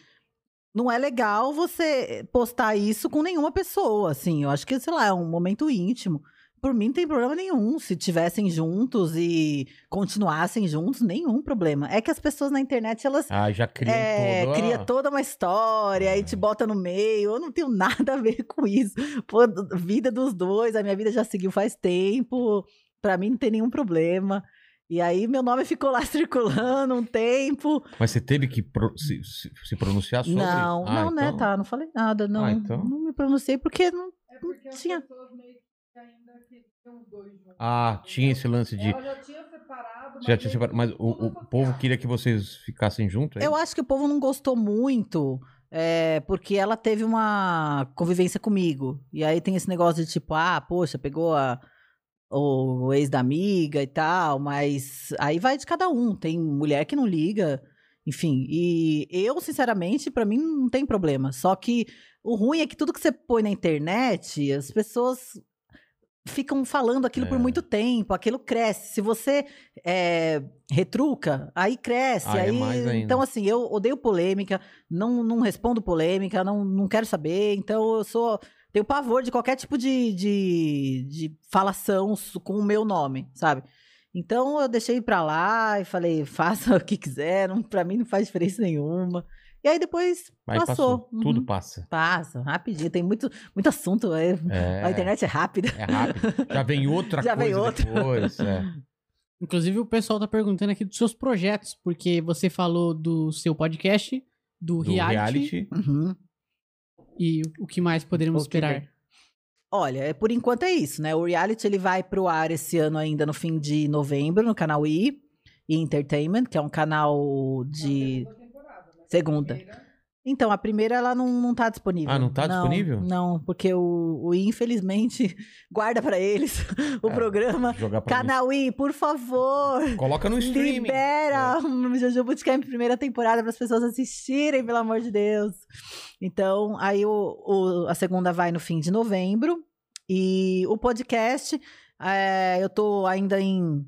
não é legal você postar isso com nenhuma pessoa, assim. Eu acho que, sei lá, é um momento íntimo. Por mim, não tem problema nenhum. Se tivessem juntos e continuassem juntos, nenhum problema. É que as pessoas na internet, elas Ah, já criou é, todo. cria ah, toda uma história, aí É. te bota no meio. Eu não tenho [laughs] nada a ver com isso. Pô, vida dos dois, a minha vida já seguiu faz tempo. Pra mim não tem nenhum problema. E aí meu nome ficou lá [laughs] circulando um tempo. Mas você teve que pro- se, se- se pronunciar sobre? Não, Ah, não, né, então- tá? Não falei nada, não. Ah, então. Não me pronunciei porque não, É não tinha. Ah, tinha esse lance de... né? já tinha separado. Já tinha separado, mas o, o povo queria que vocês ficassem juntos? é Eu acho que o povo não gostou muito, é, porque ela teve uma convivência comigo. E aí tem esse negócio de tipo, ah, poxa, pegou a- o ex da amiga e tal, mas aí vai de cada um. Tem mulher que não liga, enfim. E eu, sinceramente, pra mim não tem problema. Só que o ruim é que tudo que você põe na internet, as pessoas ficam falando aquilo É. por muito tempo, aquilo cresce. Se você é, retruca, aí cresce. Aí é aí, mais ainda. Então, assim, eu odeio polêmica, não, não respondo polêmica, não, não quero saber. Então, eu sou. Tenho pavor de qualquer tipo de, de, de falação su- com o meu nome, sabe? Então eu deixei pra lá e falei, [laughs] faça o que quiser, não, pra mim não faz diferença nenhuma. E aí depois Aí passou. Uhum. Tudo passa. Passa, rapidinho. Tem muito, muito assunto. é- É, A internet é rápida. [laughs] é rápido. Já vem outra Já coisa vem outra. depois. [laughs] é. Inclusive, o pessoal tá perguntando aqui dos seus projetos, porque você falou do seu podcast, do, Do reality, reality. Uhum. e o- o que mais poderemos O que é? esperar. vem. Olha, é, por enquanto é isso, né? O reality ele vai pro ar esse ano ainda no fim de novembro no canal I e Entertainment, que é um canal é de né? segunda. Então, a primeira ela não, não tá disponível. Ah, não tá disponível? Não, porque o, o I, infelizmente, [laughs] guarda pra eles [laughs] o É, programa. Jogar pra Canal I, por favor, mim. Coloca no streaming. É. Libera o Jojo Bootcamp primeira temporada para as pessoas assistirem, pelo amor de Deus. Então, aí o, o- a segunda vai no fim de novembro. E o podcast, eh, eu tô ainda em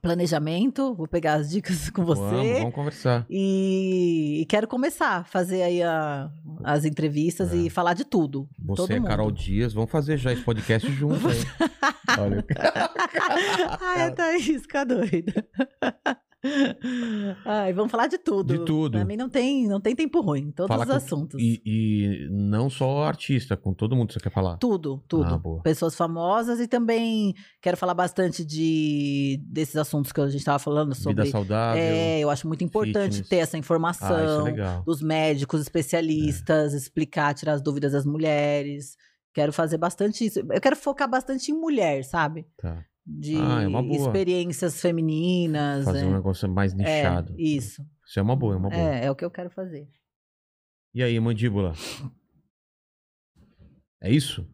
planejamento, vou pegar as dicas [laughs] com você. Vamos, vamos conversar. E, e quero começar a fazer aí a- as entrevistas É. e falar de tudo. Você todo e a mundo. Carol Dias, vamos fazer já esse podcast junto. [laughs] hein? Olha, Ai, a Thaís, é, tá fica doida. Ai, vamos falar de tudo. De tudo. Pra mim não tem, não tem tempo ruim. Todos Fala os com- assuntos. e, e não só artista, com todo mundo que você quer falar. Tudo, tudo. Ah, boa. Pessoas famosas e também quero falar bastante de desses assuntos que a gente estava falando sobre. Vida saudável. é, eu acho muito importante fitness. ter essa ah, isso é informação legal. dos médicos, especialistas, explicar, tirar as dúvidas das mulheres. Quero fazer bastante isso. Eu quero focar bastante em mulher, sabe? Tá. De Ah, é uma boa. experiências femininas. Fazer né? um negócio mais É, nichado. isso. Isso é uma boa, é uma boa. É, é o que eu quero fazer. E aí, mandíbula? É isso?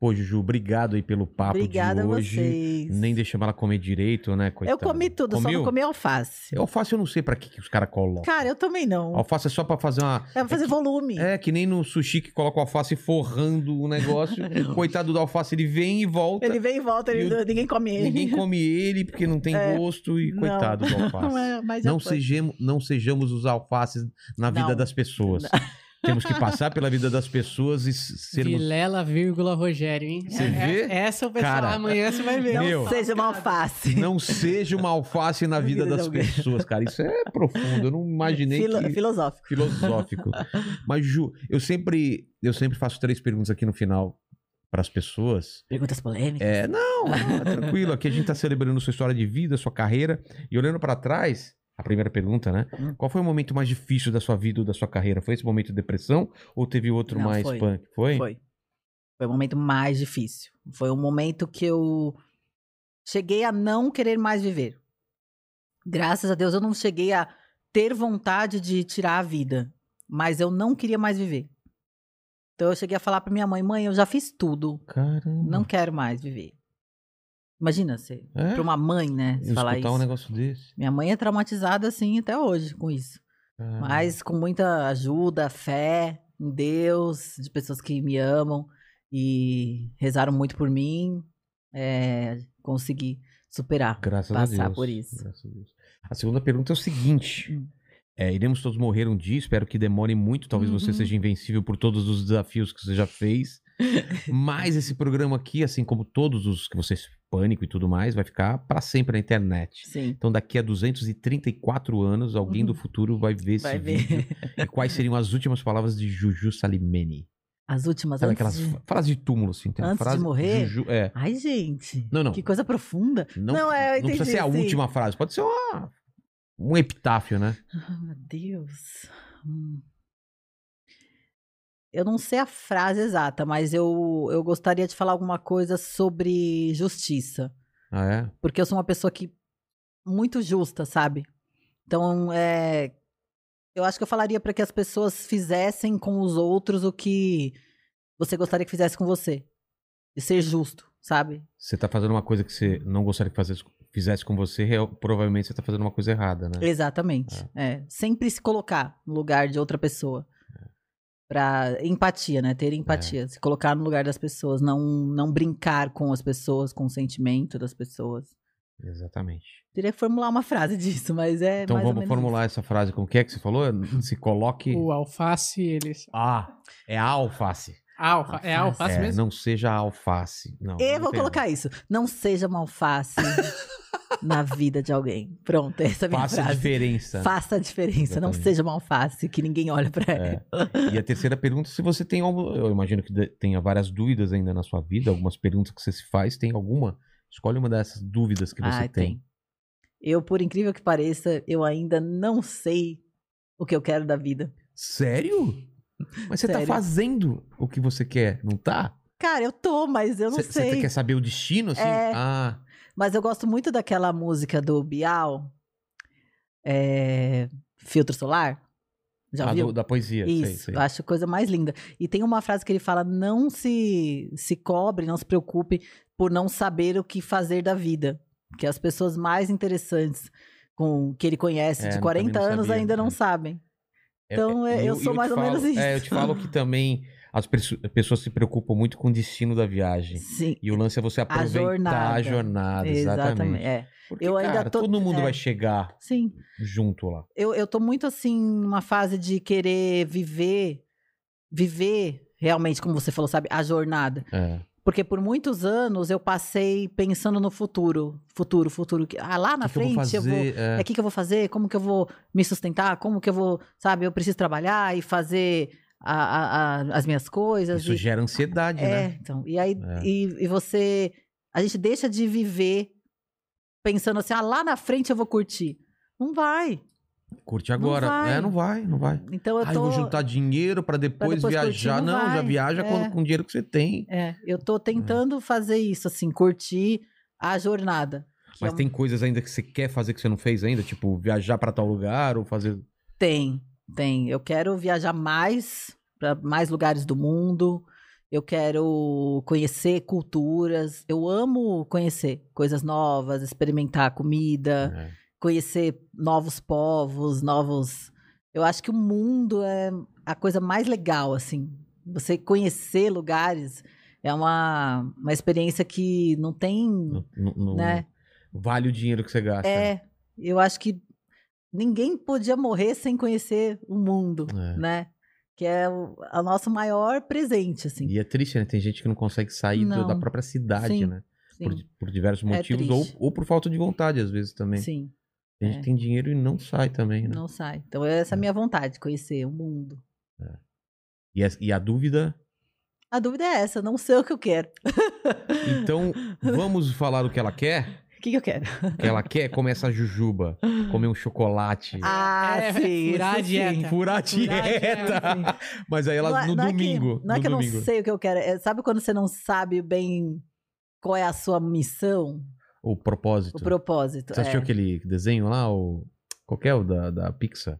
Pô, Juju, obrigado aí pelo papo Obrigada de a hoje. vocês. Nem deixamos ela comer direito, né, coitada? eu comi tudo, só Comeu? não comi alface. Alface eu não sei pra que, que os caras colocam. Cara, eu também não. Alface é só pra fazer uma... É pra fazer volume. É, que nem no sushi que coloca o alface forrando o negócio. [laughs] Coitado do alface, ele vem e volta. Ele vem e volta, E ele- o- ninguém come ele. Ninguém come ele porque não tem É. gosto e [laughs] Não. coitado do alface. [laughs] Não, é, mas já Não foi. sejamos, não sejamos os alfaces na vida Não. [laughs] das pessoas. Temos que passar pela vida das pessoas e s- sermos. Vilela, vírgula, Rogério, hein? Você É- vê? é- [laughs] Essa o pessoal Cara, amanhã você vai ver. é. Não Meu. seja uma alface. Não seja uma alface na vida vida de das alguém. pessoas, cara. Isso é profundo. Eu não imaginei Filo- que... Filosófico. filosófico. Mas Ju, eu sempre, eu sempre faço três perguntas aqui no final para as pessoas. Perguntas polêmicas. É, não, não, tranquilo. Aqui a gente tá celebrando sua história de vida, sua carreira. E olhando pra trás, a primeira pergunta, né? Hum. Qual foi o momento mais difícil da sua vida ou da sua carreira? Foi esse momento de depressão ou teve outro Não, mais foi. punk? Foi? Foi. Foi o momento mais difícil. Foi o momento que eu cheguei a não querer mais viver. Graças a Deus eu não cheguei a ter vontade de tirar a vida, mas eu não queria mais viver. Então eu cheguei a falar pra minha mãe, mãe, eu já fiz tudo, Caramba. não quero mais viver. Imagina você, Hum. é? pra uma mãe, né, Eu falar escutar isso. um negócio desse. Minha mãe é traumatizada assim até hoje com isso. Caramba. Mas com muita ajuda, fé em Deus, de pessoas que me amam e rezaram muito por mim, é, consegui superar. Graças a passar Deus. por isso. Graças a, Deus. A segunda pergunta é o seguinte. Hum. É, iremos todos morrer um dia, espero que demore muito, talvez você Uhum. seja invencível por todos os desafios que você já fez. Mas esse programa aqui, assim como todos os que vocês pânico e tudo mais, vai ficar pra sempre na internet. Sim. Então daqui a 234 anos, alguém do futuro vai ver Uhum. Vai esse ver. vídeo. E quais seriam as últimas palavras de Juju Salimene? As últimas Sabe antes aquelas de... fra- frases de túmulo, assim. entendeu? Antes de Frase- morrer? Juju, é. Ai, gente. Não, não. Que coisa profunda. Não, Não, é, eu não precisa entendi, ser a sim. última frase. Pode ser uma, um epitáfio, né? Ah, meu Deus. Hum. Eu não sei a frase exata, mas eu, eu gostaria de falar alguma coisa sobre justiça. Ah, é? Porque eu sou uma pessoa que. muito justa, sabe? Então, é. Eu acho que eu falaria para que as pessoas fizessem com os outros o que você gostaria que fizesse com você. De ser justo, sabe? Você tá fazendo uma coisa que você não gostaria que fazesse- fizesse com você, real- provavelmente você tá fazendo uma coisa errada, né? Exatamente. É. Sempre se colocar no lugar de outra pessoa. É. Pra empatia, né? Ter empatia. Se colocar no lugar das pessoas. Não, não brincar com as pessoas, com o sentimento das pessoas. Exatamente. Teria que formular uma frase [laughs] disso, mas é. então mais ou vamos menos formular essa frase como que é que você falou? Se coloque. O alface, eles. Ah, é a alface. Alfa, é alface É, mesmo? Não seja a alface. Não, isso. Eu não vou tem- colocar isso. Não seja uma [laughs] alface na vida de alguém. Pronto, essa é a minha Faça a frase. diferença. né? Faça a diferença. Não Exatamente. seja uma alface que ninguém olha pra ela. É. E a terceira pergunta, se você tem algum, eu imagino que de- tenha várias dúvidas ainda na sua vida, algumas perguntas que você se faz, tem alguma? Escolhe uma dessas dúvidas que você Ai, tem. Eu, por incrível que pareça, eu ainda não sei o que eu quero da vida. Sério? Mas você tá Sério. fazendo o que você quer, não tá? Cara, eu tô, mas eu não Cê- sei. Você quer saber o destino, assim? É. Ah, Mas eu gosto muito daquela música do Bial, é, Filtro Solar. Já a viu? do- da poesia. sei, Isso, sei. eu acho a coisa mais linda. E tem uma frase que ele fala: não se, se cobre, não se preocupe por não saber o que fazer da vida. Que as pessoas mais interessantes com que ele conhece É, eu de também 40 não anos sabia, ainda né? não sabem. É, Então, é, é, e eu e sou te mais ou menos falo- É, eu isso. te falo que também as perso- pessoas se preocupam muito com o destino da viagem. Sim. E o lance é você aproveitar a jornada. jornada, exatamente. Exatamente. é. Porque, Eu ainda cara, tô- todo mundo é. vai chegar Sim. junto lá. Eu, eu tô muito assim, numa fase de querer viver, viver realmente, como você falou, sabe, a jornada. É. Porque por muitos anos eu passei pensando no futuro. Futuro, futuro. que- Ah, lá na O que frente que eu vou fazer? É. É o que, que eu vou fazer? Como que eu vou me sustentar? Como que eu vou, sabe, eu preciso trabalhar e fazer a- a- a- as minhas coisas. Isso e- gera ansiedade, É, né? então. E aí, É. e, e você. A gente deixa de viver pensando assim, ah, lá na frente eu vou curtir. Não vai. Curte agora. vai. É, não vai, não vai. Então eu Ah, tô. eu vou juntar dinheiro pra depois, depois curtir, viajar. não não, já vai. viaja É. com, com o dinheiro que você tem. É, eu tô tentando fazer isso, assim, curtir a jornada. que Mas é um- tem coisas ainda que você quer fazer que você não fez ainda? Tipo, viajar pra tal lugar ou fazer. Tem, tem. Eu quero viajar mais para mais lugares do mundo. Eu quero conhecer culturas. Eu amo conhecer coisas novas, experimentar comida. né? conhecer novos povos, novos. Eu acho que o mundo é a coisa mais legal, assim. Você conhecer lugares é uma, uma experiência que não tem. Não- não- não- Né? Vale o dinheiro que você gasta. é, eu acho que ninguém podia morrer sem conhecer o mundo, É. né? Que é o, o nosso maior presente, assim. E é triste, né? Tem gente que não consegue sair do- Não. da própria cidade, Sim, né? Sim, Por, por diversos É motivos, ou, triste. ou por falta de vontade, às vezes também. sim, Tem gente é. que tem dinheiro e não sai também, né? não sai. Então, essa é a minha vontade, conhecer o mundo. E, a, e a dúvida. A dúvida é essa, não sei o que eu quero. [laughs] Então, vamos falar o que ela quer? O que, que [laughs] eu quero? O que ela quer é comer essa jujuba, comer um chocolate. Ah, É, sim. furar a isso dieta. sim. Furar a Furar a dieta, dieta. [laughs] Mas aí ela, é- no é que- domingo. não é no que eu domingo. não sei o que eu quero. é- sabe quando você não sabe bem qual é a sua missão? O propósito. O propósito. Você assistiu é. aquele desenho lá, o... qual que é o da, da Pixar?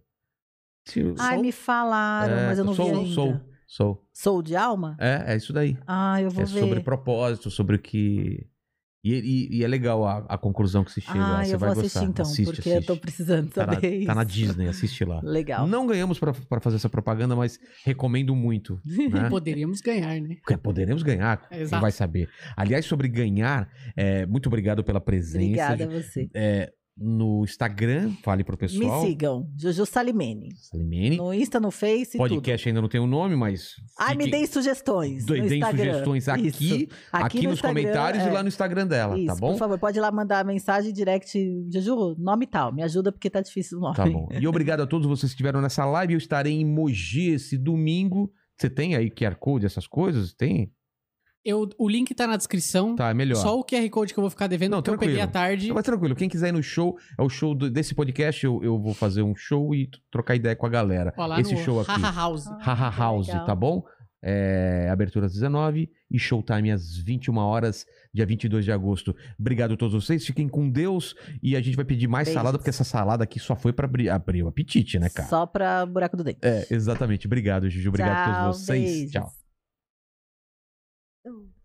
Ai, me falaram, É, mas eu não Soul, vi ainda. Soul, Soul. Soul de alma? É, é isso daí. Ah, eu vou é ver. sobre propósito, sobre o que... E, e- e é legal a, a conclusão que se chega. ah, você eu vai vou assistir gostar. então, assiste, porque assiste. eu tô precisando tá, saber na, isso. tá na Disney, assiste lá. Legal. Não ganhamos pra, pra fazer essa propaganda, mas recomendo [laughs] muito. Né? Poderíamos ganhar, né? Porque Poderemos ganhar, quem Exato. vai saber. Aliás, sobre ganhar, é, muito obrigado pela presença. Obrigada a você. É, no Instagram, fale pro pessoal. Me sigam, Juju Salimene. Salimene. No Insta, no Face e tudo. podcast ainda não tem o nome, mas. Ai, me fiquem- deem sugestões Dei- no deem Instagram. sugestões Isso. aqui, aqui, nos Instagram, comentários é. e lá no Instagram dela, tá Isso, bom? por favor, pode ir lá mandar mensagem direct, Juju, nome tal, me ajuda porque tá difícil o nome. Tá bom. E obrigado a todos vocês que estiveram nessa live. Eu estarei em Mogi esse domingo. Você tem aí QR Code, essas coisas? Tem? Eu, o link tá na descrição. Tá, é melhor. Só o QR Code que eu vou ficar devendo, Não, porque eu peguei à tranquilo. tarde. Então, Mas tranquilo, quem quiser ir no show, é o show do- desse podcast, eu, eu vou fazer um show e t- trocar ideia com a galera. Ó, lá Esse no show aqui. Haha House. Haha que House, legal. tá bom? É, abertura às 19 e showtime às 21 horas, dia 22 de agosto. Obrigado a todos vocês, fiquem com Deus e a gente vai pedir mais Beijos. salada, porque essa salada aqui só foi pra abrir, abrir o apetite, né, cara? Só pra buraco do dente. É, exatamente. Obrigado, Gigi. Obrigado a todos Tchau, vocês. beijos. Tchau. Tchau.